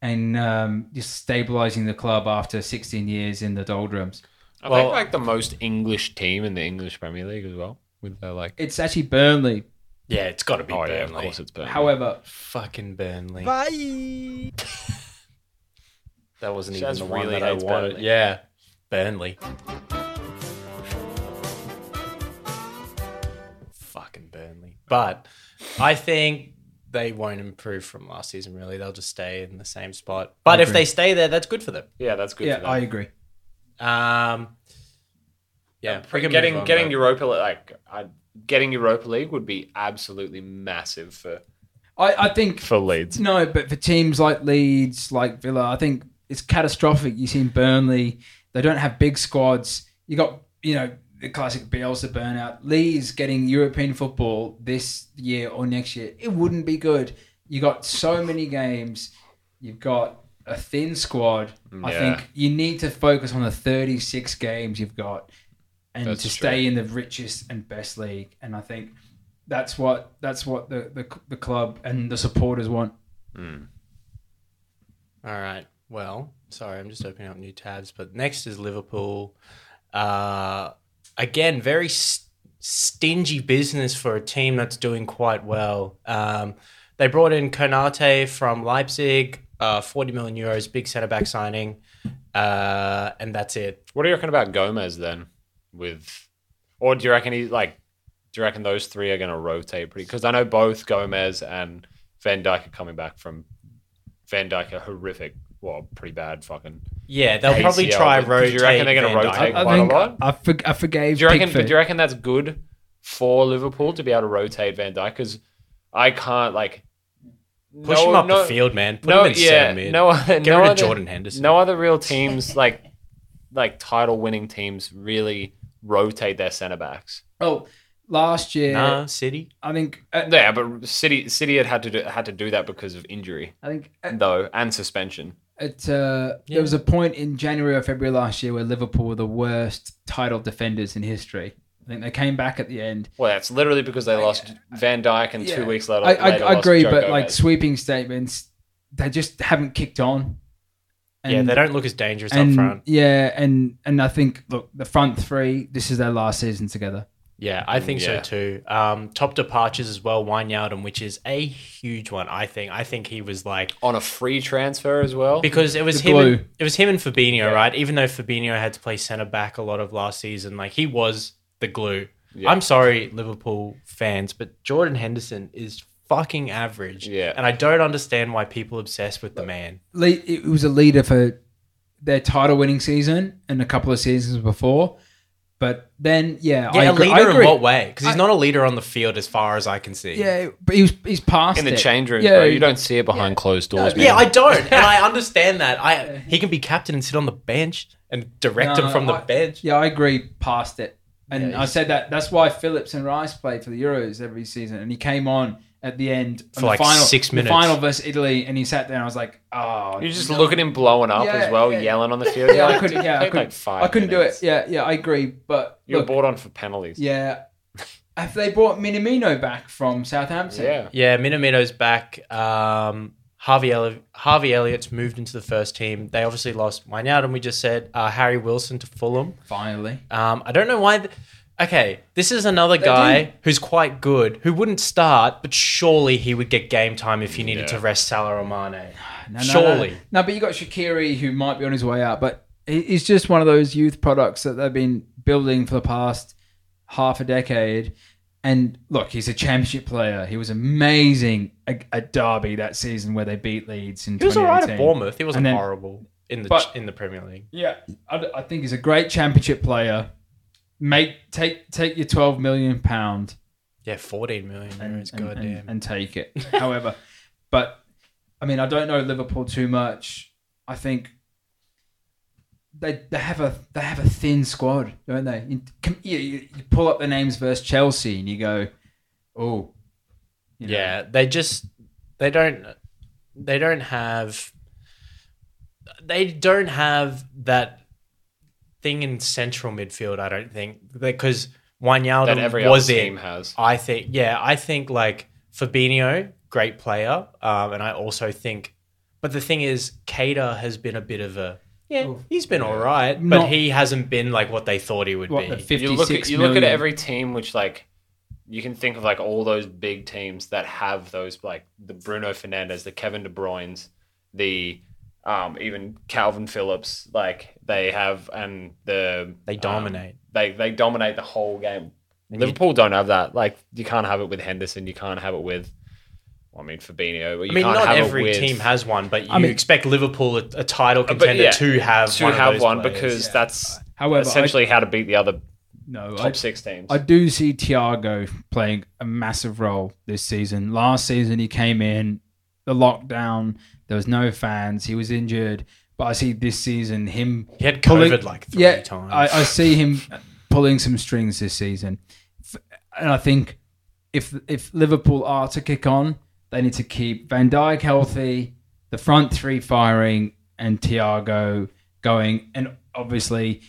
[SPEAKER 1] and um, just stabilizing the club after sixteen years in the doldrums.
[SPEAKER 3] I
[SPEAKER 2] Well-
[SPEAKER 3] think like the most English team in the English Premier League as well. With their like,
[SPEAKER 1] It's actually Burnley.
[SPEAKER 2] yeah, it's got to be
[SPEAKER 3] oh
[SPEAKER 2] Burnley.
[SPEAKER 3] yeah, of course it's Burnley.
[SPEAKER 1] However,
[SPEAKER 2] fucking Burnley.
[SPEAKER 6] Bye.
[SPEAKER 2] That wasn't
[SPEAKER 3] Shaz
[SPEAKER 2] even the one
[SPEAKER 3] really
[SPEAKER 2] that I
[SPEAKER 3] hates
[SPEAKER 2] wanted.
[SPEAKER 3] Burnley.
[SPEAKER 2] Yeah, Burnley. Fucking Burnley. But I think they won't improve from last season. Really, they'll just stay in the same spot. But if
[SPEAKER 1] agree.
[SPEAKER 2] they stay there, that's good for them.
[SPEAKER 3] yeah, that's good.
[SPEAKER 1] yeah,
[SPEAKER 3] for them.
[SPEAKER 1] I agree.
[SPEAKER 2] Um, yeah, we can
[SPEAKER 3] Uh, getting
[SPEAKER 2] move on,
[SPEAKER 3] getting
[SPEAKER 2] but-
[SPEAKER 3] Europa like I, getting Europa League would be absolutely massive for
[SPEAKER 1] I, I think
[SPEAKER 3] for Leeds.
[SPEAKER 1] No, but for teams like Leeds, like Villa, I think it's catastrophic. You've seen Burnley; they don't have big squads. You got you know the classic Bielsa burnout. Lee's getting European football this year or next year. It wouldn't be good. You got so many games. You've got a thin squad. I
[SPEAKER 3] Yeah.
[SPEAKER 1] think you need to focus on the 36 games you've got and
[SPEAKER 3] That's
[SPEAKER 1] to
[SPEAKER 3] true.
[SPEAKER 1] stay in the richest and best league. And I think that's what that's what the the, the club and the supporters want.
[SPEAKER 2] All right. Well, sorry, I'm just opening up new tabs. But next is Liverpool. Uh, again, very s- stingy business for a team that's doing quite well. Um, they brought in Konate from Leipzig, uh, 40 million euros, big centre back signing, uh, and that's it.
[SPEAKER 3] What do you reckon about Gomez then? With, or do you reckon he like? Do you reckon those three are going to rotate pretty? Because I know both Gomez and Van Dyke are coming back from Van Dyke a horrific, well, pretty bad fucking.
[SPEAKER 2] Yeah, they'll
[SPEAKER 3] ACL,
[SPEAKER 2] probably try
[SPEAKER 3] but do
[SPEAKER 2] rotate.
[SPEAKER 3] you reckon they're gonna
[SPEAKER 2] Van Dijk.
[SPEAKER 3] rotate?
[SPEAKER 1] I,
[SPEAKER 3] Quite a
[SPEAKER 1] think
[SPEAKER 3] lot.
[SPEAKER 1] I, for, I forgave
[SPEAKER 3] Do you reckon?
[SPEAKER 1] Pickford.
[SPEAKER 3] Do you reckon that's good for Liverpool to be able to rotate Van Dyke? Because I can't like
[SPEAKER 2] Push
[SPEAKER 3] no-
[SPEAKER 2] him up
[SPEAKER 3] no-
[SPEAKER 2] the field, man. Put
[SPEAKER 3] no,
[SPEAKER 2] him in
[SPEAKER 3] yeah,
[SPEAKER 2] centre mid.
[SPEAKER 3] no,
[SPEAKER 2] Get
[SPEAKER 3] no
[SPEAKER 2] rid
[SPEAKER 3] other-
[SPEAKER 2] of Jordan Henderson.
[SPEAKER 3] No other real teams like like title winning teams really rotate their centre backs.
[SPEAKER 1] oh, last year
[SPEAKER 2] nah, City.
[SPEAKER 1] I think uh,
[SPEAKER 3] Yeah, but City City had had to do, had to do that because of injury
[SPEAKER 1] I think uh,
[SPEAKER 3] though and suspension.
[SPEAKER 1] It, uh, There was a point in January or February last year where Liverpool were the worst title defenders in history. I think they came back at the end.
[SPEAKER 3] Well, that's literally because they lost
[SPEAKER 2] uh,
[SPEAKER 3] Van Dyke and two weeks later.
[SPEAKER 1] I, I,
[SPEAKER 3] later
[SPEAKER 1] I
[SPEAKER 3] lost
[SPEAKER 1] agree,
[SPEAKER 3] Joe
[SPEAKER 1] but like
[SPEAKER 3] Gomez.
[SPEAKER 1] sweeping statements, they just haven't kicked on. And,
[SPEAKER 2] yeah, they don't look as dangerous
[SPEAKER 1] and,
[SPEAKER 2] up front.
[SPEAKER 1] Yeah, and and I think look, the front three. This is their last season together.
[SPEAKER 2] Mm, Yeah, I think
[SPEAKER 3] Yeah.
[SPEAKER 2] so too. Um, top departures as well, Wijnaldum, which is a huge one. I think. I think he was like
[SPEAKER 3] on a free transfer as well.
[SPEAKER 2] because it was
[SPEAKER 1] The
[SPEAKER 2] him.
[SPEAKER 1] glue.
[SPEAKER 2] And, it was him and Fabinho, right? Even though Fabinho had to play centre back a lot of last season, like he was the glue.
[SPEAKER 3] Yeah.
[SPEAKER 2] I'm sorry, Liverpool fans, but Jordan Henderson is fucking average.
[SPEAKER 3] Yeah.
[SPEAKER 2] and I don't understand why people obsess with the man.
[SPEAKER 1] Le- it was a leader for their title winning season and a couple of seasons before. But then, yeah, I
[SPEAKER 2] Yeah, a
[SPEAKER 1] agree. I
[SPEAKER 2] leader in
[SPEAKER 1] agree.
[SPEAKER 2] what way? Because he's
[SPEAKER 1] I-
[SPEAKER 2] not a leader on the field, as far as I can see.
[SPEAKER 1] Yeah, but he was, he's past
[SPEAKER 3] in the
[SPEAKER 1] it.
[SPEAKER 3] change room,
[SPEAKER 1] Yeah,
[SPEAKER 3] bro. You don't see it behind closed doors, man.
[SPEAKER 2] Yeah, I don't, and I understand that. I he can be captain and sit on the bench and direct
[SPEAKER 1] No,
[SPEAKER 2] him from the
[SPEAKER 1] I-
[SPEAKER 2] bench.
[SPEAKER 1] Yeah, I agree. Past it, and
[SPEAKER 2] Yeah,
[SPEAKER 1] I said that. That's why Phillips and Rice played for the Euros every season, and he came on at the end on the
[SPEAKER 2] like
[SPEAKER 1] final,
[SPEAKER 2] six
[SPEAKER 1] the
[SPEAKER 2] minutes.
[SPEAKER 1] final versus Italy, and he sat there, and I was like, oh,
[SPEAKER 3] You just look at him blowing up
[SPEAKER 1] Yeah,
[SPEAKER 3] as well,
[SPEAKER 1] yeah.
[SPEAKER 3] yelling on the field.
[SPEAKER 1] yeah,
[SPEAKER 3] You're
[SPEAKER 1] I
[SPEAKER 3] like,
[SPEAKER 1] couldn't,
[SPEAKER 3] "Dude,
[SPEAKER 1] yeah, I
[SPEAKER 3] played
[SPEAKER 1] couldn't,
[SPEAKER 3] like five
[SPEAKER 1] I couldn't
[SPEAKER 3] minutes."
[SPEAKER 1] do it. Yeah, yeah, I agree, but
[SPEAKER 3] You're
[SPEAKER 1] look,
[SPEAKER 3] bought on for penalties.
[SPEAKER 1] yeah. Have they brought Minamino back from Southampton?
[SPEAKER 3] yeah.
[SPEAKER 2] Yeah, Minamino's back. Um, Harvey Elli- Harvey Elliott's moved into the first team. They obviously lost Wijnaldum. We just said uh, Harry Wilson to Fulham.
[SPEAKER 1] finally.
[SPEAKER 2] Um, I don't know why. Th- okay, this is another guy who's quite good, who wouldn't start, but surely he would get game time if you needed
[SPEAKER 3] Yeah.
[SPEAKER 2] to rest Salah or Mane.
[SPEAKER 1] No, no,
[SPEAKER 2] surely.
[SPEAKER 1] No, No, but you got Shakiri who might be on his way out, but he- he's just one of those youth products that they've been building for the past half a decade. And look, he's a championship player. He was amazing at, at Derby that season where they beat Leeds in
[SPEAKER 2] He was alright at
[SPEAKER 1] 2018.
[SPEAKER 2] Bournemouth. He
[SPEAKER 1] And
[SPEAKER 2] wasn't
[SPEAKER 1] then-
[SPEAKER 2] horrible in the
[SPEAKER 1] But-
[SPEAKER 2] in the Premier League.
[SPEAKER 1] Yeah, I, I think he's a great championship player. Make take take your twelve million pound
[SPEAKER 2] Yeah, 14 million euros. Goddamn.
[SPEAKER 1] and, and take it. However, but I mean, I don't know Liverpool too much. I think they they have a they have a thin squad, don't they? You, com- you, you you pull up the names versus Chelsea, and you go, oh, you know.
[SPEAKER 2] Yeah, they just they don't they don't have they don't have that thing in central midfield. I don't think because
[SPEAKER 3] That
[SPEAKER 2] Wijnaldum
[SPEAKER 3] every
[SPEAKER 2] was
[SPEAKER 3] other
[SPEAKER 2] it.
[SPEAKER 3] team has.
[SPEAKER 2] I think yeah, I think like Fabinho, great player, um, and I also think. But the thing is, Cater has been a bit of a yeah. He's been all right, but
[SPEAKER 1] Not-
[SPEAKER 2] he hasn't been like what they thought he would
[SPEAKER 1] What,
[SPEAKER 2] be.
[SPEAKER 1] the 56
[SPEAKER 3] You look at you look at
[SPEAKER 1] million?
[SPEAKER 3] every team, which like you can think of like all those big teams that have those like the Bruno Fernandez, the Kevin De Bruyne's, the um, even Calvin Phillips. Like they have and the
[SPEAKER 2] They
[SPEAKER 3] um,
[SPEAKER 2] dominate.
[SPEAKER 3] they they dominate the whole game. Liverpool don't have that. Like you can't have it with Henderson. You can't have it with. well, I mean Fabinho. But you
[SPEAKER 2] I mean,
[SPEAKER 3] can't
[SPEAKER 2] not
[SPEAKER 3] have
[SPEAKER 2] every
[SPEAKER 3] it with, Uh,
[SPEAKER 2] team has one, but you
[SPEAKER 1] mean-
[SPEAKER 2] expect Liverpool, a, a title
[SPEAKER 3] but
[SPEAKER 2] contender,
[SPEAKER 3] yeah,
[SPEAKER 2] to have
[SPEAKER 3] to
[SPEAKER 2] one of
[SPEAKER 3] have
[SPEAKER 2] those
[SPEAKER 3] one
[SPEAKER 2] players.
[SPEAKER 3] because that's
[SPEAKER 1] However,
[SPEAKER 3] essentially how to beat the other
[SPEAKER 1] I, no,
[SPEAKER 3] top
[SPEAKER 1] I,
[SPEAKER 3] six teams.
[SPEAKER 1] I do see Thiago playing a massive role this season. Last season, he came in the lockdown. There was no fans. He was injured. But I see this season him
[SPEAKER 2] he had COVID
[SPEAKER 1] pulling-
[SPEAKER 2] like three
[SPEAKER 1] yeah,
[SPEAKER 2] times.
[SPEAKER 1] I, I see him pulling some strings this season, F- and I think if if Liverpool are to kick on, they need to keep Van Dijk healthy, the front three firing, and Thiago going, and obviously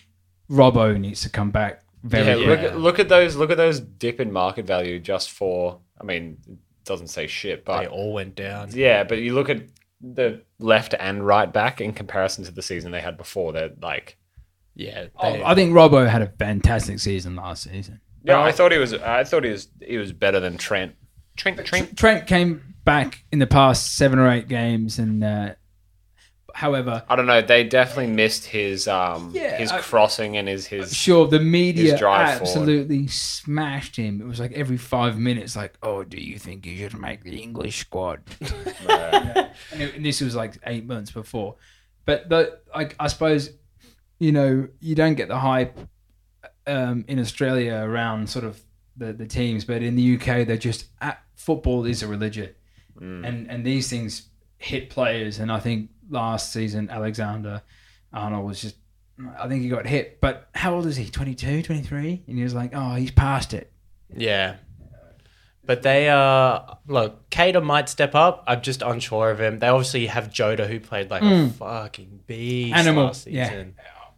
[SPEAKER 1] Robbo needs to come back
[SPEAKER 3] Yeah,
[SPEAKER 1] very
[SPEAKER 3] look,
[SPEAKER 1] quick.
[SPEAKER 3] look at those. Look at those dip in market value just for. I mean, it doesn't say shit, but
[SPEAKER 2] They all went down.
[SPEAKER 3] yeah. But you look at the left and right back in comparison to the season they had before. They're like.
[SPEAKER 2] Yeah, they,
[SPEAKER 1] Oh, I think Robbo had a fantastic season last season.
[SPEAKER 3] No, I thought he was. I thought he was. He was better than Trent. Trent. Trent.
[SPEAKER 1] Trent came back in the past seven or eight games, and uh, however,
[SPEAKER 3] I don't know. They definitely missed his um
[SPEAKER 1] Yeah,
[SPEAKER 3] his
[SPEAKER 1] I-
[SPEAKER 3] crossing and his his.
[SPEAKER 1] sure the media
[SPEAKER 3] His drive
[SPEAKER 1] absolutely smashed him. It was like every five minutes, like, "Oh, do you think you should make the English squad?" and, it- and this was like eight months before, but the, like I suppose you know you don't get the hype um, in Australia around sort of the, the teams, but in the UK they're just at, football is a religion,
[SPEAKER 3] Mm.
[SPEAKER 1] and and these things hit players. And I think last season Alexander Arnold was just I think he got hit. But how old is he? 22, 23? And he was like, oh, he's past it.
[SPEAKER 2] yeah. But they uh look, Cater might step up. I'm just unsure of him. They obviously have Jota who played like a fucking beast
[SPEAKER 1] Hmm. Animal,
[SPEAKER 2] last
[SPEAKER 1] yeah.
[SPEAKER 2] season.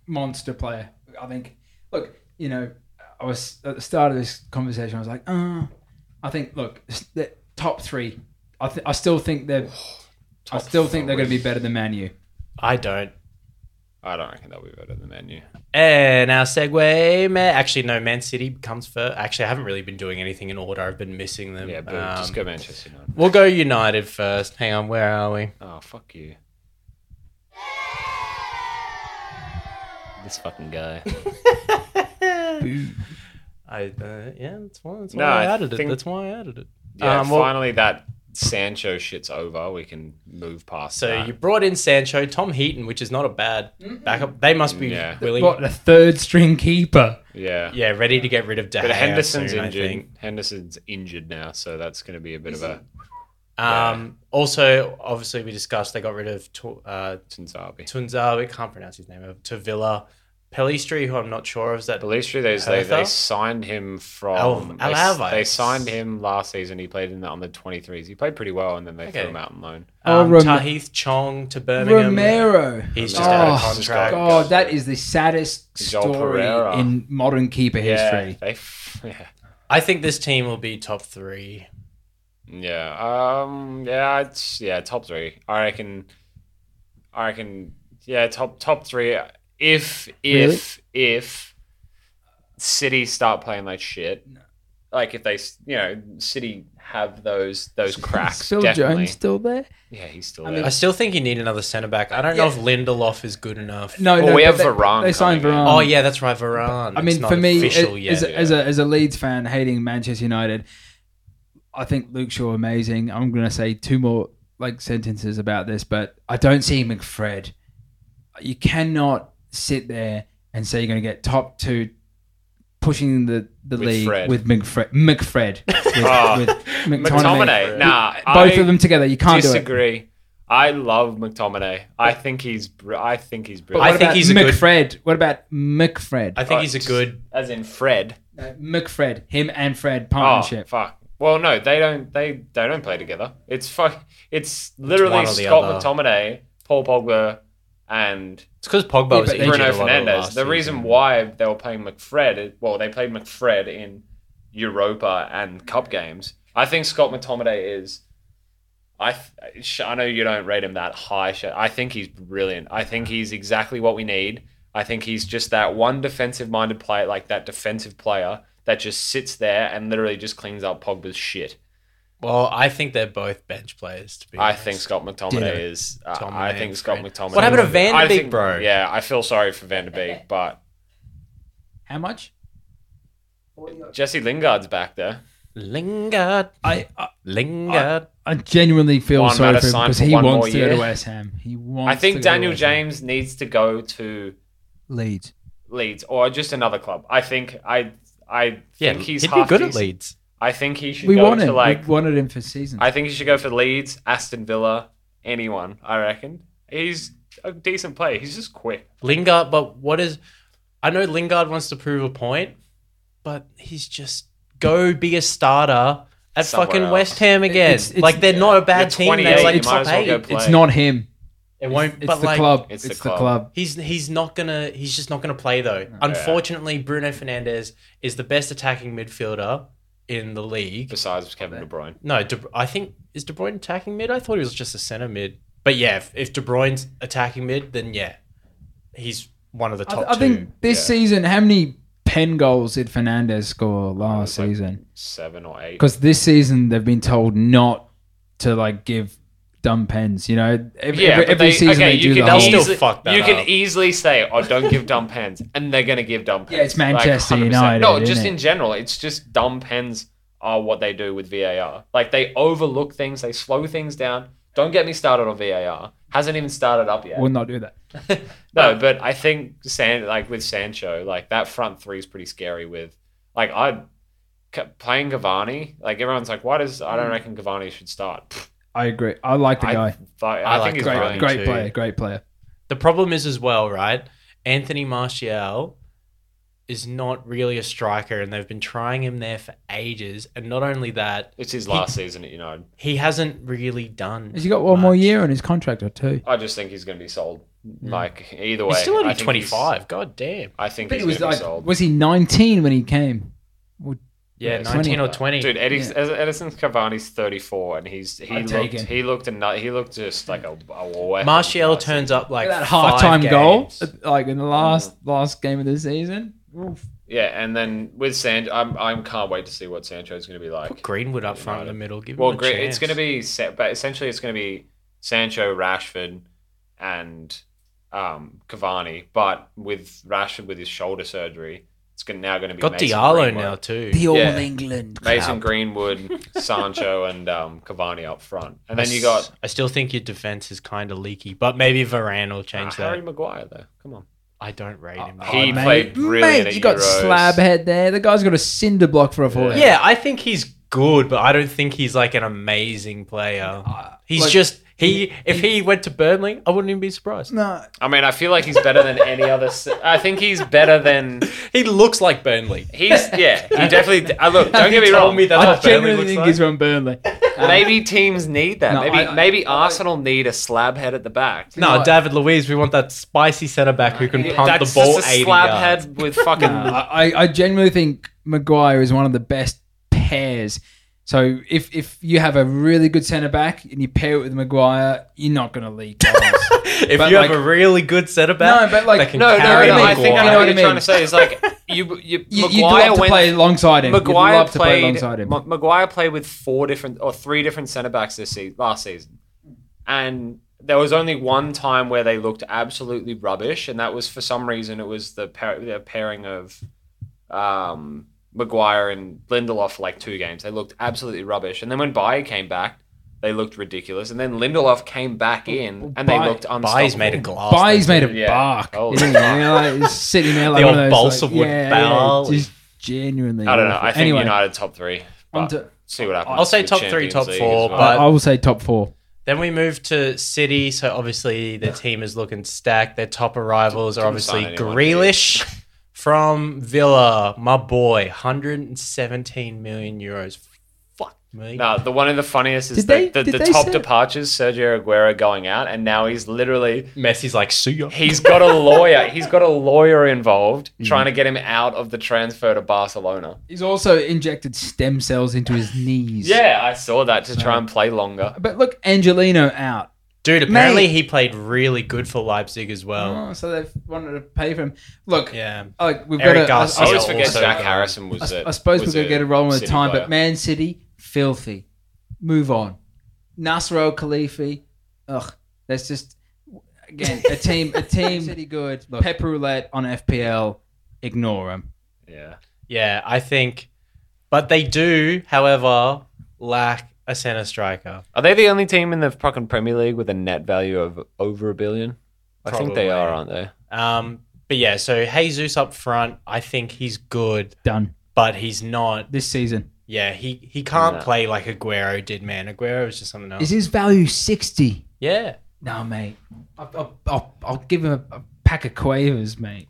[SPEAKER 1] Monster player. I think, look, you know, I was at the start of this conversation, I was like, uh, I think, look, the top three. I, th- I still think they're. I still think they're going to be better than Manu.
[SPEAKER 2] I don't.
[SPEAKER 3] I don't reckon they'll be better than Manu.
[SPEAKER 2] And our segue, man. Actually, no, Man City comes first. Actually, I haven't really been doing anything in order. I've been missing them.
[SPEAKER 3] Yeah, but
[SPEAKER 2] Um,
[SPEAKER 3] just go Manchester United.
[SPEAKER 2] We'll go United first. Hang on, where are we?
[SPEAKER 3] Oh fuck you. This fucking guy.
[SPEAKER 2] I uh, yeah, that's why, that's why
[SPEAKER 3] No,
[SPEAKER 2] I
[SPEAKER 3] I
[SPEAKER 2] added
[SPEAKER 3] think-
[SPEAKER 2] it. That's why I added it.
[SPEAKER 3] Yeah,
[SPEAKER 2] Um, well-
[SPEAKER 3] finally that Sancho shit's over. We can move past.
[SPEAKER 2] So
[SPEAKER 3] that.
[SPEAKER 2] you brought in Sancho, Tom Heaton, which is not a bad backup. They must be
[SPEAKER 3] Yeah.
[SPEAKER 2] willing,
[SPEAKER 1] What, the third string keeper?
[SPEAKER 3] yeah.
[SPEAKER 2] yeah, ready to get rid of De Gea.
[SPEAKER 3] But Henderson's
[SPEAKER 2] soon, I
[SPEAKER 3] injured.
[SPEAKER 2] think.
[SPEAKER 3] Henderson's injured now, so that's going to be a bit of a
[SPEAKER 2] Um, also, obviously, we discussed they got rid of Tu- uh,
[SPEAKER 3] Tunzabi.
[SPEAKER 2] Tunza. We can't pronounce his name. To Villa, Pelistri, who I'm not sure of. Is that
[SPEAKER 3] Belistri, they, they they
[SPEAKER 2] Hertha?
[SPEAKER 3] signed him
[SPEAKER 2] Al-
[SPEAKER 3] from they,
[SPEAKER 2] Alaves.
[SPEAKER 3] they signed him last season. He played in the on the twenty threes. He played pretty well, and then they threw
[SPEAKER 2] Okay.
[SPEAKER 3] him out on loan.
[SPEAKER 1] Oh,
[SPEAKER 2] um,
[SPEAKER 1] Rome-
[SPEAKER 2] Tahith Chong to
[SPEAKER 3] uh,
[SPEAKER 2] Birmingham?
[SPEAKER 1] Romero.
[SPEAKER 2] He's just out of
[SPEAKER 1] Oh,
[SPEAKER 2] contract.
[SPEAKER 1] God, that is the saddest
[SPEAKER 3] Joel
[SPEAKER 1] story
[SPEAKER 3] Pereira.
[SPEAKER 1] in modern keeper
[SPEAKER 3] Yeah,
[SPEAKER 1] history.
[SPEAKER 3] they f- yeah.
[SPEAKER 2] I think this team will be top three.
[SPEAKER 3] Yeah. Um. Yeah. It's, yeah. Top three. I reckon. I reckon. Yeah. Top top three. If if if City start playing like shit, like if they s- you know City have those those cracks.
[SPEAKER 1] Still
[SPEAKER 3] definitely.
[SPEAKER 1] Jones still there?
[SPEAKER 3] Yeah, he's still
[SPEAKER 1] I
[SPEAKER 3] there.
[SPEAKER 1] mean-
[SPEAKER 2] I still think you need another centre back. I don't know if Lindelof is good enough.
[SPEAKER 1] No,
[SPEAKER 3] Well,
[SPEAKER 1] no.
[SPEAKER 3] we
[SPEAKER 1] but
[SPEAKER 3] have
[SPEAKER 1] they-
[SPEAKER 3] Varane
[SPEAKER 1] They signed
[SPEAKER 3] coming in.
[SPEAKER 1] Varane.
[SPEAKER 2] Oh yeah, that's right, Varane.
[SPEAKER 1] Um, I
[SPEAKER 2] It's
[SPEAKER 1] mean,
[SPEAKER 2] not
[SPEAKER 1] for me,
[SPEAKER 2] official
[SPEAKER 1] a-
[SPEAKER 2] yet.
[SPEAKER 1] as, a, as a as a Leeds fan hating Manchester United, I think Luke Shaw amazing. I'm going to say two more like sentences about this, but I don't see McFred. You cannot sit there and say you're going to get top two, pushing the the
[SPEAKER 3] With
[SPEAKER 1] league
[SPEAKER 3] Fred.
[SPEAKER 1] with McFred. McFred with,
[SPEAKER 2] Ah,
[SPEAKER 3] Oh.
[SPEAKER 1] with
[SPEAKER 3] McTominay.
[SPEAKER 1] McTominay.
[SPEAKER 3] Nah,
[SPEAKER 1] both
[SPEAKER 3] I
[SPEAKER 1] of them together. You can't do it.
[SPEAKER 3] disagree. I love McTominay. I think he's. br- I think he's
[SPEAKER 1] But what
[SPEAKER 2] I
[SPEAKER 3] brilliant.
[SPEAKER 2] think
[SPEAKER 1] about
[SPEAKER 2] he's a good-
[SPEAKER 1] McFred. What about McFred?
[SPEAKER 2] I think he's a good.
[SPEAKER 3] as in Fred.
[SPEAKER 1] Uh, McFred, him and Fred
[SPEAKER 3] Oh
[SPEAKER 1] partnership.
[SPEAKER 3] fuck! Well, no, they don't. They they don't play together. It's fuck. It's literally
[SPEAKER 2] one or the
[SPEAKER 3] Scott
[SPEAKER 2] other.
[SPEAKER 3] McTominay, Paul Pogba, and
[SPEAKER 2] It's because Pogba
[SPEAKER 1] Yeah,
[SPEAKER 2] was
[SPEAKER 1] but they-
[SPEAKER 2] injured a
[SPEAKER 3] Bruno
[SPEAKER 2] lot
[SPEAKER 3] Fernandez.
[SPEAKER 2] last
[SPEAKER 3] The reason
[SPEAKER 2] season.
[SPEAKER 3] why they were playing McFred, is- well, they played McFred in Europa and Cup games. I think Scott McTominay is. I th- sh- I know you don't rate him that high. Sh- I think he's brilliant. I think he's exactly what we need. I think he's just that one defensive-minded player, like that defensive player that just sits there and literally just cleans up Pogba's shit.
[SPEAKER 2] Well, I think they're both bench players. To be
[SPEAKER 3] I
[SPEAKER 2] honest.
[SPEAKER 3] think Scott McTominay is. Uh,
[SPEAKER 2] Tominay
[SPEAKER 3] I think
[SPEAKER 2] and
[SPEAKER 3] Scott
[SPEAKER 2] Fred.
[SPEAKER 3] McTominay.
[SPEAKER 2] What happened to Van de
[SPEAKER 3] I
[SPEAKER 2] Beek,
[SPEAKER 3] think-
[SPEAKER 2] bro?
[SPEAKER 3] Yeah, I feel sorry for Van de Beek, but
[SPEAKER 1] How much?
[SPEAKER 3] Jesse Lingard's back there.
[SPEAKER 2] Lingard,
[SPEAKER 1] I, I
[SPEAKER 2] Lingard.
[SPEAKER 1] I genuinely feel
[SPEAKER 3] Juan
[SPEAKER 1] sorry
[SPEAKER 3] Mata
[SPEAKER 1] for him
[SPEAKER 3] signed
[SPEAKER 1] because
[SPEAKER 3] for
[SPEAKER 1] he
[SPEAKER 3] one more
[SPEAKER 1] wants to go
[SPEAKER 3] year.
[SPEAKER 1] to West Ham. He wants.
[SPEAKER 3] I
[SPEAKER 1] to
[SPEAKER 3] think
[SPEAKER 1] go to
[SPEAKER 3] Daniel
[SPEAKER 1] West Ham.
[SPEAKER 3] James needs to go to
[SPEAKER 1] Leeds.
[SPEAKER 3] Leeds or just another club. I think I I
[SPEAKER 2] yeah,
[SPEAKER 3] think he's
[SPEAKER 2] he'd be
[SPEAKER 3] half
[SPEAKER 2] good at
[SPEAKER 3] decent.
[SPEAKER 2] Leeds.
[SPEAKER 3] I think he should
[SPEAKER 1] We
[SPEAKER 3] go
[SPEAKER 1] wanted
[SPEAKER 3] to like.
[SPEAKER 1] we wanted him for season.
[SPEAKER 3] I think he should go for Leeds, Aston Villa, anyone. I reckon he's a decent player. He's just quick.
[SPEAKER 2] Lingard, but what is? I know Lingard wants to prove a point, but he's just go be a starter at
[SPEAKER 3] Somewhere
[SPEAKER 2] fucking
[SPEAKER 3] else.
[SPEAKER 2] West Ham again.
[SPEAKER 1] It's- it's-
[SPEAKER 2] like they're not a bad
[SPEAKER 3] You're
[SPEAKER 2] team.
[SPEAKER 3] 28,
[SPEAKER 2] That's
[SPEAKER 3] you
[SPEAKER 2] like
[SPEAKER 3] might
[SPEAKER 2] top
[SPEAKER 3] as well go
[SPEAKER 2] eight.
[SPEAKER 3] play.
[SPEAKER 1] It's not him.
[SPEAKER 2] It won't.
[SPEAKER 1] It's
[SPEAKER 2] but
[SPEAKER 1] the
[SPEAKER 2] like,
[SPEAKER 1] club.
[SPEAKER 3] It's
[SPEAKER 1] It's,
[SPEAKER 3] the
[SPEAKER 1] the, club.
[SPEAKER 2] He's he's not gonna. He's just not gonna play though. Unfortunately, Bruno Fernandez is the best attacking midfielder in the league.
[SPEAKER 3] Besides Kevin De Bruyne,
[SPEAKER 2] No, De, I think is De Bruyne attacking mid. I thought he was just a centre mid. But yeah, if, if De Bruyne's attacking mid, then yeah, he's one of the
[SPEAKER 1] I,
[SPEAKER 2] top
[SPEAKER 1] I
[SPEAKER 2] two.
[SPEAKER 1] think this
[SPEAKER 3] yeah.
[SPEAKER 1] season, how many pen goals did Fernandez score last
[SPEAKER 3] like-
[SPEAKER 1] season?
[SPEAKER 3] seven or eight.
[SPEAKER 1] Because this season they've been told not to like give dumb pens. You know, every,
[SPEAKER 3] Yeah,
[SPEAKER 1] every,
[SPEAKER 3] but
[SPEAKER 1] every
[SPEAKER 3] they,
[SPEAKER 1] season
[SPEAKER 3] okay,
[SPEAKER 1] they do
[SPEAKER 3] you
[SPEAKER 1] the
[SPEAKER 3] can
[SPEAKER 1] whole.
[SPEAKER 2] They'll still
[SPEAKER 3] easily-
[SPEAKER 2] fuck that
[SPEAKER 3] You
[SPEAKER 2] up.
[SPEAKER 3] can easily say, "Oh, don't give dumb pens," and they're gonna give dumb pens.
[SPEAKER 1] Yeah, it's Manchester
[SPEAKER 3] 100%.
[SPEAKER 1] United,
[SPEAKER 3] No,
[SPEAKER 1] isn't
[SPEAKER 3] just
[SPEAKER 1] it?
[SPEAKER 3] in general, it's just dumb pens are what they do with VAR. Like they overlook things, they slow things down. Don't get me started on VAR. Hasn't even started up yet.
[SPEAKER 1] will not do that.
[SPEAKER 3] No, but I think San like with Sancho, like that front three is pretty scary. With like I c- playing Cavani, like everyone's like, why does I don't reckon Cavani should start. Pff,
[SPEAKER 1] I agree. I like the
[SPEAKER 3] I,
[SPEAKER 1] guy.
[SPEAKER 3] th- I,
[SPEAKER 2] I like
[SPEAKER 3] think he's
[SPEAKER 2] Cavani.
[SPEAKER 3] brilliant.
[SPEAKER 1] great
[SPEAKER 2] too.
[SPEAKER 1] player. Great player.
[SPEAKER 2] The problem is as well, right? Anthony Martial is not really a striker, and they've been trying him there for ages. And not only that,
[SPEAKER 3] It's his last season at United.
[SPEAKER 2] he hasn't really done.
[SPEAKER 1] Has he got one more
[SPEAKER 2] much.
[SPEAKER 1] year on his contract or two?
[SPEAKER 3] I just think he's going to be sold. Like either way,
[SPEAKER 2] He's still
[SPEAKER 3] I
[SPEAKER 2] only
[SPEAKER 3] think
[SPEAKER 2] twenty five. God damn.
[SPEAKER 3] he's- I think
[SPEAKER 1] But
[SPEAKER 3] he's
[SPEAKER 1] he
[SPEAKER 3] going
[SPEAKER 1] was
[SPEAKER 3] to be
[SPEAKER 1] like,
[SPEAKER 3] sold.
[SPEAKER 1] was he 19 when he came? Or
[SPEAKER 2] Yeah,
[SPEAKER 1] Yeah,
[SPEAKER 2] nineteen or
[SPEAKER 1] 20.
[SPEAKER 2] twenty.
[SPEAKER 3] Dude, Edis,
[SPEAKER 1] Yeah.
[SPEAKER 3] Edison Cavani's thirty four, and he's he
[SPEAKER 1] I'd take
[SPEAKER 3] looked
[SPEAKER 1] him.
[SPEAKER 3] he looked another, he looked just like a, a weapon.
[SPEAKER 2] Martial
[SPEAKER 3] Like,
[SPEAKER 2] turns up like
[SPEAKER 1] that
[SPEAKER 2] five
[SPEAKER 1] half-time goal,
[SPEAKER 2] games.
[SPEAKER 1] like in the last
[SPEAKER 3] Mm.
[SPEAKER 1] last game of the season.
[SPEAKER 3] Yeah, and then with Sancho, I'm I can't wait to see what Sancho's going to be like.
[SPEAKER 2] Greenwood up front in the middle. Give
[SPEAKER 3] Well,
[SPEAKER 2] him a
[SPEAKER 3] great.
[SPEAKER 2] chance.
[SPEAKER 3] It's going to be, Sa- but essentially, it's going to be Sancho, Rashford, and um, Cavani. But with Rashford with his shoulder surgery, it's gonna, now going to be
[SPEAKER 2] got
[SPEAKER 3] Mason
[SPEAKER 2] Diallo
[SPEAKER 3] Greenwood.
[SPEAKER 2] now too.
[SPEAKER 1] The All
[SPEAKER 3] Yeah.
[SPEAKER 1] England.
[SPEAKER 3] Mason Greenwood, Sancho, and um, Cavani up front, and then you got
[SPEAKER 2] I still think your defense is kind of leaky, but maybe Varane will
[SPEAKER 3] uh,
[SPEAKER 2] change that.
[SPEAKER 3] Harry Maguire. Though, come on,
[SPEAKER 2] I don't rate him. that
[SPEAKER 3] he
[SPEAKER 2] much.
[SPEAKER 3] played brilliant at
[SPEAKER 1] you got
[SPEAKER 3] Euros.
[SPEAKER 1] slab head there. The guy's got a cinder block for a forehead.
[SPEAKER 2] yeah, I think he's good, but I don't think he's like an amazing player. He's
[SPEAKER 1] Uh, like-
[SPEAKER 2] just he. If he went to Burnley, I wouldn't even be surprised.
[SPEAKER 1] No,
[SPEAKER 3] I mean, I feel like he's better than any other. s- I think he's better than
[SPEAKER 2] He looks like Burnley.
[SPEAKER 3] he's. Yeah, he definitely. Uh, look, don't get me
[SPEAKER 2] told
[SPEAKER 3] wrong.
[SPEAKER 2] me that's
[SPEAKER 1] I
[SPEAKER 2] what Burnley
[SPEAKER 1] genuinely
[SPEAKER 2] looks
[SPEAKER 1] think
[SPEAKER 2] like.
[SPEAKER 1] he's from Burnley.
[SPEAKER 3] maybe teams need that.
[SPEAKER 1] No,
[SPEAKER 3] maybe
[SPEAKER 1] I- I-
[SPEAKER 3] maybe Arsenal need a slab head at the back.
[SPEAKER 2] no,
[SPEAKER 1] No, I-
[SPEAKER 2] David Luiz. We want that spicy centre back who can punt
[SPEAKER 3] That's
[SPEAKER 2] the ball
[SPEAKER 3] just a
[SPEAKER 2] eighty
[SPEAKER 3] slab
[SPEAKER 2] yards.
[SPEAKER 3] head with fucking.
[SPEAKER 1] Uh, I, I genuinely think Maguire is one of the best pairs. So if if you have a really good centre back and you pair it with Maguire, you're not going to leak. goals.
[SPEAKER 2] If
[SPEAKER 1] But
[SPEAKER 2] you
[SPEAKER 1] like-
[SPEAKER 2] have a really good centre back,
[SPEAKER 1] No, but like-
[SPEAKER 2] that can
[SPEAKER 3] no, no,
[SPEAKER 2] carry
[SPEAKER 3] no. I
[SPEAKER 2] the
[SPEAKER 3] think I
[SPEAKER 2] ball.
[SPEAKER 3] know what
[SPEAKER 1] You
[SPEAKER 3] you're
[SPEAKER 1] know
[SPEAKER 3] trying
[SPEAKER 1] what
[SPEAKER 3] to say. Is like you, you,
[SPEAKER 1] you, you'd
[SPEAKER 3] Maguire
[SPEAKER 1] love to
[SPEAKER 3] went.
[SPEAKER 1] play alongside him.
[SPEAKER 3] Maguire
[SPEAKER 1] you'd love to play
[SPEAKER 3] played.
[SPEAKER 1] alongside him.
[SPEAKER 3] Ma- Maguire played with four different or three different centre backs this season, last season, and there was only one time where they looked absolutely rubbish, and that was for some reason it was the, pair, the pairing of um, Maguire and Lindelof for like two games. They looked absolutely rubbish, and then when Bayer came back. They looked ridiculous, and then Lindelof came back in, and they
[SPEAKER 1] Bayer-
[SPEAKER 3] looked unstoppable.
[SPEAKER 2] Bayes made a glass.
[SPEAKER 1] Bayes
[SPEAKER 2] though,
[SPEAKER 1] made
[SPEAKER 2] too.
[SPEAKER 1] a
[SPEAKER 3] Yeah.
[SPEAKER 1] bark.
[SPEAKER 3] Oh,
[SPEAKER 1] isn't he? You know, like, he's sitting there like
[SPEAKER 2] The
[SPEAKER 1] one
[SPEAKER 2] old
[SPEAKER 1] of those,
[SPEAKER 2] balsa
[SPEAKER 1] like,
[SPEAKER 2] wood
[SPEAKER 1] yeah, yeah,
[SPEAKER 2] barrel.
[SPEAKER 1] just genuinely.
[SPEAKER 3] I don't know.
[SPEAKER 1] awful.
[SPEAKER 3] I think
[SPEAKER 1] anyway,
[SPEAKER 3] United top three.
[SPEAKER 1] on
[SPEAKER 3] But
[SPEAKER 1] to-
[SPEAKER 3] see what happens.
[SPEAKER 2] I'll say
[SPEAKER 3] with
[SPEAKER 2] top three,
[SPEAKER 3] Champions
[SPEAKER 2] top
[SPEAKER 3] League
[SPEAKER 2] four,
[SPEAKER 3] as well.
[SPEAKER 1] I,
[SPEAKER 2] but-
[SPEAKER 1] I will say top four.
[SPEAKER 2] Then we move to City, so obviously their team is looking stacked. Their top arrivals are
[SPEAKER 3] Didn't
[SPEAKER 2] obviously
[SPEAKER 3] sign anyone, did
[SPEAKER 2] Grealish from Villa, my boy, 117 million euros. Fuck me.
[SPEAKER 3] no, the one of the funniest is
[SPEAKER 1] Did
[SPEAKER 3] the,
[SPEAKER 1] they-
[SPEAKER 3] the,
[SPEAKER 1] did
[SPEAKER 3] the
[SPEAKER 1] they
[SPEAKER 3] top
[SPEAKER 1] say-
[SPEAKER 3] departures. Sergio Aguero going out, and now he's literally
[SPEAKER 2] Messi's like, sue you.
[SPEAKER 3] he's got a lawyer. he's got a lawyer involved
[SPEAKER 1] Mm.
[SPEAKER 3] trying to get him out of the transfer to Barcelona.
[SPEAKER 1] He's also injected stem cells into his knees.
[SPEAKER 3] Yeah, I saw that to try and play longer.
[SPEAKER 1] But look, Angelino out.
[SPEAKER 2] Dude, apparently
[SPEAKER 1] Mate.
[SPEAKER 2] he played really good for Leipzig as well.
[SPEAKER 1] Oh, so they wanted to pay for him. Look,
[SPEAKER 2] Yeah.
[SPEAKER 1] like we've
[SPEAKER 2] Eric
[SPEAKER 1] got.
[SPEAKER 2] Garcia
[SPEAKER 1] to. I- I,
[SPEAKER 3] I always
[SPEAKER 2] Yeah,
[SPEAKER 3] forget
[SPEAKER 2] also
[SPEAKER 3] Jack
[SPEAKER 2] going-
[SPEAKER 3] Harrison was
[SPEAKER 1] I,
[SPEAKER 3] it.
[SPEAKER 1] I suppose we're
[SPEAKER 3] was
[SPEAKER 1] gonna get a roll with
[SPEAKER 3] City
[SPEAKER 1] time,
[SPEAKER 3] player.
[SPEAKER 1] but Man City filthy. Move on. Nasser Al Khalifi. Ugh, that's just again a team. A team. City good. Look, Pep Roulette on FPL. Ignore him.
[SPEAKER 3] yeah,
[SPEAKER 2] Yeah, I think. But they do, however, lack a centre striker.
[SPEAKER 3] are they the only team in the fucking Premier League with a net value of over a billion? I think they
[SPEAKER 2] Probably.
[SPEAKER 3] are, aren't they?
[SPEAKER 2] Um, but yeah, so Jesus up front, I think he's good,
[SPEAKER 1] Done
[SPEAKER 2] but he's not
[SPEAKER 1] this season.
[SPEAKER 2] Yeah, he, he can't
[SPEAKER 3] No.
[SPEAKER 2] play like Aguero did, man. Aguero was just something else.
[SPEAKER 1] Is his value sixty?
[SPEAKER 2] yeah.
[SPEAKER 1] No, mate. I'll, I'll, I'll, I'll give him a, a pack of quavers, mate.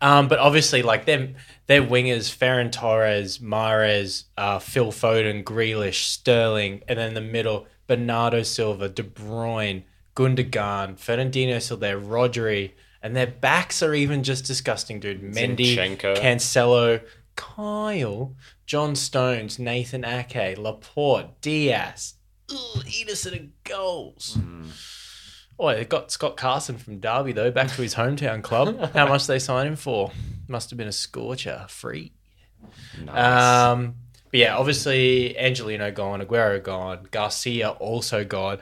[SPEAKER 2] um, but obviously, like them, their wingers, Ferran Torres, Mares, uh, Phil Foden, Grealish, Sterling, and then the middle, Bernardo Silva, De Bruyne, Gundogan, Fernandino Silva, Rodri, and their backs are even just disgusting, dude. Mendy,
[SPEAKER 3] Zinchenko.
[SPEAKER 2] Cancelo, Kyle, John Stones, Nathan Ake, Laporte, Diaz, Ugh, Edison and goals. Oh, they got Scott Carson from Derby though, back to his hometown club. How much they sign him for? Must have been a scorcher, free.
[SPEAKER 3] Nice.
[SPEAKER 2] Um, but yeah, obviously Angelino gone, Aguero gone, Garcia also gone.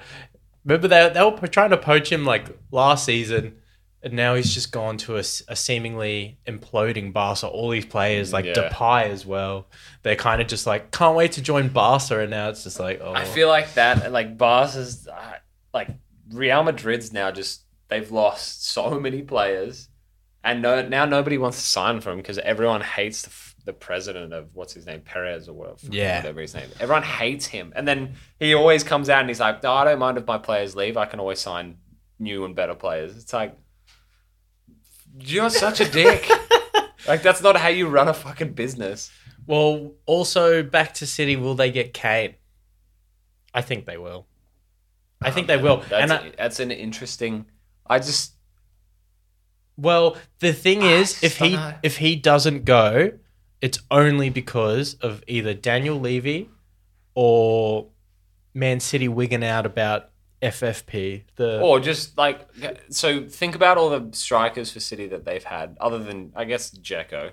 [SPEAKER 2] Remember they they were trying to poach him like last season, and now he's just gone to a, s- a seemingly imploding Barca. All these players like
[SPEAKER 3] Yeah.
[SPEAKER 2] Depay as well. They're kind of just like can't wait to join Barca, and now it's just like oh,
[SPEAKER 3] I feel like that, like Bars is uh, like Real Madrid's now just they've lost so many players, and no, now nobody wants to sign for him because everyone hates the, f- the president of what's his name Perez or whatever,
[SPEAKER 2] Yeah.
[SPEAKER 3] whatever his name. Everyone hates him, and then he always comes out and he's like, "No, I don't mind if my players leave. I can always sign new and better players." It's like you're such a dick. Like that's not how you run a fucking business.
[SPEAKER 2] Well, also back to City, will they get Kane? I think they will. I think they will.
[SPEAKER 3] Um, That's,
[SPEAKER 2] And uh, I,
[SPEAKER 3] that's an interesting. I just
[SPEAKER 2] well, the thing is,
[SPEAKER 3] just
[SPEAKER 2] if
[SPEAKER 3] don't
[SPEAKER 2] he
[SPEAKER 3] know.
[SPEAKER 2] if he doesn't go, it's only because of either Daniel Levy or Man City wigging out about FFP. The
[SPEAKER 3] Or just like, so think about all the strikers for City that they've had, other than I guess Jeko,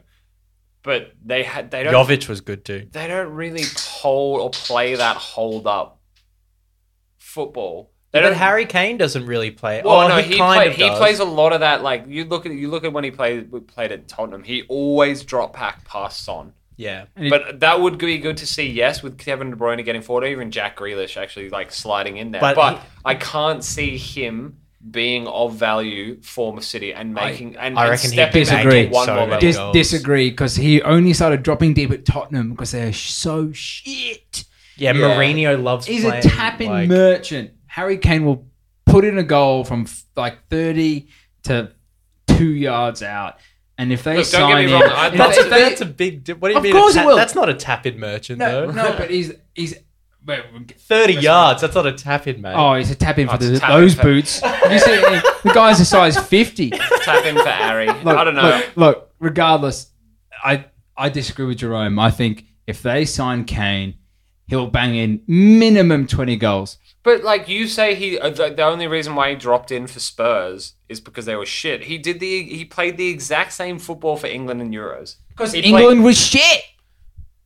[SPEAKER 3] but they had they don't
[SPEAKER 2] Jovic was good too.
[SPEAKER 3] they don't really hold or play that hold up football. They
[SPEAKER 2] But
[SPEAKER 3] don't.
[SPEAKER 2] Harry Kane doesn't really play.
[SPEAKER 3] well,
[SPEAKER 2] oh,
[SPEAKER 3] no,
[SPEAKER 2] he,
[SPEAKER 3] he,
[SPEAKER 2] kind
[SPEAKER 3] play-
[SPEAKER 2] of
[SPEAKER 3] he
[SPEAKER 2] does.
[SPEAKER 3] plays a lot of that. Like you look at you look at when he played played at Tottenham, he always drop back past Son.
[SPEAKER 2] Yeah,
[SPEAKER 1] He-
[SPEAKER 3] But that would be good to see, yes, with Kevin De Bruyne getting forward, or even Jack Grealish actually like sliding in there.
[SPEAKER 2] But
[SPEAKER 3] But,
[SPEAKER 2] he-
[SPEAKER 3] I can't see him being of value for City and making and,
[SPEAKER 2] I
[SPEAKER 3] and
[SPEAKER 2] reckon he'd
[SPEAKER 3] stepping
[SPEAKER 2] be
[SPEAKER 3] back
[SPEAKER 1] making
[SPEAKER 3] to one
[SPEAKER 2] so
[SPEAKER 3] more
[SPEAKER 2] many
[SPEAKER 3] level.
[SPEAKER 1] Dis-
[SPEAKER 2] goals.
[SPEAKER 1] disagree because he only started dropping deep at Tottenham because they're so shit.
[SPEAKER 2] yeah.
[SPEAKER 3] Yeah.
[SPEAKER 2] Mourinho loves.
[SPEAKER 1] He's
[SPEAKER 2] playing,
[SPEAKER 1] a tapping
[SPEAKER 2] like-
[SPEAKER 1] merchant. Harry Kane will put in a goal from f- like thirty to two yards out, and if they
[SPEAKER 3] Look, don't get
[SPEAKER 1] sign
[SPEAKER 3] me
[SPEAKER 1] him,
[SPEAKER 3] wrong, I-
[SPEAKER 1] if
[SPEAKER 2] That's
[SPEAKER 1] they-
[SPEAKER 2] a,
[SPEAKER 1] if they-
[SPEAKER 2] that's a big. Di- what do you
[SPEAKER 1] Of
[SPEAKER 2] mean? a
[SPEAKER 1] course it
[SPEAKER 2] tap-
[SPEAKER 1] will.
[SPEAKER 2] That's not a tap in merchant
[SPEAKER 1] no,
[SPEAKER 2] though.
[SPEAKER 1] no, but he's he's. Wait, we'll get-
[SPEAKER 2] 30 yards. That's not a tap in, mate.
[SPEAKER 1] Oh, he's a tap in for
[SPEAKER 3] it's
[SPEAKER 1] the,
[SPEAKER 3] a tap
[SPEAKER 1] those
[SPEAKER 3] in for-
[SPEAKER 1] boots. Have you seen the guy's a size fifty.
[SPEAKER 3] Tap in for Harry. I don't know.
[SPEAKER 1] Look, look, regardless, I I disagree with Jerome. I think if they sign Kane, he'll bang in minimum twenty goals.
[SPEAKER 3] But like you say, he uh, the, the only reason why he dropped in for Spurs is because they were shit. He did the he played the exact same football for England and Euros because
[SPEAKER 1] England was shit.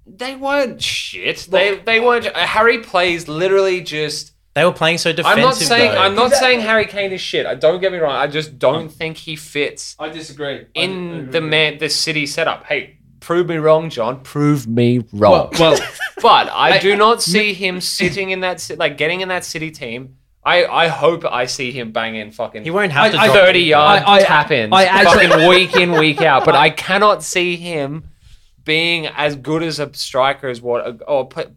[SPEAKER 3] they weren't shit. They they weren't. Harry plays literally just.
[SPEAKER 2] They were playing so defensive.
[SPEAKER 3] I'm not saying
[SPEAKER 2] though.
[SPEAKER 3] I'm not saying Harry Kane is shit. I don't get me wrong. I just don't
[SPEAKER 2] Mm.
[SPEAKER 3] think he fits
[SPEAKER 1] I disagree.
[SPEAKER 3] in the man the city setup. Hey, prove me wrong, John. Prove me wrong.
[SPEAKER 1] well, well,
[SPEAKER 3] but I do not see him sitting in that ci- like getting in that city team. I, I hope I see him banging fucking
[SPEAKER 2] He won't have to
[SPEAKER 1] I-
[SPEAKER 2] drop
[SPEAKER 3] thirty
[SPEAKER 2] in.
[SPEAKER 3] yard
[SPEAKER 1] I- I-
[SPEAKER 3] tap ins
[SPEAKER 1] I actually-
[SPEAKER 3] fucking week in week out. But I cannot see him being as good as a striker as what or put,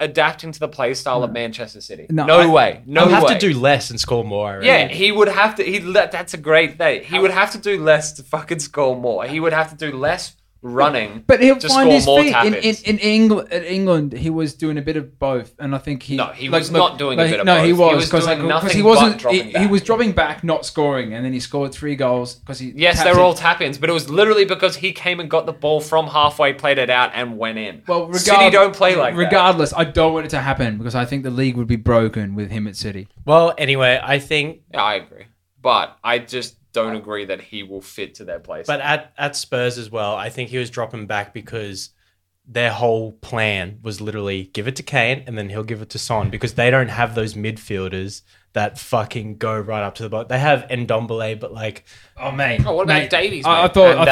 [SPEAKER 3] adapting to the play style of Manchester City.
[SPEAKER 1] No,
[SPEAKER 3] No,
[SPEAKER 1] I-
[SPEAKER 3] way. No
[SPEAKER 2] He'll have
[SPEAKER 3] way.
[SPEAKER 2] to do less and score more. I reckon.
[SPEAKER 3] Yeah, he would have to. He that, that's a great day. He would have to do less to fucking score more. He would have to do less running,
[SPEAKER 1] but he'll
[SPEAKER 3] to
[SPEAKER 1] find
[SPEAKER 3] score
[SPEAKER 1] his
[SPEAKER 3] more
[SPEAKER 1] feet in, in,
[SPEAKER 3] tap-ins.
[SPEAKER 1] in England. In England, he was doing a bit of both, and I think he
[SPEAKER 3] No, he
[SPEAKER 1] like,
[SPEAKER 3] was
[SPEAKER 1] look,
[SPEAKER 3] not doing
[SPEAKER 1] like,
[SPEAKER 3] a bit of
[SPEAKER 1] no,
[SPEAKER 3] both.
[SPEAKER 1] he
[SPEAKER 3] He
[SPEAKER 1] was
[SPEAKER 3] was
[SPEAKER 1] because
[SPEAKER 3] doing
[SPEAKER 1] he
[SPEAKER 3] nothing but
[SPEAKER 1] wasn't.
[SPEAKER 3] dropping
[SPEAKER 1] he, he was
[SPEAKER 3] back.
[SPEAKER 1] dropping back, not scoring, and then he scored three goals because he.
[SPEAKER 3] Yes,
[SPEAKER 1] tapped
[SPEAKER 3] they were
[SPEAKER 1] it.
[SPEAKER 3] all tap ins, but it was literally because he came and got the ball from halfway, played it out, and went in.
[SPEAKER 1] Well, regard-
[SPEAKER 3] City don't play like that.
[SPEAKER 1] regardless, I don't want it to happen because I think the league would be broken with him at City.
[SPEAKER 2] Well, anyway, I think.
[SPEAKER 3] Yeah, I agree, but I just don't agree that he will fit to their place.
[SPEAKER 2] But at at Spurs as well, I think he was dropping back because their whole plan was literally give it to Kane and then he'll give it to Son because they don't have those midfielders that fucking go right up to the box. They have Ndombele, but like
[SPEAKER 1] Oh mate!
[SPEAKER 3] oh, what about Davies?
[SPEAKER 1] I, I
[SPEAKER 3] mate?
[SPEAKER 1] thought.
[SPEAKER 3] And,
[SPEAKER 1] I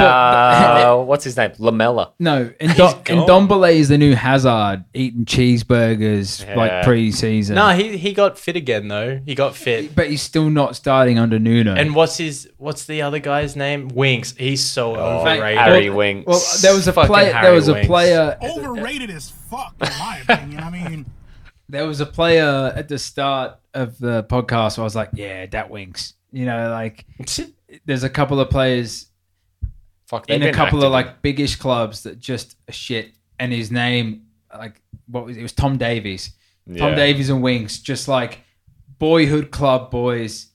[SPEAKER 1] thought
[SPEAKER 3] uh, what's his name? Lamella.
[SPEAKER 1] no, Ndom-
[SPEAKER 2] gone.
[SPEAKER 1] Ndombele is the new Hazard, eating cheeseburgers like
[SPEAKER 3] Yeah.
[SPEAKER 1] pre-season.
[SPEAKER 2] no, he he got fit again though. He got fit.
[SPEAKER 1] but he's still not starting under Nuno.
[SPEAKER 2] And what's his what's the other guy's name? Winks. He's so overrated.
[SPEAKER 3] Oh, Harry Winks.
[SPEAKER 1] well, there was a
[SPEAKER 2] Fucking
[SPEAKER 1] player. There
[SPEAKER 2] Harry
[SPEAKER 1] was a
[SPEAKER 2] Winks.
[SPEAKER 1] player.
[SPEAKER 7] Overrated as fuck, in my opinion. I mean,
[SPEAKER 1] There was a player at the start of the podcast. Where I was like, "Yeah, that winks." You know, like there's a couple of players.
[SPEAKER 2] Fuck, they've
[SPEAKER 1] in a
[SPEAKER 2] been
[SPEAKER 1] couple
[SPEAKER 2] active.
[SPEAKER 1] of like biggish clubs that just are shit. And his name, like, what was it? It was Tom Davies. Tom
[SPEAKER 3] Yeah.
[SPEAKER 1] Davies and Winks, just like boyhood club boys,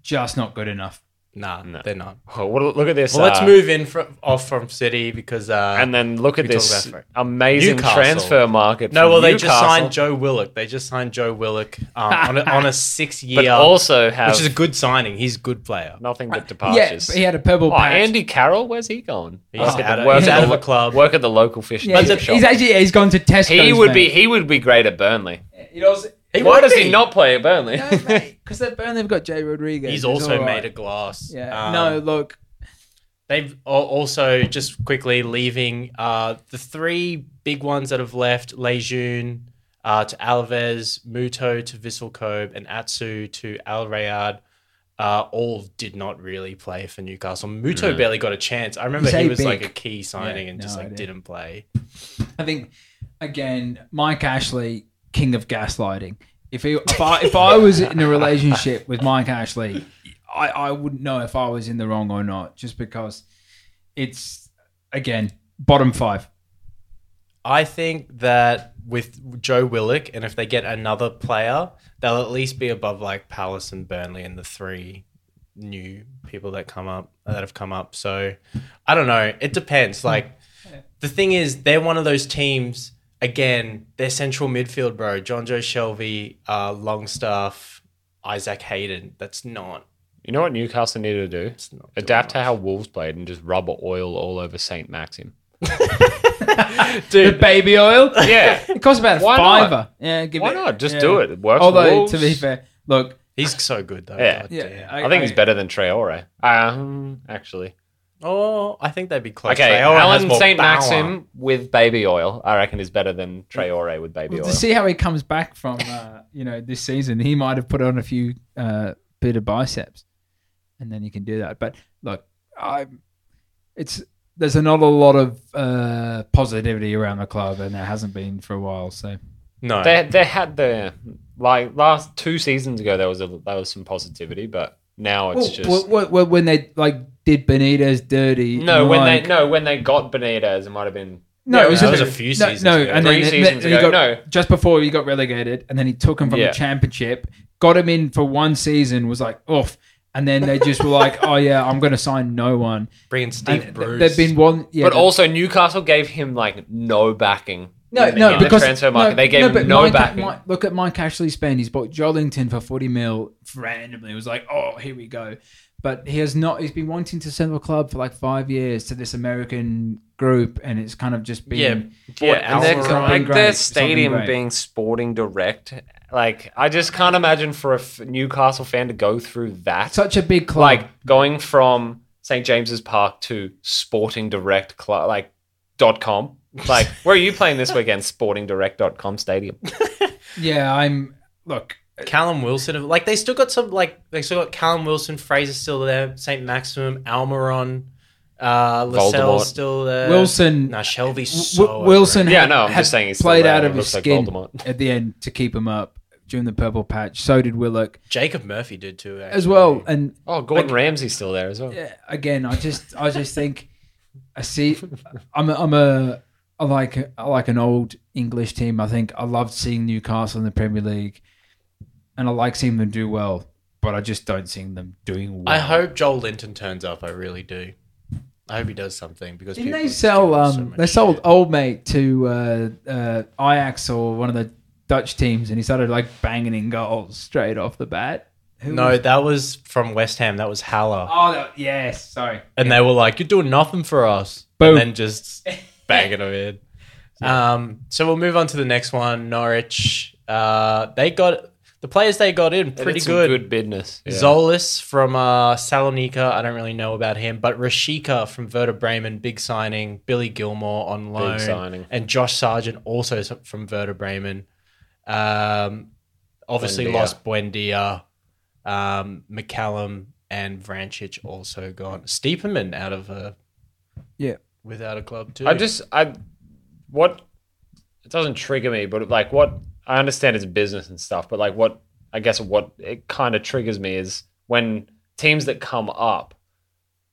[SPEAKER 1] just not good enough.
[SPEAKER 2] nah, they're not.
[SPEAKER 3] Oh, what, a- look at this.
[SPEAKER 2] Well, let's
[SPEAKER 3] uh,
[SPEAKER 2] move in from off from City because uh,
[SPEAKER 3] And then look at
[SPEAKER 2] We talked
[SPEAKER 3] this
[SPEAKER 2] about-
[SPEAKER 3] amazing
[SPEAKER 2] Newcastle.
[SPEAKER 3] transfer market.
[SPEAKER 2] no,
[SPEAKER 3] for
[SPEAKER 2] well, they
[SPEAKER 3] Newcastle,
[SPEAKER 2] just signed Joe Willock. They just signed Joe Willock um, on a, on a six year,
[SPEAKER 3] but also have
[SPEAKER 2] which is a good signing. He's a good player.
[SPEAKER 3] nothing but
[SPEAKER 1] Yeah,
[SPEAKER 3] departures.
[SPEAKER 1] but he had a purple
[SPEAKER 3] oh,
[SPEAKER 1] patch.
[SPEAKER 3] Andy Carroll, where's he going?
[SPEAKER 2] He's
[SPEAKER 3] Work at
[SPEAKER 2] out
[SPEAKER 3] the-
[SPEAKER 2] of-
[SPEAKER 3] work
[SPEAKER 2] he's
[SPEAKER 3] at
[SPEAKER 2] out
[SPEAKER 3] the
[SPEAKER 2] of a
[SPEAKER 3] lo-
[SPEAKER 2] club.
[SPEAKER 3] Work at the local fish
[SPEAKER 1] Yeah,
[SPEAKER 3] shop.
[SPEAKER 1] he's, he's actually yeah, he's gone to Tesco.
[SPEAKER 3] he would be he would be great at Burnley.
[SPEAKER 1] He does.
[SPEAKER 3] Why does he not play at Burnley?
[SPEAKER 1] Because at Burnley they've got Jay Rodriguez.
[SPEAKER 2] He's
[SPEAKER 1] who's
[SPEAKER 2] also
[SPEAKER 1] all right.
[SPEAKER 2] made a glass.
[SPEAKER 1] Yeah.
[SPEAKER 2] Um,
[SPEAKER 1] no, look.
[SPEAKER 2] They've al- also just quickly leaving uh, the three big ones that have left: Lejeune uh, to Alves, Muto to Vissel Kobe, and Atsu to Al Rayad. Uh, all did not really play for Newcastle. Muto barely got a chance. I remember
[SPEAKER 1] He's
[SPEAKER 2] he
[SPEAKER 1] a
[SPEAKER 2] was like a
[SPEAKER 1] big.
[SPEAKER 2] key signing
[SPEAKER 1] Yeah,
[SPEAKER 2] and just
[SPEAKER 1] no, I
[SPEAKER 2] like
[SPEAKER 1] did.
[SPEAKER 2] didn't play.
[SPEAKER 1] I think again, Mike Ashley, king of gaslighting. If he, if I, if I was in a relationship with Mike Ashley, I, I wouldn't know if I was in the wrong or not, just because it's again bottom five.
[SPEAKER 2] I think that with Joe Willock, and if they get another player, they'll at least be above like Palace and Burnley and the three new people that come up that have come up. So I don't know. It depends. Like the thing is, they're one of those teams. Again, they're central midfield, bro. John Joe Shelby, uh, Longstaff, Isaac Hayden. That's not.
[SPEAKER 3] You know what Newcastle needed to do? Adapt to how Wolves played and just rub oil all over Saint Maxim.
[SPEAKER 1] The baby oil.
[SPEAKER 3] Yeah.
[SPEAKER 1] It costs about a
[SPEAKER 3] Why not?
[SPEAKER 1] fiver. Yeah, give
[SPEAKER 3] Why
[SPEAKER 1] it-
[SPEAKER 3] not? Just
[SPEAKER 1] yeah.
[SPEAKER 3] do it. It works.
[SPEAKER 1] Although,
[SPEAKER 3] Wolves.
[SPEAKER 1] to be fair, look,
[SPEAKER 2] He's so good though.
[SPEAKER 3] Yeah.
[SPEAKER 2] God
[SPEAKER 1] yeah,
[SPEAKER 2] damn.
[SPEAKER 3] I think he's better than Traore. Um, actually.
[SPEAKER 2] Oh, I think they'd be close.
[SPEAKER 3] Okay,
[SPEAKER 2] Traore has
[SPEAKER 3] Alan
[SPEAKER 2] more
[SPEAKER 3] St.
[SPEAKER 2] power.
[SPEAKER 3] Maxim with baby oil, I reckon, is better than Traore with baby
[SPEAKER 1] Well,
[SPEAKER 3] oil.
[SPEAKER 1] to see how he comes back from uh, you know this season, he might have put on a few uh, bit of biceps, and then you can do that. But look, I it's there's not a lot of uh, positivity around the club, and there hasn't been for a while. So
[SPEAKER 2] No,
[SPEAKER 3] They, they had the like last two seasons ago. There was a there was some positivity, but now it's just
[SPEAKER 1] when they like did Benitez dirty,
[SPEAKER 3] no. When
[SPEAKER 1] like-
[SPEAKER 3] they no when they got Benitez, it might have been
[SPEAKER 1] No,
[SPEAKER 3] Yeah,
[SPEAKER 1] it was,
[SPEAKER 2] that
[SPEAKER 1] just
[SPEAKER 2] was a few
[SPEAKER 1] no,
[SPEAKER 2] seasons
[SPEAKER 1] No,
[SPEAKER 2] ago.
[SPEAKER 1] and
[SPEAKER 3] Three
[SPEAKER 1] then, then-
[SPEAKER 3] seasons
[SPEAKER 1] then he
[SPEAKER 3] ago,
[SPEAKER 1] got,
[SPEAKER 3] no.
[SPEAKER 1] just before he got relegated, and then he took him from
[SPEAKER 3] Yeah.
[SPEAKER 1] the championship, got him in for one season, was like off, and then they just were like, "Oh yeah, I'm going to sign no one."
[SPEAKER 2] bringing
[SPEAKER 1] And
[SPEAKER 2] Steve
[SPEAKER 1] th-
[SPEAKER 2] Bruce.
[SPEAKER 1] there've been one, yeah,
[SPEAKER 3] but
[SPEAKER 1] there-
[SPEAKER 3] also Newcastle gave him like no backing.
[SPEAKER 1] no,
[SPEAKER 3] in the-
[SPEAKER 1] no,
[SPEAKER 3] in
[SPEAKER 1] because
[SPEAKER 3] the transfer market they gave
[SPEAKER 1] but
[SPEAKER 3] him no
[SPEAKER 1] Mike-
[SPEAKER 3] backing.
[SPEAKER 1] Mike- look at Mike Ashley spend. He's bought Jollington for forty mil randomly. It was like, "Oh, here we go," but he has not. He's been wanting to sell the club for like five years to this American group, and it's kind of just been
[SPEAKER 2] Yeah,
[SPEAKER 3] yeah,
[SPEAKER 2] yeah,
[SPEAKER 3] and their,
[SPEAKER 1] Alvarado.
[SPEAKER 3] like,
[SPEAKER 1] Great,
[SPEAKER 3] their
[SPEAKER 1] something
[SPEAKER 3] stadium
[SPEAKER 1] great.
[SPEAKER 3] being Sporting Direct, like I just can't imagine for a f- Newcastle fan to go through that.
[SPEAKER 1] such a big club.
[SPEAKER 3] like going from St James's Park to Sporting Direct Club, like dot com. Like, where are you playing this weekend? SportingDirect.com Stadium.
[SPEAKER 1] yeah, I'm look.
[SPEAKER 2] Callum Wilson. Like they still got some. Like they still got Callum Wilson. Fraser still there. Saint Maximum. Almiron. Uh, Lascelles
[SPEAKER 3] Voldemort.
[SPEAKER 2] still there.
[SPEAKER 1] Wilson-
[SPEAKER 2] Nah, Shelby's so.
[SPEAKER 1] W- Wilson,
[SPEAKER 3] Yeah,
[SPEAKER 1] had,
[SPEAKER 3] no, I'm
[SPEAKER 1] had
[SPEAKER 3] just saying he's
[SPEAKER 1] played
[SPEAKER 3] still there.
[SPEAKER 1] out of
[SPEAKER 3] It
[SPEAKER 1] his
[SPEAKER 3] looks like
[SPEAKER 1] skin
[SPEAKER 3] Voldemort.
[SPEAKER 1] at the end to keep him up during the purple patch. So did Willock
[SPEAKER 2] overrated. Jacob Murphy did too.
[SPEAKER 1] as well. And
[SPEAKER 3] Oh, Gordon Ramsay's still there as well.
[SPEAKER 1] uh, again, I just, I just think, I see, I'm, a, I'm a, I like, I like an old English team. I think I loved seeing Newcastle in the Premier League, and I like seeing them do well. But I just don't see them doing well.
[SPEAKER 2] I hope Joel Linton turns up. I really do. I hope he does something because
[SPEAKER 1] Didn't
[SPEAKER 2] people
[SPEAKER 1] they
[SPEAKER 2] are
[SPEAKER 1] sell?
[SPEAKER 2] giving
[SPEAKER 1] Um,
[SPEAKER 2] so much
[SPEAKER 1] they sold
[SPEAKER 2] shit.
[SPEAKER 1] old mate to uh, uh, Ajax or one of the Dutch teams, and he started like banging in goals straight off the bat. Who
[SPEAKER 2] No,
[SPEAKER 1] was-
[SPEAKER 2] that was from West Ham. That was Haller,
[SPEAKER 1] oh that, yes, sorry.
[SPEAKER 2] and they were like, "You're doing nothing for us,"
[SPEAKER 1] Boom.
[SPEAKER 2] and then just banging them in. Um, so we'll move on to the next one. Norwich. Uh, they got the players they got in
[SPEAKER 3] They did
[SPEAKER 2] pretty
[SPEAKER 3] some
[SPEAKER 2] good.
[SPEAKER 3] Good business. Yeah.
[SPEAKER 2] Zolis from uh, Salonika. I don't really know about him, but Rashika from Werder Bremen, big signing. Billy Gilmore on loan,
[SPEAKER 3] signing.
[SPEAKER 2] and Josh Sargent also s- from Werder Bremen. Um, obviously
[SPEAKER 3] Buendia.
[SPEAKER 2] lost Buendia, um, McCallum, and Vrancic also gone. Steeperman out of a
[SPEAKER 1] Yeah.
[SPEAKER 2] without a club too.
[SPEAKER 3] I just, I, what, it doesn't trigger me, but like what, I understand it's business and stuff, but like what, I guess what it kind of triggers me is when teams that come up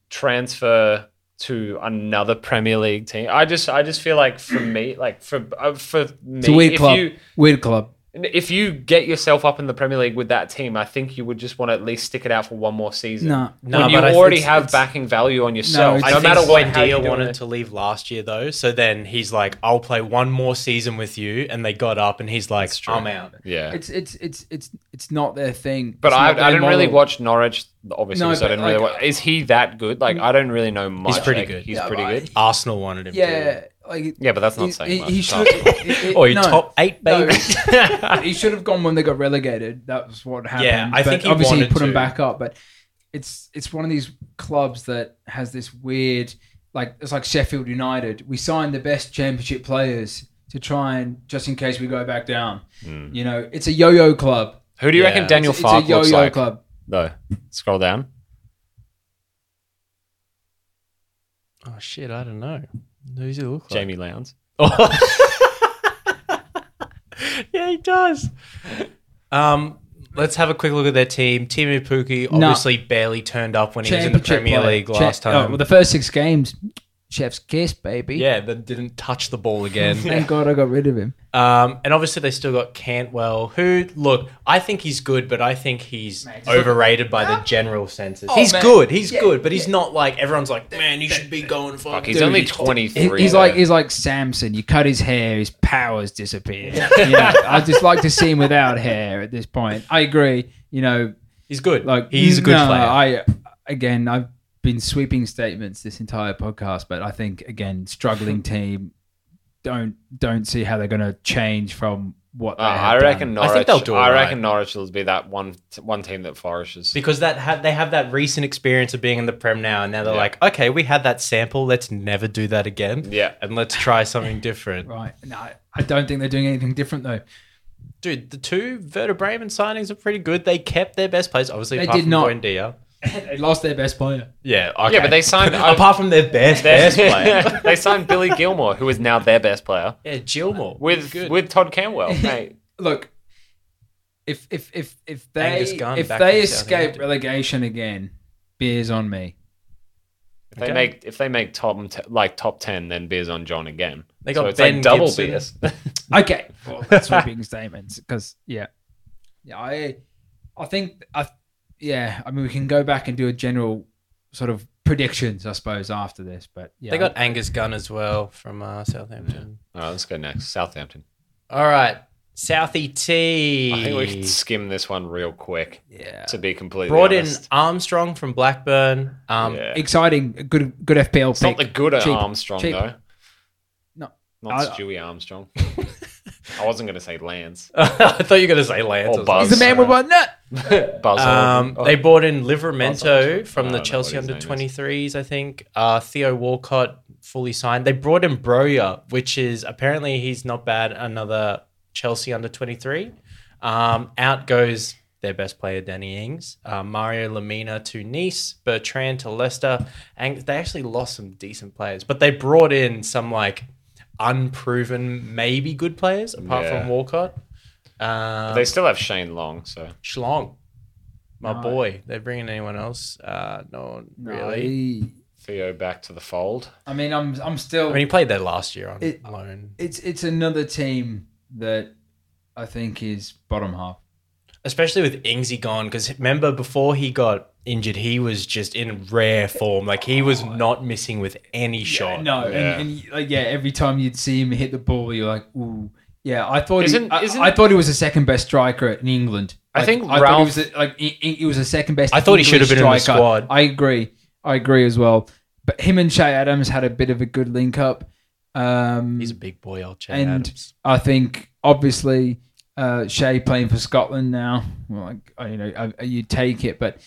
[SPEAKER 3] transfer to another Premier League team. I just I just feel like for me, like for uh, for me,
[SPEAKER 1] It's a weird
[SPEAKER 3] if
[SPEAKER 1] club.
[SPEAKER 3] you
[SPEAKER 1] Weird club.
[SPEAKER 3] if you get yourself up in the Premier League with that team, I think you would just want to at least stick it out for one more season.
[SPEAKER 1] No.
[SPEAKER 2] No,
[SPEAKER 3] when you
[SPEAKER 2] but I-
[SPEAKER 3] already
[SPEAKER 2] it's-
[SPEAKER 3] have
[SPEAKER 2] it's-
[SPEAKER 3] backing value on yourself,
[SPEAKER 1] it's-
[SPEAKER 3] no
[SPEAKER 1] I
[SPEAKER 3] matter what. how you
[SPEAKER 2] Dia
[SPEAKER 3] do
[SPEAKER 2] wanted
[SPEAKER 3] it.
[SPEAKER 2] to leave last year though, so then he's like, "I'll play one more season with you," and they got up, and he's like, "I'm out."
[SPEAKER 3] yeah.
[SPEAKER 1] It's it's it's it's it's not their thing.
[SPEAKER 3] but
[SPEAKER 1] It's
[SPEAKER 3] I, I
[SPEAKER 1] not their
[SPEAKER 3] didn't really
[SPEAKER 1] model.
[SPEAKER 3] watch Norwich, obviously,
[SPEAKER 1] No,
[SPEAKER 3] because I
[SPEAKER 1] but,
[SPEAKER 3] didn't really
[SPEAKER 1] like-
[SPEAKER 3] watch. Is he that good? Like, I don't really know much.
[SPEAKER 2] Mm. pretty
[SPEAKER 3] Like,
[SPEAKER 2] good.
[SPEAKER 3] He's
[SPEAKER 1] Yeah,
[SPEAKER 3] pretty
[SPEAKER 1] but-
[SPEAKER 3] good.
[SPEAKER 2] Arsenal wanted him.
[SPEAKER 1] Yeah, like
[SPEAKER 3] Yeah, but that's not
[SPEAKER 1] he-
[SPEAKER 3] saying
[SPEAKER 1] he,
[SPEAKER 3] much. Oh,
[SPEAKER 1] He should, it- it-
[SPEAKER 2] to. or you
[SPEAKER 1] no.
[SPEAKER 2] top eight,
[SPEAKER 1] No.
[SPEAKER 2] baby.
[SPEAKER 1] he should have gone when they got relegated. That was what happened.
[SPEAKER 2] Yeah, I
[SPEAKER 1] But
[SPEAKER 2] think he
[SPEAKER 1] obviously
[SPEAKER 2] wanted
[SPEAKER 1] put him
[SPEAKER 2] to.
[SPEAKER 1] back up. But it's it's one of these clubs that has this weird, like it's like Sheffield United. We signed the best Championship players to try and just in case we go back down.
[SPEAKER 2] Hmm.
[SPEAKER 1] You know, it's a yo-yo club.
[SPEAKER 3] Who do you
[SPEAKER 2] Yeah.
[SPEAKER 3] reckon Daniel
[SPEAKER 1] It's, it's
[SPEAKER 3] Fark
[SPEAKER 1] a yo-yo
[SPEAKER 3] looks like?
[SPEAKER 1] club.
[SPEAKER 3] Though, scroll down.
[SPEAKER 2] oh shit! I don't know. Who's he look like?
[SPEAKER 3] Jamie Lowndes.
[SPEAKER 2] Yeah, he does. Um, let's have a quick look at their team. Timu Puki obviously barely turned up when he was in the
[SPEAKER 1] Championship
[SPEAKER 2] Premier
[SPEAKER 1] player.
[SPEAKER 2] League
[SPEAKER 1] Cha-
[SPEAKER 2] last
[SPEAKER 1] oh,
[SPEAKER 2] time.
[SPEAKER 1] well, the first six games, Chef's kiss, baby.
[SPEAKER 2] yeah, that didn't touch the ball again.
[SPEAKER 1] Thank God I got rid of him.
[SPEAKER 2] Um, and obviously they still got Cantwell, who look, I think he's good, but I think he's
[SPEAKER 1] Mate, just
[SPEAKER 2] overrated by the general census.
[SPEAKER 1] Oh,
[SPEAKER 2] he's
[SPEAKER 1] man.
[SPEAKER 2] good, he's
[SPEAKER 1] Yeah,
[SPEAKER 2] good, but he's not like everyone's like, man, you should be going for.
[SPEAKER 3] Fuck, he's only twenty
[SPEAKER 1] He-
[SPEAKER 3] three.
[SPEAKER 1] he's like he's like Samson. You cut his hair, his powers disappear. You know, I just like to see him without hair at this point. I agree. You know,
[SPEAKER 2] He's good.
[SPEAKER 1] like
[SPEAKER 2] Like he's a good
[SPEAKER 1] no,
[SPEAKER 2] player.
[SPEAKER 1] I again, I've been sweeping statements this entire podcast, but I think again, struggling team don't don't see how they're going to change from what they have
[SPEAKER 3] Oh, I
[SPEAKER 1] done.
[SPEAKER 3] reckon
[SPEAKER 2] Uh, I
[SPEAKER 3] Norwich. I,
[SPEAKER 2] think they'll do all
[SPEAKER 3] reckon Norwich will be that one one team that flourishes.
[SPEAKER 2] because that ha- they have that recent experience of being in the prem now, and now they're
[SPEAKER 3] Yeah.
[SPEAKER 2] like, okay, we had that sample. Let's never do that again.
[SPEAKER 3] Yeah.
[SPEAKER 2] and let's try something different.
[SPEAKER 1] Right? No, I don't think they're doing anything different though.
[SPEAKER 2] Dude, the two Werder Bremen signings are pretty good. They kept their best players, obviously.
[SPEAKER 1] They
[SPEAKER 2] apart
[SPEAKER 1] did
[SPEAKER 2] from
[SPEAKER 1] not.
[SPEAKER 2] Buendia.
[SPEAKER 1] they lost their best player.
[SPEAKER 2] Yeah, okay.
[SPEAKER 3] Yeah, but they signed-
[SPEAKER 2] apart from their best
[SPEAKER 3] Their-
[SPEAKER 2] best player.
[SPEAKER 3] they signed Billy Gilmore, who is now their best player,
[SPEAKER 2] Yeah, Gilmore
[SPEAKER 3] with with Todd Campbell. Mate,
[SPEAKER 1] look, if if if if they
[SPEAKER 2] Angus Gunn
[SPEAKER 1] if
[SPEAKER 2] back
[SPEAKER 1] they
[SPEAKER 2] in
[SPEAKER 1] escape
[SPEAKER 2] Southampton.
[SPEAKER 1] relegation again, beers on me.
[SPEAKER 3] if they make if they make top t- like top ten, then beers on John again.
[SPEAKER 2] They got
[SPEAKER 3] so it's
[SPEAKER 2] Ben
[SPEAKER 3] like double
[SPEAKER 2] Gibson.
[SPEAKER 3] beers.
[SPEAKER 1] Okay, well, that's sweeping statements because yeah, yeah, I I think I yeah, I mean we can go back and do a general sort of predictions, I suppose, after this. But yeah,
[SPEAKER 2] They got Angus Gunn as well from uh, Southampton.
[SPEAKER 3] All right, let's go next. Southampton.
[SPEAKER 2] All right, Southie T.
[SPEAKER 3] I think we can skim this one real quick.
[SPEAKER 1] yeah.
[SPEAKER 3] To be completely
[SPEAKER 2] brought
[SPEAKER 3] honest.
[SPEAKER 2] in Armstrong from Blackburn. Um,
[SPEAKER 3] yeah.
[SPEAKER 1] Exciting, good, good FPL
[SPEAKER 3] It's not the
[SPEAKER 1] pick.
[SPEAKER 3] good
[SPEAKER 1] Cheap,
[SPEAKER 3] Armstrong
[SPEAKER 1] cheap.
[SPEAKER 3] though.
[SPEAKER 1] No.
[SPEAKER 3] Not
[SPEAKER 1] I-
[SPEAKER 3] Stewie Armstrong. I wasn't gonna say Lance.
[SPEAKER 1] Uh,
[SPEAKER 2] I thought you were going to say Lance.
[SPEAKER 3] Or
[SPEAKER 2] or
[SPEAKER 3] Buzz.
[SPEAKER 1] He's the man with one nut.
[SPEAKER 3] Buzz
[SPEAKER 2] Um,
[SPEAKER 3] Aldrin.
[SPEAKER 2] They brought in
[SPEAKER 3] Armstrong.
[SPEAKER 2] Livermento
[SPEAKER 3] Oh. I
[SPEAKER 2] from the
[SPEAKER 3] don't know
[SPEAKER 2] Chelsea
[SPEAKER 3] what his
[SPEAKER 2] under
[SPEAKER 3] name is.
[SPEAKER 2] 23s, I think. Uh, Theo Walcott fully signed. They brought in Broya, which is apparently he's not bad, another Chelsea under 23. Um, out goes their best player, Danny Ings. Uh, Mario Lamina to Nice, Bertrand to Leicester. And they actually lost some decent players, but they brought in some like unproven, maybe good players apart
[SPEAKER 3] Yeah.
[SPEAKER 2] from Walcott. Um,
[SPEAKER 3] they still have Shane Long, so
[SPEAKER 2] Schlong, my
[SPEAKER 1] No.
[SPEAKER 2] boy. They're bringing anyone else? Uh, no, one really.
[SPEAKER 1] Really?
[SPEAKER 3] Theo back to the fold.
[SPEAKER 1] I mean, I'm I'm still.
[SPEAKER 2] I mean, he played there last year on
[SPEAKER 1] It-
[SPEAKER 2] loan,
[SPEAKER 1] it's it's another team that I think is bottom half.
[SPEAKER 2] especially with Ingsy gone. Because remember, before he got injured, he was just in rare form. Like he was not missing with any shot.
[SPEAKER 1] Oh, No,
[SPEAKER 3] Yeah.
[SPEAKER 1] and, and like, yeah, every time you'd see him hit the ball, you're like, ooh, yeah. I thought
[SPEAKER 3] Isn't-
[SPEAKER 1] he,
[SPEAKER 3] isn't-
[SPEAKER 1] I, I thought he was the second best striker in England.
[SPEAKER 3] I
[SPEAKER 1] Like,
[SPEAKER 3] think
[SPEAKER 1] I thought he
[SPEAKER 3] Ralph-
[SPEAKER 1] was the, like he, he- he was the second best.
[SPEAKER 2] I thought he should
[SPEAKER 1] English
[SPEAKER 2] have been in the
[SPEAKER 1] striker.
[SPEAKER 2] squad.
[SPEAKER 1] I agree. I agree as well. But him and Shay Adams had a bit of a good link up. Um,
[SPEAKER 2] he's a big boy, old Chad
[SPEAKER 1] and
[SPEAKER 2] Adams.
[SPEAKER 1] I think obviously uh, Shay playing for Scotland now. Well, like I- you know, I, you take it, but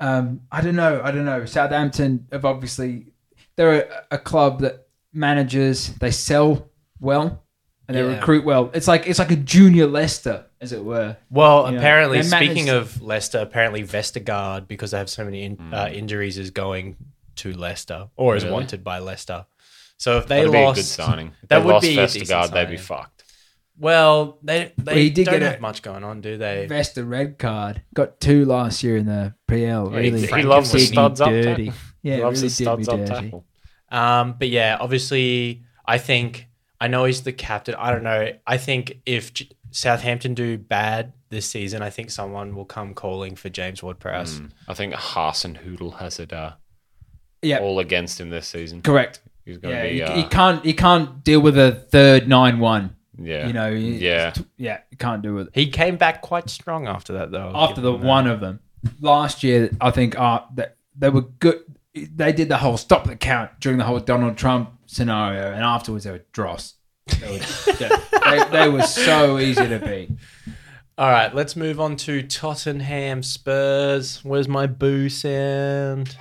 [SPEAKER 1] um, I don't know. I don't know. Southampton have obviously they're a, a club that managers they sell well and they
[SPEAKER 2] Yeah.
[SPEAKER 1] recruit well. It's like it's like a junior Leicester, as it were.
[SPEAKER 2] Well,
[SPEAKER 1] Yeah.
[SPEAKER 2] apparently,
[SPEAKER 1] They managed-
[SPEAKER 2] speaking of Leicester, apparently Vestergaard, because they have so many in, uh, injuries, is going to Leicester or is
[SPEAKER 3] Mm. Really?
[SPEAKER 2] wanted by Leicester. So if they
[SPEAKER 3] That'd
[SPEAKER 2] lost,
[SPEAKER 3] be a good signing. If
[SPEAKER 2] That
[SPEAKER 3] they
[SPEAKER 2] would
[SPEAKER 3] lost
[SPEAKER 2] be a decent
[SPEAKER 3] Vestergaard, they'd be
[SPEAKER 2] signing.
[SPEAKER 3] fucked.
[SPEAKER 2] Well, they they
[SPEAKER 1] Well, he did
[SPEAKER 2] don't
[SPEAKER 1] get a-
[SPEAKER 2] have much going on, do they?
[SPEAKER 1] Vesta red card got two last year in the PL.
[SPEAKER 3] Yeah, he-
[SPEAKER 1] Really,
[SPEAKER 3] he loves
[SPEAKER 1] Did
[SPEAKER 3] the studs up
[SPEAKER 1] dirty.
[SPEAKER 3] tackle.
[SPEAKER 1] Yeah,
[SPEAKER 3] He loves
[SPEAKER 1] really
[SPEAKER 3] his
[SPEAKER 1] did me
[SPEAKER 3] studs up
[SPEAKER 1] dirty.
[SPEAKER 3] tackle.
[SPEAKER 2] Um, but yeah, obviously, I think I know he's the captain. I don't know. I think if J- Southampton do bad this season, I think someone will come calling for James Ward-Prowse.
[SPEAKER 1] Hmm.
[SPEAKER 3] I think Haas and Hoodle has it uh,
[SPEAKER 1] Yeah,
[SPEAKER 3] all against him this season.
[SPEAKER 1] correct.
[SPEAKER 3] He's going
[SPEAKER 1] Yeah,
[SPEAKER 3] to
[SPEAKER 1] he,
[SPEAKER 3] be. Uh,
[SPEAKER 1] he can't he can't deal with a third nine one.
[SPEAKER 3] yeah.
[SPEAKER 1] You know, he-
[SPEAKER 3] Yeah.
[SPEAKER 1] yeah, he can't do it.
[SPEAKER 2] He came back quite strong after that, though. I'll
[SPEAKER 1] after
[SPEAKER 2] give
[SPEAKER 1] the
[SPEAKER 2] him that.
[SPEAKER 1] one of them last year. I think uh, that they were good. They did the whole stop the count during the whole Donald Trump scenario, and afterwards they were dross. They were, they, they were so easy to beat.
[SPEAKER 2] All right, let's move on to Tottenham Spurs. Where's my boo sound?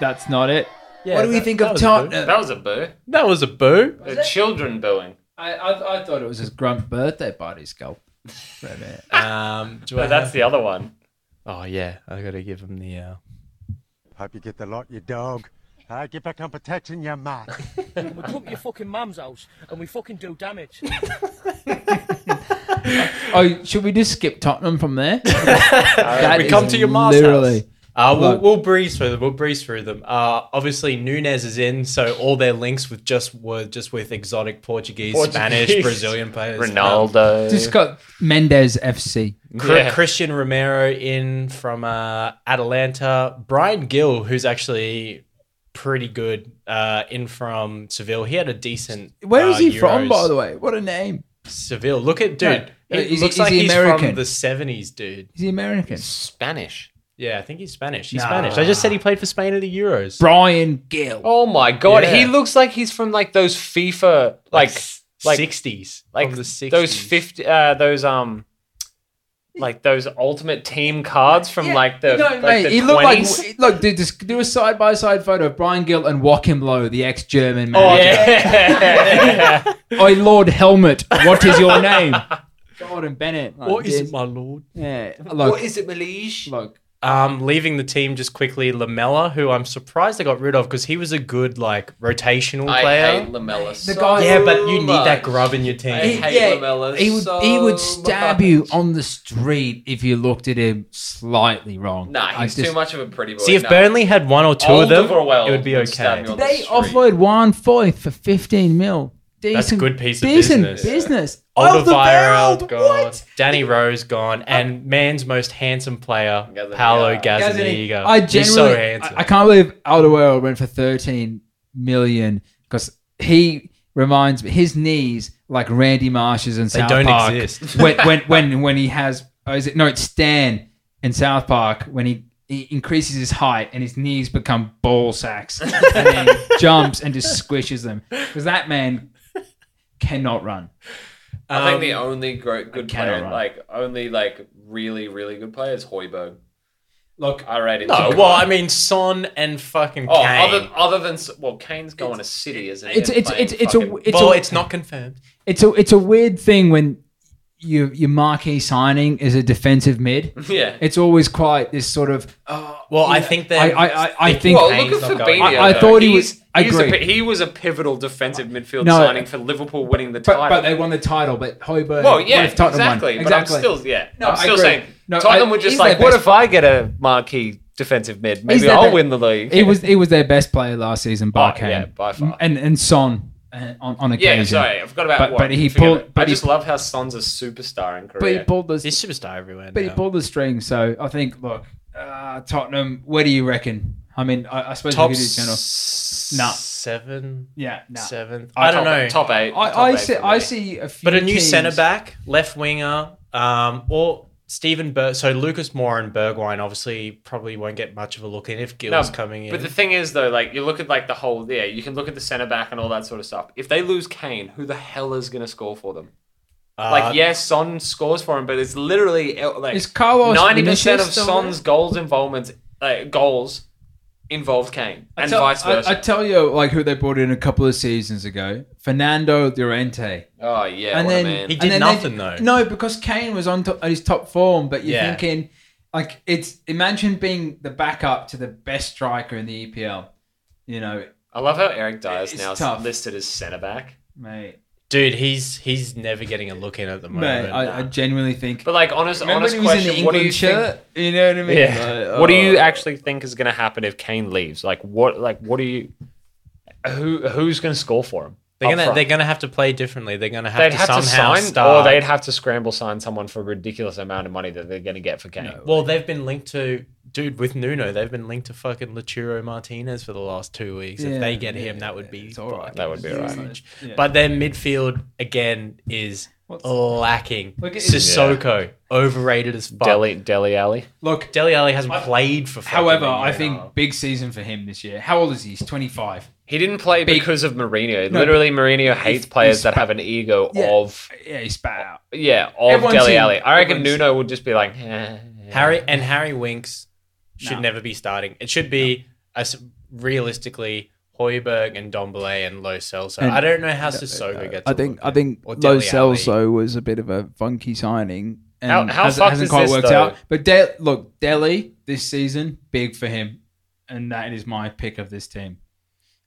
[SPEAKER 1] That's not it.
[SPEAKER 2] Yeah,
[SPEAKER 1] what do we
[SPEAKER 2] that-
[SPEAKER 1] think
[SPEAKER 2] that
[SPEAKER 1] of Uh,
[SPEAKER 2] was a boo.
[SPEAKER 1] Tottenham?
[SPEAKER 3] Oh, That was a boo.
[SPEAKER 2] That was a boo.
[SPEAKER 3] The children booing.
[SPEAKER 1] I, I, I thought it was his grunt birthday party skull.
[SPEAKER 2] Um, do I
[SPEAKER 3] But that's
[SPEAKER 2] have-
[SPEAKER 3] the other one.
[SPEAKER 2] Oh yeah, I gotta give him the. Uh...
[SPEAKER 5] Hope you get the lot, you dog. Uh, get back on protection, you mutt.
[SPEAKER 6] We come to your fucking mum's house and we fucking do damage.
[SPEAKER 1] oh, should we just skip Tottenham from there? That
[SPEAKER 2] we
[SPEAKER 1] is
[SPEAKER 2] come to your ma's
[SPEAKER 1] literally-
[SPEAKER 2] house. Uh, we'll,
[SPEAKER 1] Look.
[SPEAKER 2] we'll breeze through them. We'll breeze through them. Uh, obviously, Nunez is in, so all their links with just were just with exotic Portuguese,
[SPEAKER 3] Portuguese.
[SPEAKER 2] Spanish, Brazilian players. Um,
[SPEAKER 3] Ronaldo.
[SPEAKER 1] Just got Mendes FC.
[SPEAKER 2] Cr-
[SPEAKER 3] Yeah.
[SPEAKER 2] Christian Romero in from uh, Atalanta. Brian Gill, who's actually pretty good, uh, in from Seville. He had a decent.
[SPEAKER 1] Where is
[SPEAKER 3] Ah,
[SPEAKER 2] uh,
[SPEAKER 1] he from,
[SPEAKER 2] Euros.
[SPEAKER 1] by the way? What a name!
[SPEAKER 2] Seville. Look at dude.
[SPEAKER 1] No,
[SPEAKER 2] He
[SPEAKER 1] is he-
[SPEAKER 2] looks
[SPEAKER 1] is
[SPEAKER 2] like
[SPEAKER 1] he
[SPEAKER 2] he's
[SPEAKER 1] American?
[SPEAKER 2] from the seventies, dude.
[SPEAKER 1] Is he American?
[SPEAKER 3] Spanish.
[SPEAKER 2] Yeah, I think he's Spanish. He's
[SPEAKER 1] Nah.
[SPEAKER 2] Spanish. I just said he played for Spain at the Euros.
[SPEAKER 1] Brian Gill.
[SPEAKER 3] Oh my god,
[SPEAKER 2] Yeah.
[SPEAKER 3] he looks like he's from like those FIFA like like
[SPEAKER 2] sixties,
[SPEAKER 3] like
[SPEAKER 2] the sixties.
[SPEAKER 3] those fifty uh those um like those ultimate team cards from
[SPEAKER 1] Yeah.
[SPEAKER 3] like the
[SPEAKER 1] No,
[SPEAKER 3] like
[SPEAKER 1] mate,
[SPEAKER 3] the
[SPEAKER 1] he
[SPEAKER 3] 20s.
[SPEAKER 1] looked like look, dude, just do a side by side photo of Brian Gill and Joachim Low, the ex German manager.
[SPEAKER 3] Oh, yeah.
[SPEAKER 1] Oh, Lord Helmet, what is your name? Gordon Bennett. Like
[SPEAKER 2] What is
[SPEAKER 1] this.
[SPEAKER 2] it, my lord?
[SPEAKER 1] Yeah, look,
[SPEAKER 3] it, Malish?
[SPEAKER 1] look.
[SPEAKER 2] Um, leaving the team just quickly, Lamella, who I'm surprised they got rid of because he was a good like rotational
[SPEAKER 3] I hate
[SPEAKER 2] player.
[SPEAKER 3] Lamella.
[SPEAKER 1] The
[SPEAKER 3] so
[SPEAKER 1] guy-
[SPEAKER 2] yeah, but you need
[SPEAKER 3] much.
[SPEAKER 2] that grub in your team.
[SPEAKER 3] I hate Lamella
[SPEAKER 1] he would
[SPEAKER 3] so
[SPEAKER 1] he would stab
[SPEAKER 3] much.
[SPEAKER 1] you on the street if you looked at him slightly wrong.
[SPEAKER 3] Nah,
[SPEAKER 1] I
[SPEAKER 3] he's
[SPEAKER 1] just-
[SPEAKER 3] too much of a pretty boy.
[SPEAKER 2] See, if
[SPEAKER 3] Nah.
[SPEAKER 2] Burnley had one or two of them,
[SPEAKER 3] Alderweireld
[SPEAKER 2] it would be
[SPEAKER 3] would stab
[SPEAKER 2] okay.
[SPEAKER 3] me on the
[SPEAKER 1] They
[SPEAKER 3] street.
[SPEAKER 1] offload Juan Foyth for fifteen mil. Decent,
[SPEAKER 2] That's a good piece of
[SPEAKER 1] decent
[SPEAKER 2] business.
[SPEAKER 1] business.
[SPEAKER 2] Alderweireld
[SPEAKER 1] Alderweireld,
[SPEAKER 2] gone,
[SPEAKER 1] what?
[SPEAKER 2] Danny Rose gone, and man's most handsome player,
[SPEAKER 3] Gazzaniga.
[SPEAKER 2] Paolo
[SPEAKER 1] Gazzaniga.
[SPEAKER 2] Gazzaniga.
[SPEAKER 1] I generally,
[SPEAKER 2] He's so handsome.
[SPEAKER 1] I, I can't believe Alderweireld went for 13 million because he reminds me his knees like Randy Marsh's and
[SPEAKER 2] They
[SPEAKER 1] South
[SPEAKER 2] don't
[SPEAKER 1] Park.
[SPEAKER 2] exist.
[SPEAKER 1] when, when when when he has oh, is it no it's Stan in South Park when he. He increases his height and his knees become ball sacks and then jumps and just squishes them because that man cannot run.
[SPEAKER 3] I think
[SPEAKER 2] Um,
[SPEAKER 3] the only gro- good
[SPEAKER 1] cannot
[SPEAKER 3] player,
[SPEAKER 1] run.
[SPEAKER 3] like only like really really good player, is Hoiberg.
[SPEAKER 1] Look,
[SPEAKER 3] I rate him.
[SPEAKER 2] No,
[SPEAKER 3] too
[SPEAKER 2] Oh, well, I mean Son and fucking
[SPEAKER 3] Oh,
[SPEAKER 2] Kane.
[SPEAKER 3] other other than s- well, Kane's going to City, isn't he?
[SPEAKER 1] it's
[SPEAKER 3] And
[SPEAKER 1] it's
[SPEAKER 3] playing
[SPEAKER 1] it's it's a
[SPEAKER 3] fucking-
[SPEAKER 1] it's
[SPEAKER 2] well,
[SPEAKER 1] a,
[SPEAKER 2] it's not confirmed.
[SPEAKER 1] It's a it's a weird thing when your your marquee signing is a defensive mid.
[SPEAKER 3] yeah.
[SPEAKER 1] It's always quite this sort of. Oh,
[SPEAKER 2] Well, I
[SPEAKER 1] yeah,
[SPEAKER 2] think they.
[SPEAKER 1] I I, I, I think
[SPEAKER 3] well,
[SPEAKER 2] Kane's
[SPEAKER 3] look at
[SPEAKER 2] not going.
[SPEAKER 3] Fabinho.
[SPEAKER 1] I- I
[SPEAKER 3] though.
[SPEAKER 1] thought he
[SPEAKER 3] He's-
[SPEAKER 1] was-
[SPEAKER 3] he's a
[SPEAKER 1] agree.
[SPEAKER 3] pi- he was a pivotal defensive midfield
[SPEAKER 1] No.
[SPEAKER 3] signing for Liverpool winning the
[SPEAKER 1] but,
[SPEAKER 3] title.
[SPEAKER 1] but they won the title. But Hoiberg.
[SPEAKER 3] well,
[SPEAKER 1] what
[SPEAKER 3] yeah,
[SPEAKER 1] if Tottenham won?
[SPEAKER 3] exactly. But I'm still, yeah,
[SPEAKER 1] No,
[SPEAKER 3] I'm
[SPEAKER 1] I
[SPEAKER 3] still
[SPEAKER 1] agree.
[SPEAKER 3] saying
[SPEAKER 1] No,
[SPEAKER 3] Tottenham
[SPEAKER 1] I-
[SPEAKER 3] were just
[SPEAKER 1] he's
[SPEAKER 3] like,
[SPEAKER 1] their
[SPEAKER 3] what
[SPEAKER 1] best-
[SPEAKER 3] if I get a marquee defensive mid? Maybe
[SPEAKER 1] their
[SPEAKER 3] I'll
[SPEAKER 1] best-
[SPEAKER 3] win the league.
[SPEAKER 1] It was it was their best player last season,
[SPEAKER 3] Oh,
[SPEAKER 1] Barkane.
[SPEAKER 3] yeah, by far.
[SPEAKER 1] And and Son uh, on on
[SPEAKER 3] Yeah,
[SPEAKER 1] occasion.
[SPEAKER 3] sorry, I forgot about
[SPEAKER 1] But-
[SPEAKER 3] what.
[SPEAKER 1] but he
[SPEAKER 3] forget
[SPEAKER 1] pulled-
[SPEAKER 3] it.
[SPEAKER 1] but
[SPEAKER 3] I
[SPEAKER 1] he-
[SPEAKER 3] just love how Son's a superstar in
[SPEAKER 1] But he
[SPEAKER 3] Korea.
[SPEAKER 1] pulled the
[SPEAKER 2] He's superstar everywhere.
[SPEAKER 1] but he
[SPEAKER 2] now.
[SPEAKER 1] pulled the string. So I think look, uh, Tottenham. Where do you reckon? I mean, I, I suppose
[SPEAKER 2] top
[SPEAKER 1] we could do general.
[SPEAKER 2] s-
[SPEAKER 1] Nah.
[SPEAKER 2] seven,
[SPEAKER 1] Yeah, nah.
[SPEAKER 2] seventh.
[SPEAKER 3] Oh,
[SPEAKER 2] I don't
[SPEAKER 3] top,
[SPEAKER 2] know.
[SPEAKER 3] Top eight. top
[SPEAKER 1] I, I
[SPEAKER 3] eight
[SPEAKER 1] see.
[SPEAKER 3] for
[SPEAKER 1] I
[SPEAKER 3] me.
[SPEAKER 1] see a few.
[SPEAKER 2] but a new
[SPEAKER 1] teams-
[SPEAKER 2] centre back, left winger, um, or Stephen Berg. So Lucas Moore and Bergwijn obviously probably won't get much of a look in if Gill's coming in.
[SPEAKER 3] But the thing is, though, like you look at like the whole yeah, you can look at the centre back and all that sort of stuff. If they lose Kane, who the hell is going to score for them?
[SPEAKER 2] Uh,
[SPEAKER 3] like yes, Son scores for him, but it's literally uh, like
[SPEAKER 1] Is Carlos
[SPEAKER 3] ninety percent
[SPEAKER 1] Vinicius
[SPEAKER 3] of
[SPEAKER 1] still
[SPEAKER 3] Son's goals involvements uh, goals involved Kane
[SPEAKER 1] I
[SPEAKER 3] and
[SPEAKER 1] tell-
[SPEAKER 3] vice versa.
[SPEAKER 1] I, I tell you, like who they brought in a couple of seasons ago, Fernando Llorente,
[SPEAKER 3] oh yeah,
[SPEAKER 1] and
[SPEAKER 3] what
[SPEAKER 1] then
[SPEAKER 3] a man.
[SPEAKER 2] He
[SPEAKER 1] and
[SPEAKER 2] did
[SPEAKER 1] then
[SPEAKER 2] nothing, though.
[SPEAKER 1] No, because Kane was on top,
[SPEAKER 8] uh,
[SPEAKER 1] at his top form, but you're
[SPEAKER 2] Yeah.
[SPEAKER 1] thinking, like it's imagine being the backup to the best striker in
[SPEAKER 8] E
[SPEAKER 1] the EPL. You know,
[SPEAKER 3] I love how Eric Dyer's
[SPEAKER 1] It's
[SPEAKER 3] now
[SPEAKER 1] tough.
[SPEAKER 3] listed as centre back.
[SPEAKER 1] mate.
[SPEAKER 2] Dude, he's he's never getting a look in at the moment.
[SPEAKER 8] Mate, I, I genuinely think.
[SPEAKER 3] But like, honest,
[SPEAKER 8] Remember
[SPEAKER 3] honest
[SPEAKER 8] when he was in the
[SPEAKER 3] question: What do you
[SPEAKER 8] England
[SPEAKER 3] think?
[SPEAKER 8] shirt? You know what I mean?
[SPEAKER 2] Yeah.
[SPEAKER 8] Like,
[SPEAKER 3] What do
[SPEAKER 8] oh.
[SPEAKER 3] you actually think is going to happen if Kane leaves? Like, what? Like, what do you? Who? Who's going to score for him?
[SPEAKER 2] They're
[SPEAKER 3] Up
[SPEAKER 2] gonna
[SPEAKER 3] front?
[SPEAKER 2] they're gonna have to play differently. They're gonna have
[SPEAKER 3] They'd
[SPEAKER 2] to
[SPEAKER 3] have to
[SPEAKER 2] somehow
[SPEAKER 3] sign,
[SPEAKER 2] start.
[SPEAKER 3] or they'd have to scramble sign someone for a ridiculous amount of money that they're going to get for Kane.
[SPEAKER 2] well, they've been linked to dude with Nuno. They've been linked to fucking Laturo Martinez for the last two weeks.
[SPEAKER 1] Yeah,
[SPEAKER 2] if they get him,
[SPEAKER 1] yeah,
[SPEAKER 2] that would be
[SPEAKER 1] it's all right.
[SPEAKER 3] That would be right.
[SPEAKER 8] Yeah.
[SPEAKER 2] But their midfield again is
[SPEAKER 1] What's-
[SPEAKER 2] lacking.
[SPEAKER 1] Look at-
[SPEAKER 2] Sissoko overrated as fuck.
[SPEAKER 3] Deli, Deli Alley.
[SPEAKER 8] Look,
[SPEAKER 2] Deli Alley hasn't played for. fucking
[SPEAKER 8] however,
[SPEAKER 2] a
[SPEAKER 8] I
[SPEAKER 2] year.
[SPEAKER 8] think big season for him this year. How old is he? He's 25.
[SPEAKER 3] He didn't play
[SPEAKER 8] Big-
[SPEAKER 3] because of Mourinho. Literally, Mourinho hates players that have an ego
[SPEAKER 1] Yeah.
[SPEAKER 3] of
[SPEAKER 1] Yeah, he spat out.
[SPEAKER 3] yeah of
[SPEAKER 8] Everyone's
[SPEAKER 3] Deli
[SPEAKER 8] seen-
[SPEAKER 3] Alley. I reckon
[SPEAKER 8] everyone's-
[SPEAKER 3] Nuno would just be like, eh,
[SPEAKER 2] Harry and Harry Winks should
[SPEAKER 1] No.
[SPEAKER 2] never be starting. It should be as realistically Hoiberg and Dombele and Lo Celso.
[SPEAKER 1] And-
[SPEAKER 2] I don't know how Sissoko gets.
[SPEAKER 1] I
[SPEAKER 2] a
[SPEAKER 1] think
[SPEAKER 2] look
[SPEAKER 1] I
[SPEAKER 2] in.
[SPEAKER 1] think
[SPEAKER 2] Or
[SPEAKER 1] Lo
[SPEAKER 2] Dele Alli.
[SPEAKER 1] Celso was a bit of a funky signing and
[SPEAKER 3] How- how
[SPEAKER 1] hasn't,
[SPEAKER 3] fucked
[SPEAKER 1] hasn't
[SPEAKER 3] is
[SPEAKER 1] quite
[SPEAKER 3] this,
[SPEAKER 1] worked
[SPEAKER 3] though?
[SPEAKER 1] out.
[SPEAKER 8] But De- look, Delhi this season, big for him. And that is my pick of this team.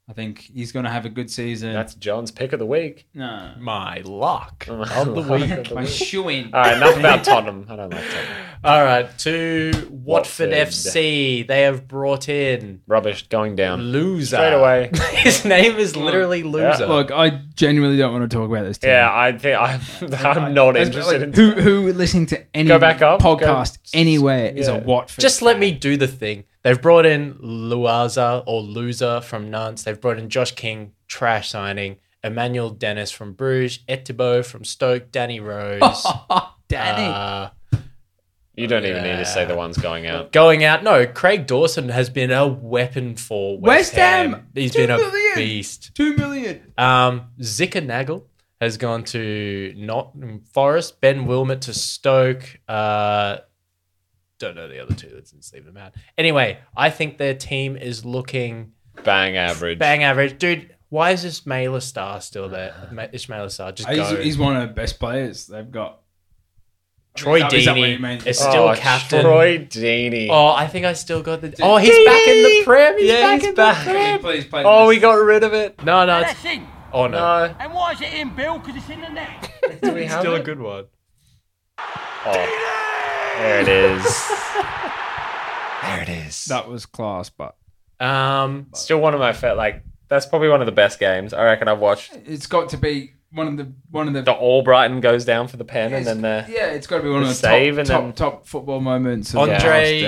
[SPEAKER 8] I think he's going to have a good season.
[SPEAKER 3] that's John's pick of the week.
[SPEAKER 8] no.
[SPEAKER 2] my luck.
[SPEAKER 3] Of the week.
[SPEAKER 8] My shoe in.
[SPEAKER 3] All right, enough about Tottenham. I don't like Tottenham.
[SPEAKER 2] All right, to Watford
[SPEAKER 3] Watford.
[SPEAKER 2] FC. They have brought in
[SPEAKER 3] Rubbish going down.
[SPEAKER 2] loser
[SPEAKER 3] Straight away. Mm.
[SPEAKER 2] His name is literally loser.
[SPEAKER 1] Look, I genuinely don't want to talk about this team.
[SPEAKER 3] Yeah, I think I'm, I'm not
[SPEAKER 1] That's-
[SPEAKER 3] interested
[SPEAKER 1] like,
[SPEAKER 3] in
[SPEAKER 1] who who listening to any
[SPEAKER 3] Go back up,
[SPEAKER 1] podcast
[SPEAKER 3] go-
[SPEAKER 1] anywhere is a
[SPEAKER 3] yeah.
[SPEAKER 1] Watford.
[SPEAKER 2] Just let me do the thing. They've brought in Luaza or Loser from Nantes. They've brought in Josh King, trash signing. Emmanuel Dennis from Bruges. Etibo from Stoke. Danny Rose.
[SPEAKER 1] Oh, Danny.
[SPEAKER 2] Uh,
[SPEAKER 3] You don't even need to say the ones going out.
[SPEAKER 2] going out. No, Craig Dawson has been a weapon for West,
[SPEAKER 1] West Ham.
[SPEAKER 2] Ham. He's
[SPEAKER 1] Two
[SPEAKER 2] been a
[SPEAKER 1] million.
[SPEAKER 2] beast.
[SPEAKER 1] Two million.
[SPEAKER 2] Um, Zika Nagel has gone to Nottingham Forest. Ben Wilmot to Stoke. Uh, don't know the other two. Let's just leave them out. Anyway, I think their team is looking
[SPEAKER 3] Bang average.
[SPEAKER 2] bang average, dude. Why is this Ismail Star still there? Ma- Ismail Star just
[SPEAKER 8] He's,
[SPEAKER 2] go.
[SPEAKER 8] he's one of the best players they've got.
[SPEAKER 2] Troy
[SPEAKER 8] Is that what you
[SPEAKER 2] Deeney
[SPEAKER 8] meant?
[SPEAKER 2] is
[SPEAKER 3] Oh,
[SPEAKER 2] still captain.
[SPEAKER 3] Troy Deeney.
[SPEAKER 2] Oh, I think I still got the. Oh, he's back in the Prem. He's back in the Prem.
[SPEAKER 8] Please play
[SPEAKER 3] Oh, we got rid of it.
[SPEAKER 2] No, no, it's,
[SPEAKER 6] That's in.
[SPEAKER 2] oh no,
[SPEAKER 3] No.
[SPEAKER 6] And why is it in, Bill? Because it's in the net.
[SPEAKER 3] Do we have
[SPEAKER 2] still a
[SPEAKER 3] it?
[SPEAKER 2] good one.
[SPEAKER 3] Oh. There it is. there it is.
[SPEAKER 1] That was class, but
[SPEAKER 2] Um,
[SPEAKER 3] Still one of my fa- like that's probably one of the best games I reckon I've watched.
[SPEAKER 8] It's got to be one of the one of the.
[SPEAKER 3] The All Brighton goes down for the pen and then the
[SPEAKER 8] yeah, it's got to be one of the
[SPEAKER 3] save
[SPEAKER 8] top,
[SPEAKER 3] and
[SPEAKER 8] top,
[SPEAKER 3] then-
[SPEAKER 8] top football moments. Of
[SPEAKER 2] Andre,
[SPEAKER 8] the